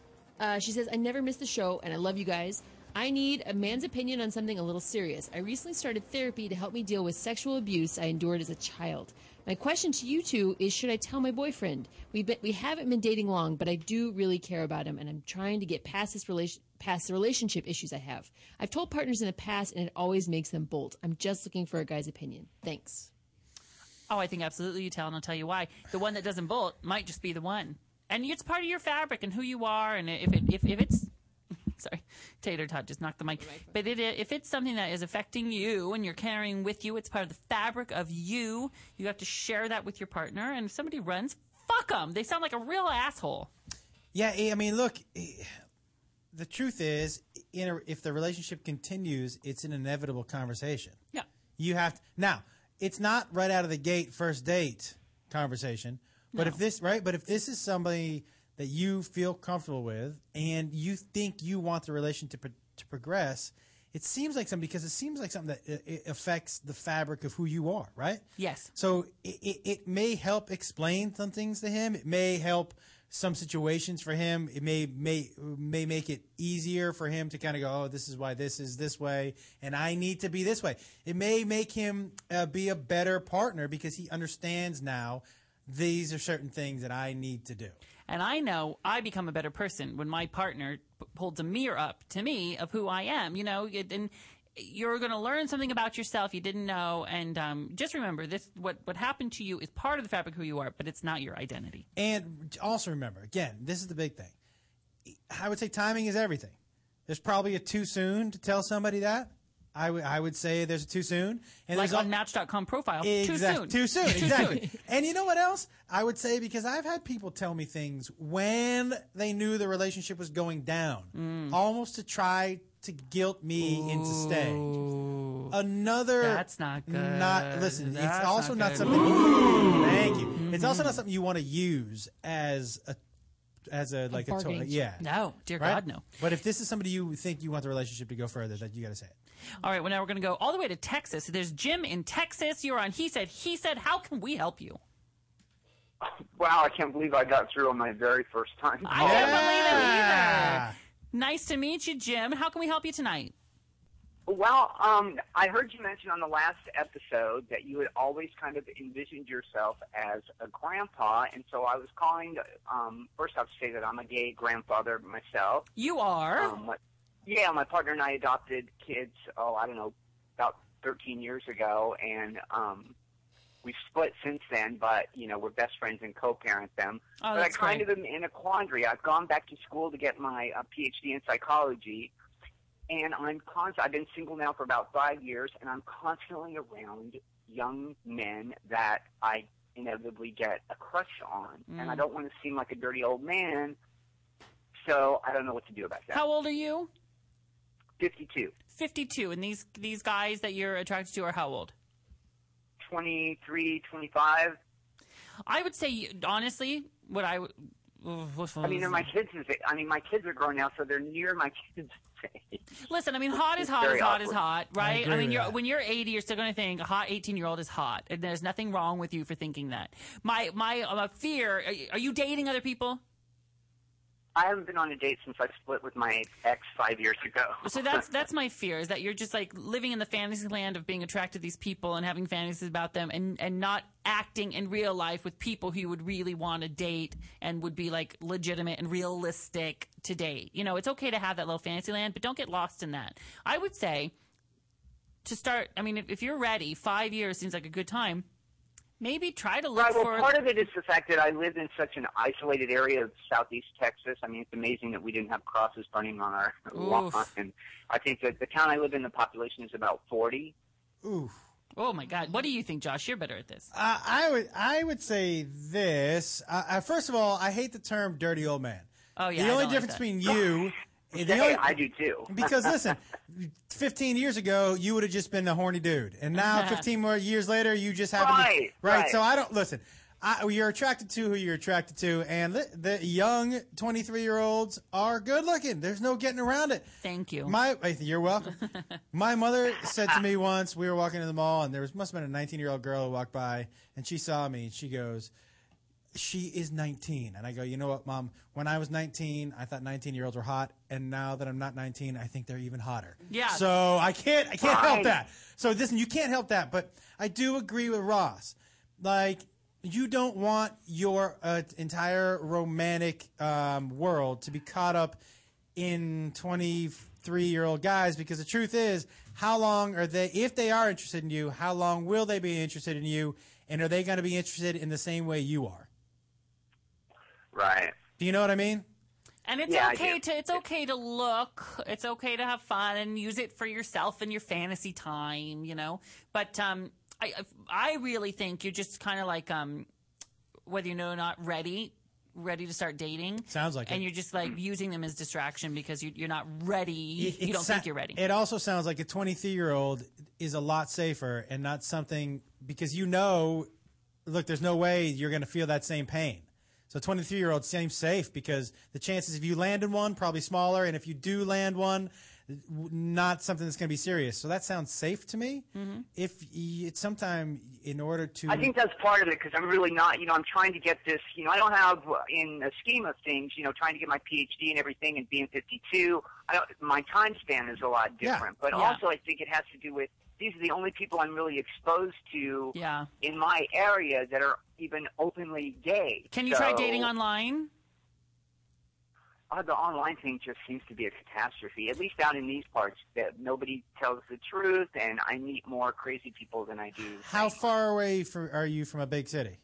F: Uh, she says, I never miss the show and I love you guys. I need a man's opinion on something a little serious. I recently started therapy to help me deal with sexual abuse I endured as a child. My question to you two is should I tell my boyfriend? We've been, we haven't been dating long, but I do really care about him and I'm trying to get past this relation past the relationship issues I have. I've told partners in the past and it always makes them bolt. I'm just looking for a guy's opinion. Thanks.
B: Oh, I think absolutely you tell, and I'll tell you why. The one that doesn't bolt might just be the one, and it's part of your fabric and who you are. And if it if, if it's <laughs> sorry, Tater Tot just knocked the mic. But it, if it's something that is affecting you and you're carrying with you, it's part of the fabric of you. You have to share that with your partner. And if somebody runs, fuck them. They sound like a real asshole.
D: Yeah, I I mean, look, eh, the truth is, in a, if the relationship continues, it's an inevitable conversation.
B: Yeah.
D: You have to, now, it's not right out of the gate first date conversation, but if this, right, but if this is somebody that you feel comfortable with and you think you want the relation to, pro- to progress, it seems like something because it seems like something that eh, eh, affects the fabric of who you are, right?
B: Yes.
D: So it, it, it may help explain some things to him. It may help some situations for him. It may may may make it easier for him to kind of go, oh, this is why this is this way, and I need to be this way. It may make him uh, be a better partner because he understands now. These are certain things that I need to do.
B: And I know I become a better person when my partner p- holds a mirror up to me of who I am. You know, it- and you're going to learn something about yourself you didn't know. And um, just remember, this what what happened to you is part of the fabric of who you are, but it's not your identity.
D: And also remember, again, this is the big thing. I would say timing is everything. There's probably a too soon to tell somebody that. I would I would say there's a too soon. And
B: like
D: there's al-
B: on Match.com profile,
D: Exact-
B: too
D: Too
B: soon, <laughs>
D: soon. Exactly. and you know what else? I would say because I've had people tell me things when they knew the relationship was going down,
B: Mm.
D: almost to try to guilt me into staying. Another.
B: That's not good.
D: Not listen.
B: That's
D: it's also
B: not
D: not,
B: good. Mm-hmm.
D: something. Thank you. It's also not something you want to use as a as a like a,
B: bargaining
D: toy.
B: chip.
D: Yeah.
B: No, dear
D: Right?
B: God, no.
D: But if this is somebody you think you want the relationship to go further, that you got to say it.
B: All right, well now we're going to go all the way to Texas. There's Jim in Texas. You're on. He said. He said. How can we help you?
L: Wow, I can't believe I got through on my very first time.
B: I can't believe it either. Nice to meet you, Jim. How can we help you tonight?
L: Well, um, I heard you mention on the last episode that you had always kind of envisioned yourself as a grandpa, and so I was calling. To, um, first off, to say that I'm a gay grandfather myself.
B: You are.
L: Um, my- yeah, my partner and I adopted kids. Oh, I don't know, about 13 years ago, and um, we've split since then. But you know, we're best friends and co-parent them. but
N: Oh,
L: I
N: that's
L: kind of
N: great.
L: am in a quandary. I've gone back to school to get my uh, PhD in psychology, and I'm const- I've been single now for about five years, and I'm constantly around young men that I inevitably get a crush on, and I
B: Mm.
L: don't want to seem like a dirty old man. So I don't know what to do about that.
B: How old are you?
L: Fifty-two.
B: 52. And these these guys that you're attracted to are how old?
L: 23, 25.
B: I would say, you- honestly, what I would.
L: I mean, they're my kids. Is I mean, my kids are grown now, so they're near my kids' age.
B: Listen, I mean, hot is
L: It's
B: hot
L: very
B: is hot is
L: awkward.
B: hot,
L: I
B: right?
L: agree
B: I, mean,
L: with
B: you're,
L: that.
B: when you're 80, you're still going to think a hot 18 year old is hot, and there's nothing wrong with you for thinking that. My my uh, fear. are you- Are you dating other people?
L: I haven't been on a date since I split with my ex five years ago.
B: So that's that's my fear is that you're just like living in the fantasy land of being attracted to these people and having fantasies about them and and not acting in real life with people who you would really want to date and would be like legitimate and realistic to date. You know, it's okay to have that little fantasy land, but don't get lost in that. I would say to start, I mean, if, if you're ready, five years seems like a good time. Maybe try to look
L: Right, well,
B: for
L: part of it is the fact that I live in such an isolated area of southeast Texas. I mean, it's amazing that we didn't have crosses burning on our <laughs>
B: Oof.
L: lawn. I think that the town I live in, the population is about 40.
B: Oof. Oh my God! What do you think, Josh? You're better at this.
D: Uh, I would I would say this. Uh, uh, first of all, I hate the term "dirty old man."
B: Oh yeah, I
D: The only
B: don't like
D: difference
B: that.
D: between you, and the
L: Hey,
D: only-
L: I do too. <laughs>
D: <laughs> because listen, 15 years ago you would have just been a horny dude, and now 15 more years later you just happen
L: Right,
D: to right.
L: right.
D: So I don't listen. I, you're attracted to who you're attracted to, and the, the young 23 year olds are good looking. There's no getting around it.
B: Thank you.
D: My uh, you're welcome. My mother said to me once we were walking in the mall, and there was must have been a 19 year old girl who walked by, and she saw me, and she goes. She is 19. And I go, you know what, mom? When I was 19, I thought 19 year olds were hot. And now that I'm not 19, I think they're even hotter.
N: Yeah.
D: So I can't, I can't help
N: Right.
D: that. So listen, you can't help that. But I do agree with Ross. Like, you don't want your uh, entire romantic um, world to be caught up in 23 year old guys because the truth is, how long are they, if they are interested in you, how long will they be interested in you? And are they going to be interested in the same way you are?
L: Right.
D: Do you know what I mean?
B: And it's
D: Yeah, I
B: okay
D: do.
B: to it's okay to look. It's okay to have fun and use it for yourself and your fantasy time, you know. But um, I I really think you're just kind of like um, whether you know or not, ready ready to start dating.
D: Sounds like
B: and
D: it.
B: you're just like using them as distraction because you, you're not ready.
D: It
B: you don't
D: sa-
B: think you're ready.
D: It also sounds like a 23 year old is a lot safer and not something because you know, look, there's no way you're going to feel that same pain. So 23 year old seems safe because the chances of you landing one probably smaller, and if you do land one, w- not something that's going to be serious. So that sounds safe to me.
B: Mm-hmm.
D: If y- it's sometime in order to,
L: I think that's part of it because I'm really not, you know, I'm trying to get this, you know, I don't have uh, in a scheme of things, you know, trying to get my PhD and everything and being 52. I don't, my time span is a lot
B: Yeah.
L: different, but
B: Yeah.
L: also I think it has to do with these are the only people I'm really exposed to
B: Yeah.
L: in my area that are even openly gay.
B: Can you try
L: So,
B: dating online?
L: Uh, the online thing just seems to be a catastrophe, at least down in these parts, that nobody tells the truth, and I meet more crazy people than I do
D: how far away from, are you from a big city?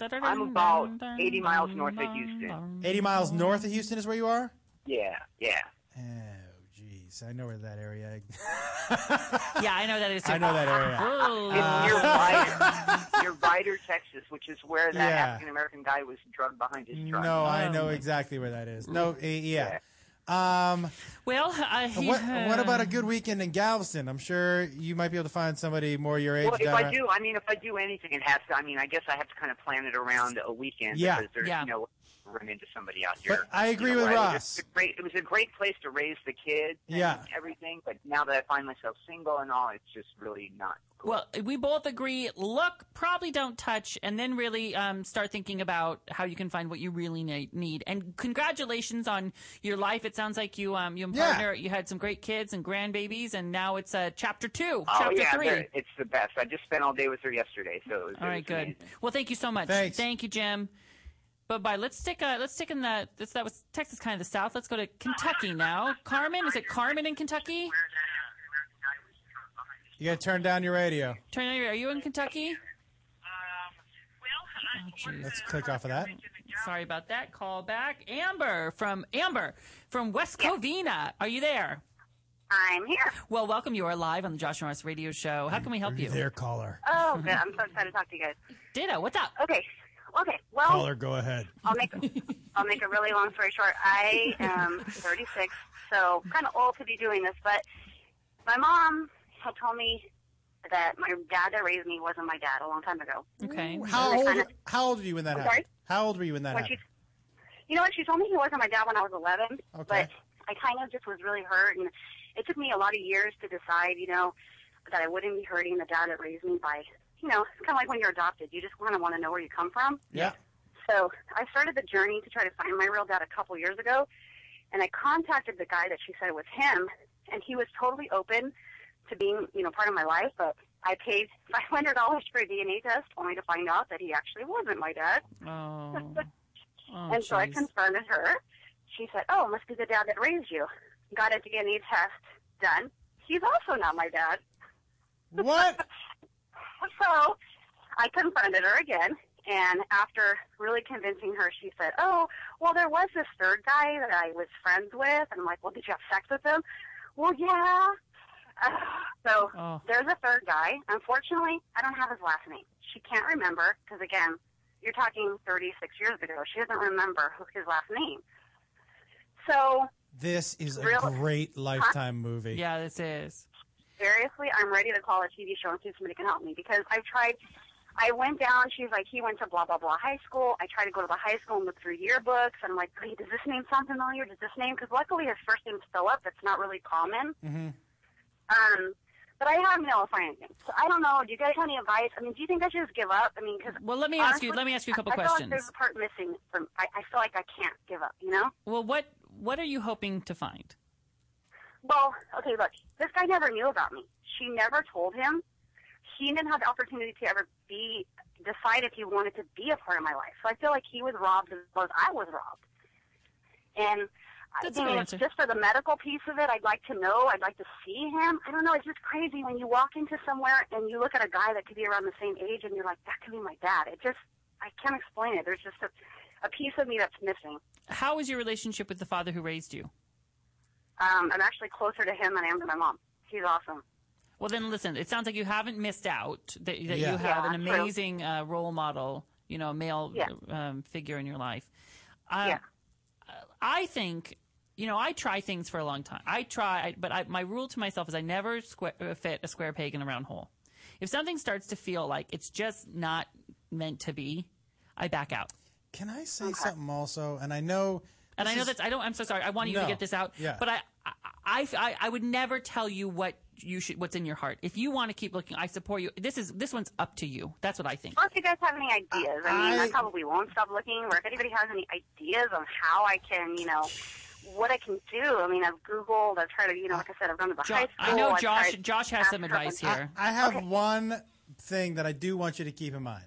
L: I'm about 80 miles north of Houston.
D: 80 miles north of Houston is where you are.
L: Yeah, yeah.
D: Oh, jeez, I know where that area.
B: yeah, I know that is.
D: I know
B: <laughs>
D: that area.
B: Oh.
L: It's
D: <laughs>
L: near Ryder, near Ryder, Texas, which is where that
D: Yeah.
L: African American guy was drugged behind his truck.
D: No,
B: Oh.
D: I know exactly where that is. No, eh, yeah.
B: <laughs>
D: Um,
B: Well, uh, he-
D: what, what about a good weekend in Galveston? I'm sure you might be able to find somebody more your age.
L: Well, if
D: down
L: I
D: there.
L: do, I mean, if I do anything, it has to. I mean, I guess I have to kind of plan it around a weekend
D: Yeah.
L: because there's
D: Yeah.
L: you know run into somebody out here.
D: I agree with
L: where I live. It's
D: Ross.
L: a great, it was a great place to raise the kids. and
B: Yeah.
L: Everything, but now that I find myself single and all, it's just really not.
B: Well, we both agree. Look, probably don't touch, and then really um, start thinking about how you can find what you really ne- need. And congratulations on your life. It sounds like you, um, you and
L: Yeah.
B: partner, you had some great kids and grandbabies, and now it's uh, chapter two,
L: Oh
B: chapter
L: yeah,
B: three.
L: they're- it's the best. I just spent all day with her yesterday, so it was, it
B: All right,
L: was
B: good.
L: amazing.
B: Well, thank you so much. Thank you, Jim. Bye bye. Let's stick. Uh, let's stick in the. This, that was Texas, kind of the South. Let's go to Kentucky now. Carmen, is it Carmen in Kentucky?
D: You got to turn down your radio.
B: Turn on your- Are you in Kentucky?
D: Let's click off of that.
B: Sorry about that. Call back Amber from Amber from West Covina. Are you there? I'm here. Well, welcome. You are live on the Josh Norris Radio Show. How can we help you?
D: There, caller.
N: Oh, good. I'm so excited to talk to you guys.
B: Ditto. What's up?
N: Okay. Okay. Well,
D: Caller, go ahead.
N: I'll make I'll make a really long story short. I am 36, so kind of old to be doing this, but my mom had told me that my dad that raised me wasn't my dad a long time ago.
B: Okay.
D: How
N: Really
D: old?
N: kinda-
D: How old were you when that
N: I'm
D: happened?
N: sorry?
D: How old were you when that
N: When
D: happened?
N: You know what? She told me he wasn't my dad when I was 11,
D: Okay.
N: but I kind of just was really hurt, and it took me a lot of years to decide, you know, that I wouldn't be hurting the dad that raised me by, you know, it's kind of like when you're adopted. You just kind of want to know where you come from.
D: Yeah.
N: So I started the journey to try to find my real dad a couple years ago, and I contacted the guy that she said was him, and he was totally open to being, you know, part of my life. But I paid <laughs> five hundred dollars for a DNA test, only to find out that he actually wasn't my dad.
B: Oh. Oh,
N: and so I
B: jeez.
N: confronted her. She said, "Oh, must be the dad that raised you." Got a DNA test done. He's also not my dad.
D: What?
N: <laughs> so I confronted her again, and after really convincing her, she said, "Oh, well, there was this third guy that I was friends with." And I'm like, "Well, did you have sex with him?" Well, yeah. <sighs> Uh, so
B: Oh.
N: there's a third guy. Unfortunately, I don't have his last name. She can't remember because again, you're talking 36 years ago. She doesn't remember who his last name. So
D: This is a
N: Real-
D: great lifetime movie.
B: Yeah, this is.
N: seriously, I'm ready to call a TV show and see if somebody can help me because I've tried. I went down. She's like, he went to blah blah blah high school. I tried to go to the high school and look through yearbooks. And I'm like, wait, does this name sound familiar? Does this name? Because luckily his first name's Philip. That's not really common.
D: Mm-hmm.
N: Um, but I have no financing. So I don't know. Do you guys have any advice? I mean, do you think I should just give up? I mean, because
B: well, let me ask you- let me ask you a couple
N: I, I
B: questions.
N: feel like there's a part missing from. I, I feel like I can't give up. You know.
B: Well, what what are you hoping to find?
N: Well, okay, look, this guy never knew about me. She never told him. He didn't have the opportunity to ever be decide if he wanted to be a part of my life. So I feel like he was robbed as well as I was robbed. And
B: That's a
N: I
B: good
N: mean,
B: answer.
N: just for the medical piece of it, I'd like to know. I'd like to see him. I don't know. It's just crazy when you walk into somewhere and you look at a guy that could be around the same age, and you're like, that could be my dad. It just, I can't explain it. There's just a, a piece of me that's missing.
B: How is your relationship with the father who raised you?
N: Um, I'm actually closer to him than I am to my mom. He's awesome.
B: Well, then listen. It sounds like you haven't missed out. That, that
N: Yeah.
B: you have
N: Yeah,
B: an
N: true.
B: amazing uh, role model, you know, a male
N: Yeah.
B: um, figure in your life. Uh, I think, you know, I try things for a long time. I try, I, but I, my rule to myself is I never square, uh, fit a square peg in a round hole. If something starts to feel like it's just not meant to be, I back out.
D: Can I say something also? And I know.
B: And
D: this
B: I know
D: is-
B: that's I don't. I'm so sorry. I want you
D: No.
B: to get this out.
D: Yeah.
B: But I, I, I, I would never tell you what you should, what's in your heart. If you want to keep looking, I support you. This is this one's up to you. That's what I think.
N: Unless you guys have any ideas, I mean, I,
B: I-
N: probably won't stop looking. Or if anybody has any ideas on how I can, you know, what I can do. I mean, I've googled. I've tried to, you know, like I said, I've gone to the
B: Jo-
N: high school.
B: I know
N: I've
B: Josh.
N: tried-
B: Josh has some advice here.
D: I have one thing that I do want you to keep in mind.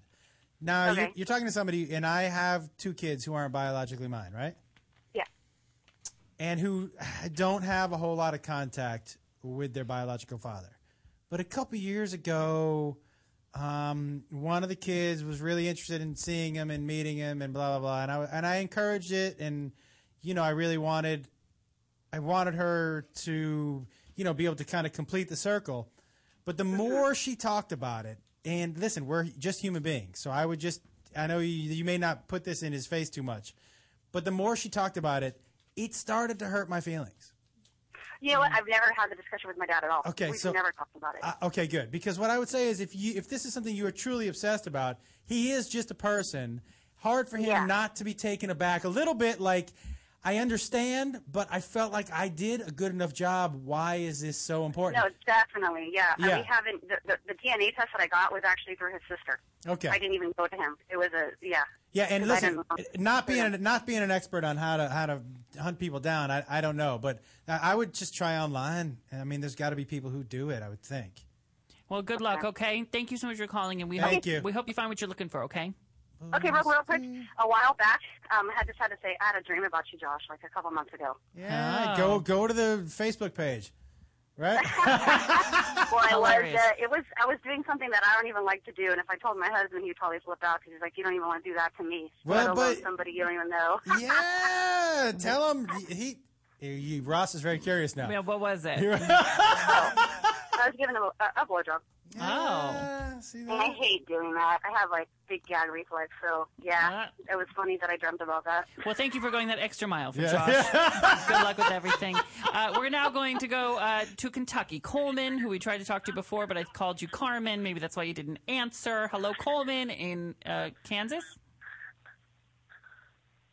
D: Now you're,
N: Okay.
D: you're talking to somebody, and I have two kids who aren't biologically mine, right?
N: Yeah.
D: And who don't have a whole lot of contact with their biological father. But a couple years ago, um, one of the kids was really interested in seeing him and meeting him and blah blah blah. And I and I encouraged it, and you know I really wanted, I wanted her to you know be able to kind of complete the circle. But the more she talked about it, and listen, we're just human beings, so I would just I know you, you may not put this in his face too much, but the more she talked about it, it started to hurt my feelings.
N: You know what? I've never had the discussion with my dad at all.
D: Okay,
N: We've
D: so-
N: never talked about it.
D: Uh, okay, good. Because what I would say is, if you if this is something you are truly obsessed about, he is just a person. Hard for him not to be taken aback a little bit. Like, I understand, but I felt like I did a good enough job. Why is this so important?
N: no, definitely, yeah. I-
D: Yeah.
N: We haven't. The, the, the DNA test that I got was actually through his sister.
D: Okay.
N: I didn't even go to him. It was a yeah.
D: Yeah, and
N: 'Cause I
D: listen,
N: didn't know.
D: not being not being an expert on how to how to hunt people down, I, I don't know, but I I would just try online. I mean, there's got to be people who do it. I would think.
B: Well, good luck. Okay. Thank you so much for calling, and we
D: Thank
B: hope
D: you.
B: we hope you find what you're looking for. Okay.
N: Okay, real, real quick.
D: Mm.
N: A while back, um, I had just had to say I had a dream about you, Josh, like a couple months ago.
D: Yeah, go go to the Facebook page,
N: <laughs>
D: right?
N: Well, I was.
D: Hilarious.
N: Uh, it was. I was doing something that I don't even like to do, and if I told my husband, he'd probably flip out because he's like, "You don't even want to do that to me,
D: Well,
N: let alone
D: but-
N: <laughs> somebody you don't even know."
D: yeah, tell him he You, Ross is very curious now.
B: Yeah, what was it?
D: You're-
N: I was giving him a, a blowjob.
D: Oh.
N: And I hate doing that. I have like big gag reflex, so yeah, it was funny that I dreamt about that.
B: Well, thank you for going that extra mile for
N: Yeah.
B: Josh. Good luck with everything. Uh, we're now going to go uh, to Kentucky. Coleman, who we tried to talk to before, but I called you Carmen. Maybe that's why you didn't answer. Hello, Coleman in uh, Kansas.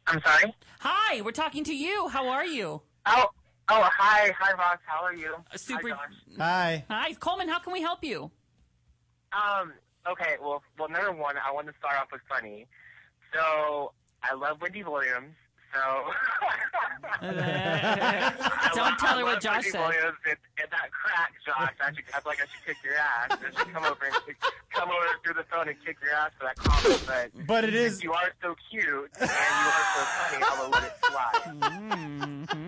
Q: I'm sorry.
B: Hi, we're talking to you. How are you?
Q: Oh, oh, hi, hi, Ross. How are you?
B: Super.
Q: Hi,
D: Hi.
B: Hi, Coleman. How can we help you?
Q: Josh. Um. Okay. Well, well. Number one, I want to start off with funny. So I love Wendy Williams. So <laughs> I
B: <laughs> Don't
Q: love-
B: tell her
Q: I
B: what
Q: love
B: Josh
Q: Wendy
B: said.
Q: Williams and, and that crack, Josh. I, should, I feel like I should kick your ass. I should come over and kick, come over through the phone and kick your ass for that comment. But
D: But it is-
Q: since you are so cute and you are so funny. I will let it slide.
D: Mm-hmm.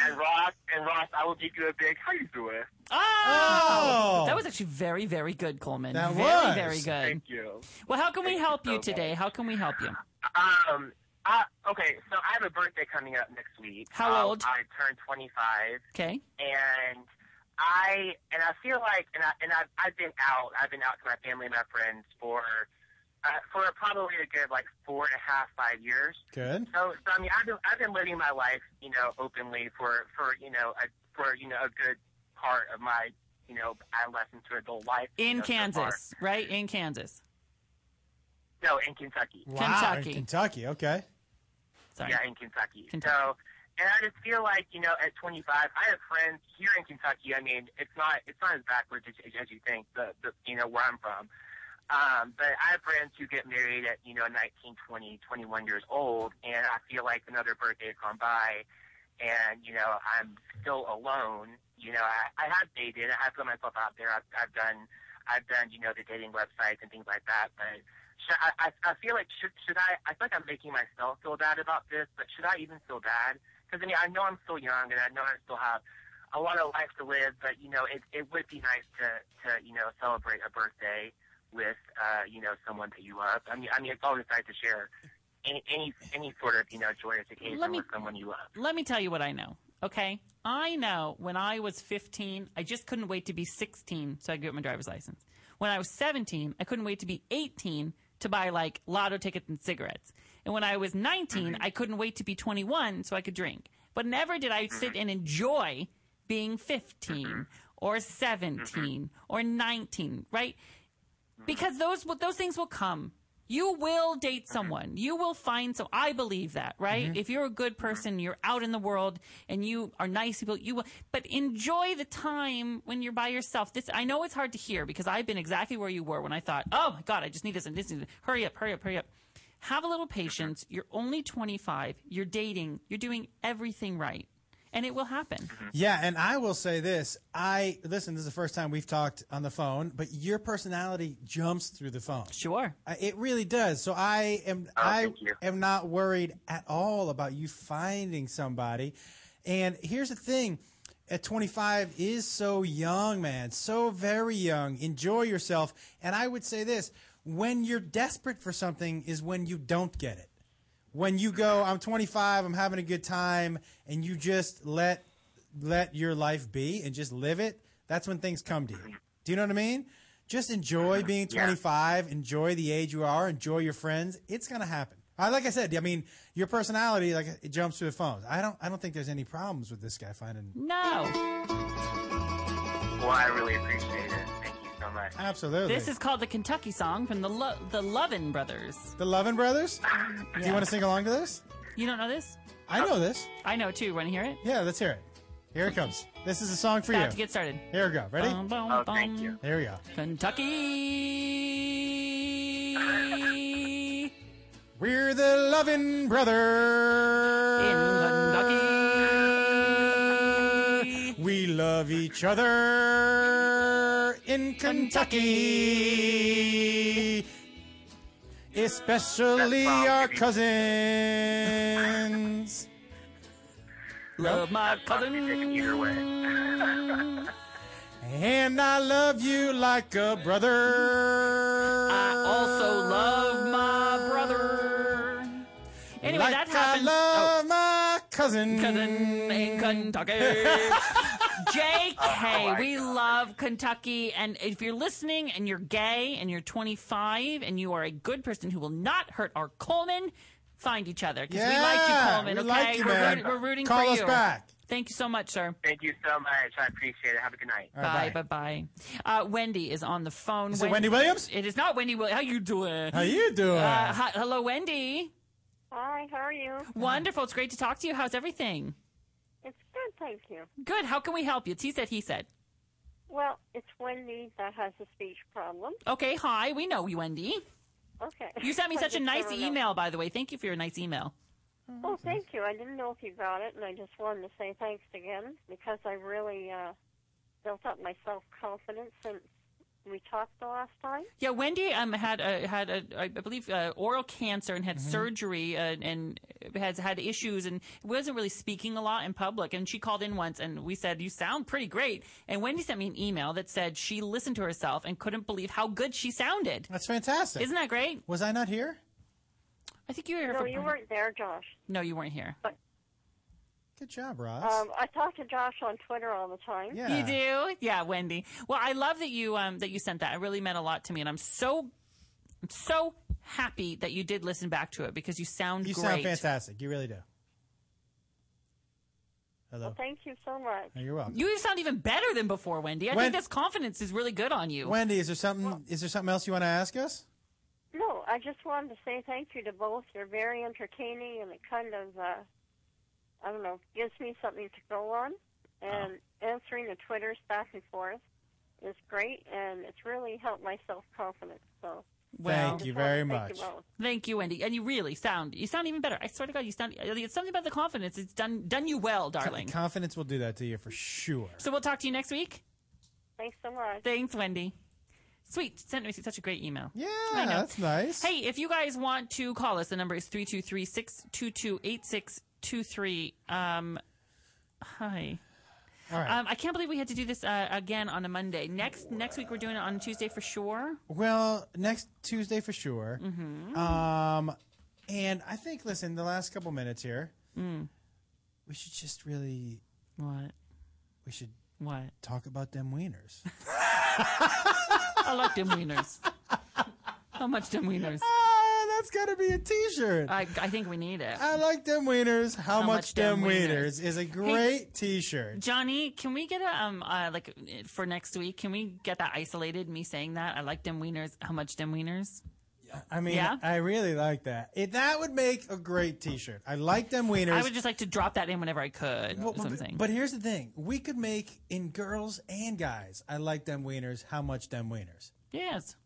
Q: And Ross, and Ross, I will give you a big how you doing.
D: Ah!
B: Oh! that was actually very, very good, Coleman.
Q: That
B: very,
Q: was.
B: very good.
Q: Thank you.
B: Well, how can we help you today? How can we help you?
Q: Um. I, okay, so I have a birthday coming up next week. Um,
B: How old?
Q: I turned 25.
B: Okay.
Q: And I and I feel like and I and I've, I've been out. I've been out to my family and my friends for uh, for probably a good like four and a half five years.
D: <laughs> Good.
Q: So, so I mean, I've been I've been living my life, you know, openly for for you know a for you know a good part of my you know adolescent to adult life you know,
B: In
Q: so
B: Kansas, right? In Kansas.
Q: far. No, in Kentucky.
D: Wow, in Kentucky. Okay.
B: Sorry.
Q: Yeah, in Kentucky. So, and I just feel like you know, at 25, I have friends here in Kentucky. I mean, it's not it's not as backwards as, as you think. The, the you know where I'm from, um, but I have friends who get married at you know 19, 20, 21 years old, and I feel like another birthday has gone by, and you know I'm still alone. You know, I, I have dated. I have put myself out there. I've, I've done I've done you know the dating websites and things like that, but should I, I, I feel like should should I? I feel like I'm making myself feel bad about this, but should I even feel bad? Because I mean, I know I'm still young, and I know I still have a lot of life to live. But you know, it it would be nice to to you know celebrate a birthday with uh, you know someone that you love. I mean, I mean, it's always nice to share any any any sort of you know joyous occasion
B: Let me-
Q: with someone you love.
B: Let me tell you what I know. Okay. I know when I was 15, I just couldn't wait to be 16 so I could get my driver's license. When I was 17, I couldn't wait to be 18 to buy like lotto tickets and cigarettes. And when I was 19,
D: Mm-hmm.
B: I couldn't wait to be 21 so I could drink. But never did
D: Mm-hmm.
B: I sit and enjoy being 15 or 17
D: Mm-hmm.
B: or 19, right? because those will- those things will come. You will date someone. You will find some. I believe that, right? If you're a good person, you're out in the world, and you are nice people. You will, but enjoy the time when you're by yourself. This I know it's hard to hear because I've been exactly where you were when I thought, oh my god, I just need this and this. And this. Hurry up, hurry up, hurry up. Have a little patience. You're only 25. You're dating. You're doing everything right, and it will happen.
D: Yeah, and I will say this. I listen. This is the first time we've talked on the phone, but your personality jumps through the phone.
B: Sure,
D: it really does. So I am. I am not worried at all about you finding somebody. And here's the thing: at 25 is so young, man. So very young. Enjoy yourself. And I would say this: when you're desperate for something, is when you don't get it when you go i'm 25 i'm having a good time and you just let let your life be and just live it that's when things come to you do you know what i mean just enjoy being
R: Yeah.
D: 25 enjoy the age you are enjoy your friends it's gonna happen I, like i said i mean your personality like it jumps through the phones i don't i don't think there's any problems with this guy finding
B: No.
Q: Well, I really appreciate it. Thank you so much.
D: absolutely
B: This is called the Kentucky song from the Lo- the Lovin' Brothers. Mm,
D: the lovin brothers do you want to sing along to this
B: You don't know this? Oh,
D: i know this
B: I know too. Want to hear it?
D: yeah let's hear it here it comes this is a song for
B: About
D: you
B: to get started.
D: here we go ready
B: Bum, bum, Oh, thank bum. you.
D: here we go
B: Kentucky.
D: We're the loving brothers in Kentucky. We love each other in Kentucky. Especially our cousins.
B: Love my cousin.
Q: Either
B: way.
D: And I love you like a brother.
B: I also love my brother. Anyway,
D: like <laughs>
B: that happens.
D: I love
B: oh.
D: my cousin.
B: Cousin in Kentucky.
D: <laughs>
B: JK,
D: Oh, my
B: we love Kentucky. And if you're listening and you're gay and you're 25 and you are a good person who will not hurt our Coleman, find each other. Because we like you,
D: Yeah,
B: Coleman,
D: we
B: okay?
D: like you,
B: we're,
D: man.
B: rooting- we're rooting
D: Call
B: for
D: us
B: you.
D: back.
B: Thank you so much, sir.
Q: Thank you so much. I appreciate it. Have a good night.
B: bye, bye, bye. Uh, Wendy is on the phone.
Q: Is it Wendy
D: Williams?
B: It is not Wendy Williams. How you doing?
D: How you doing?
B: Uh, hi- hello, Wendy.
R: Hi, how are you?
D: Uh-huh.
B: Wonderful. It's great to talk to you. How's everything?
R: It's good, thank you.
B: Good. How can we help you? It's he said, he said.
R: Well, it's Wendy that has a speech problem.
B: Okay, hi. We know you, Wendy.
R: Okay.
B: You
D: <laughs>
B: sent me
R: <laughs> I
B: such a
R: just
B: nice
R: never know.
B: email, by the way. Thank you for your nice email.
R: Oh, thank you. I didn't know if you got it, and I just wanted to say thanks again because I really uh, built up my self confidence since we talked the last time.
B: Yeah, Wendy um, had a, had a, I believe uh, oral cancer and had
D: Mm-hmm.
B: surgery uh, and has had issues and wasn't really speaking a lot in public. And she called in once and we said you sound pretty great. And Wendy sent me an email that said she listened to herself and couldn't believe how good she sounded.
D: That's fantastic.
B: Isn't that great?
D: Was I not here?
B: I think you were here.
R: No,
B: for
R: you
B: part-
R: weren't there, Josh.
B: No, you weren't here.
D: Good job, Ross.
R: Um, I talk to Josh on Twitter all the time.
B: You do? Yeah, Wendy. Well, I love that you um, that you sent that. It really meant a lot to me, and I'm so I'm so happy that you did listen back to it because you sound
D: you
B: great.
D: sound fantastic. You really do. Hello.
R: Well, thank you so much.
D: Oh, you're welcome.
B: You sound even better than before, Wendy. I
D: Wen-
B: think this confidence is really good on you.
D: Wendy, is there something? Is there something else you want to ask us?
R: No, I just wanted to say thank you to both. You're very entertaining, and it kind of, uh, I don't know, gives me something to go on. And answering the Twitters back and forth is great, and it's really helped my self confidence. So
D: Thank you very much.
B: Thank you, Wendy. And you really sound you sound even better. I swear to God, you sound it's something about the confidence. It's done done you well, darling.
D: Confidence will do that to you for sure.
B: So we'll talk to you next week.
R: thanks so much.
B: Thanks, Wendy. Sweet. Sent me such a great email. Yeah,
D: Yeah, that's nice.
B: Hey, if you guys want to call us, the number is 323 622 8623. Um, Hi.
D: All right.
B: Um, I can't believe we had to do this uh, again on a Monday. Next next week, we're doing it on Tuesday for sure.
D: Well, next Tuesday for sure.
B: Mhm.
D: Um, and I think, listen, the last couple minutes here, we should just really.
B: What?
D: We should.
B: What?
D: Talk about them wieners.
B: I like them
D: <laughs>
B: wieners. How much them wieners?
D: ah, that's got to be a t shirt.
B: I, I think we need it.
D: I like them wieners. How,
B: How
D: much,
B: much
D: them
B: them
D: wieners,
B: wieners?
D: is a
B: Hey-
D: great t shirt.
B: Johnny, can we get a um uh, like for next week? Can we get that isolated? Me saying that I like them wieners. How much them wieners?
D: I mean,
B: Yeah?
D: I really like that. It, that would make a great t shirt. I like them wieners.
B: I would just like to drop that in whenever I could.
D: Well, well, but-
B: something.
D: But here's the thing: we could make in girls and guys. I like them wieners. How much them wieners?
B: yes.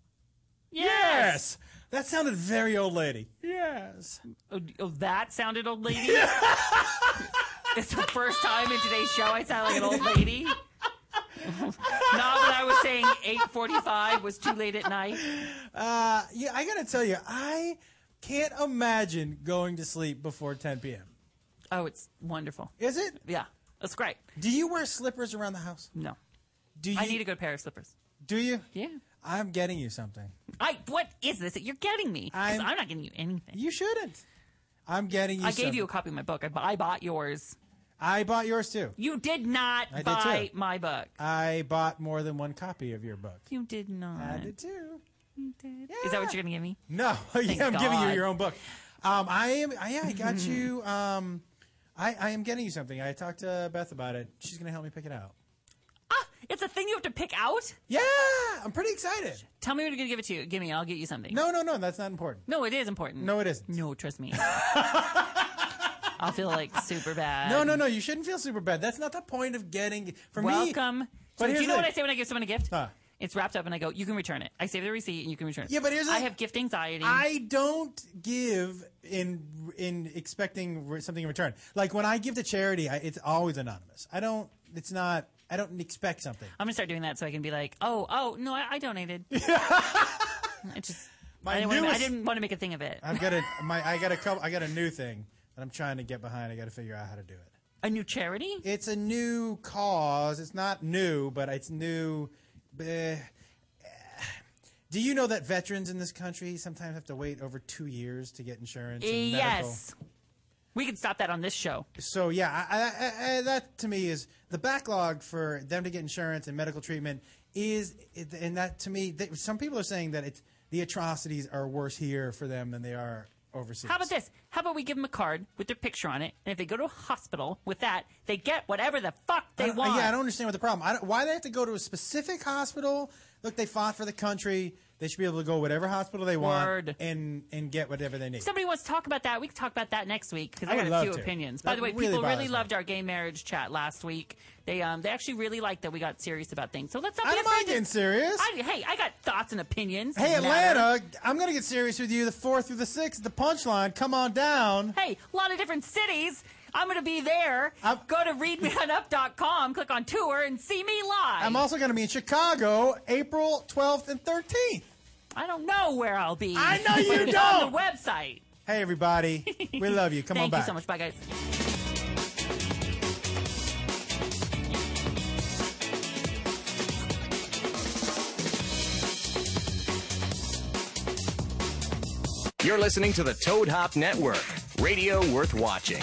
D: Yes. That sounded very old lady. Yes.
B: Oh, d- oh, that sounded old
D: <laughs>
B: lady. it's the first time in today's show I sound like an old
D: <laughs>
B: lady. Not that I was saying 8:45 was too late at night.
D: Uh, yeah, I gotta tell you, I can't imagine going to sleep before 10 p.m.
B: Oh, it's wonderful.
D: Is it?
B: Yeah, that's great.
D: Do you wear slippers around the house?
B: No.
D: Do you?
B: I need a good pair of slippers.
D: Do you?
B: Yeah.
D: I'm getting you something.
B: I what is this? that You're getting me. 'Cause
D: I'm-
B: I'm, not getting you anything.
D: You shouldn't. I'm getting you.
B: I gave
D: something.
B: you a copy of my book. I, bu- I bought yours.
D: I bought yours too.
B: You did not
D: I did
B: buy
D: too.
B: my book.
D: I bought more than one copy of your book.
B: You did not.
D: I did too.
B: You did. Is that what you're gonna give me?
D: No, <laughs>
B: Thank
D: yeah, I'm giving you
B: God.
D: your own book. Um, I am. I, yeah, I got you. Um, I, I am getting you something. I talked to Beth about it. She's gonna help me pick it out.
B: It's a thing you have to pick out.
D: Yeah, I'm pretty excited.
B: Tell me what you're gonna give it to you. Give me. I'll get you something.
D: No, no, no. That's not important.
B: No, it is important.
D: No, it isn't.
B: No, trust me. I'll feel like super bad.
D: No, no, no. You shouldn't feel super bad. That's not the point of getting. For
B: Welcome.
D: me,
B: But do
D: here's
B: you know
D: the
B: what I
D: thing.
B: say when I give someone a gift? It's wrapped up, and I go, "You can return it." I save the receipt, and you can return it.
D: Yeah, but here's the
B: I
D: thing.
B: have gift anxiety.
D: I don't give in in expecting re- something in return. Like when I give to charity, I, it's always anonymous. I don't. It's not. I don't expect something.
B: I'm gonna start doing that so I can be like, oh, oh, no, I, I
D: <laughs>
B: donated. I just,
D: My
B: I, didn't wanna, I
D: newest-
B: didn't want to make a thing of it.
D: I've got a my I got a couple I got a new thing that I'm trying to get behind. I got to figure out how to do it.
B: A new charity?
D: It's a new cause. It's not new, but it's new. eh. do you know that veterans in this country sometimes have to wait over two years to get insurance? And medical?
B: yes. We can stop that on this show.
D: So yeah, I, I, I, that to me is the backlog for them to get insurance and medical treatment is, and that to me, that, some people are saying that it's the atrocities are worse here for them than they are
B: <laughs>
D: overseas.
B: How about this? How about we give them a card with their picture on it, and if they go to a hospital with that, they get whatever the fuck
D: I
B: they
D: don't- uh,
B: want.
D: Yeah, I don't understand what the problem. I don't, why they have to go to a specific hospital? Look, they fought for the country. They should be able to go whatever hospital they want
B: Word.
D: and and get whatever they need.
B: If somebody wants to talk about that, we can talk about that next week because
D: I
B: I,
D: would
B: got a
D: love
B: few
D: to.
B: opinions.
D: That
B: By the way,
D: really
B: people really
D: bothers me.
B: loved our gay marriage chat last week. They um they actually really liked that we got serious about things. So let's not.
D: I
B: be
D: don't
B: afraid
D: mind
B: to-
D: getting serious.
B: I, hey, I got thoughts and opinions.
D: Hey
B: They matter.
D: Atlanta, I'm gonna get serious with you. The fourth through the sixth, the punchline. Come on down.
B: Hey, a lot of different cities. I'm going to be there. Go to readmeonup.com, click on tour, and see me live.
D: I'm also gonna be in Chicago, April 12th and 13th.
B: I don't know where I'll be.
D: I
B: <laughs>
D: know you
B: But it's On
D: don't.
B: the website.
D: Hey everybody, we love you. Come
B: <laughs>
D: on
B: Thank you
D: back.
B: so much. Bye, guys.
A: You're listening to the Toad Hop Network, radio worth watching.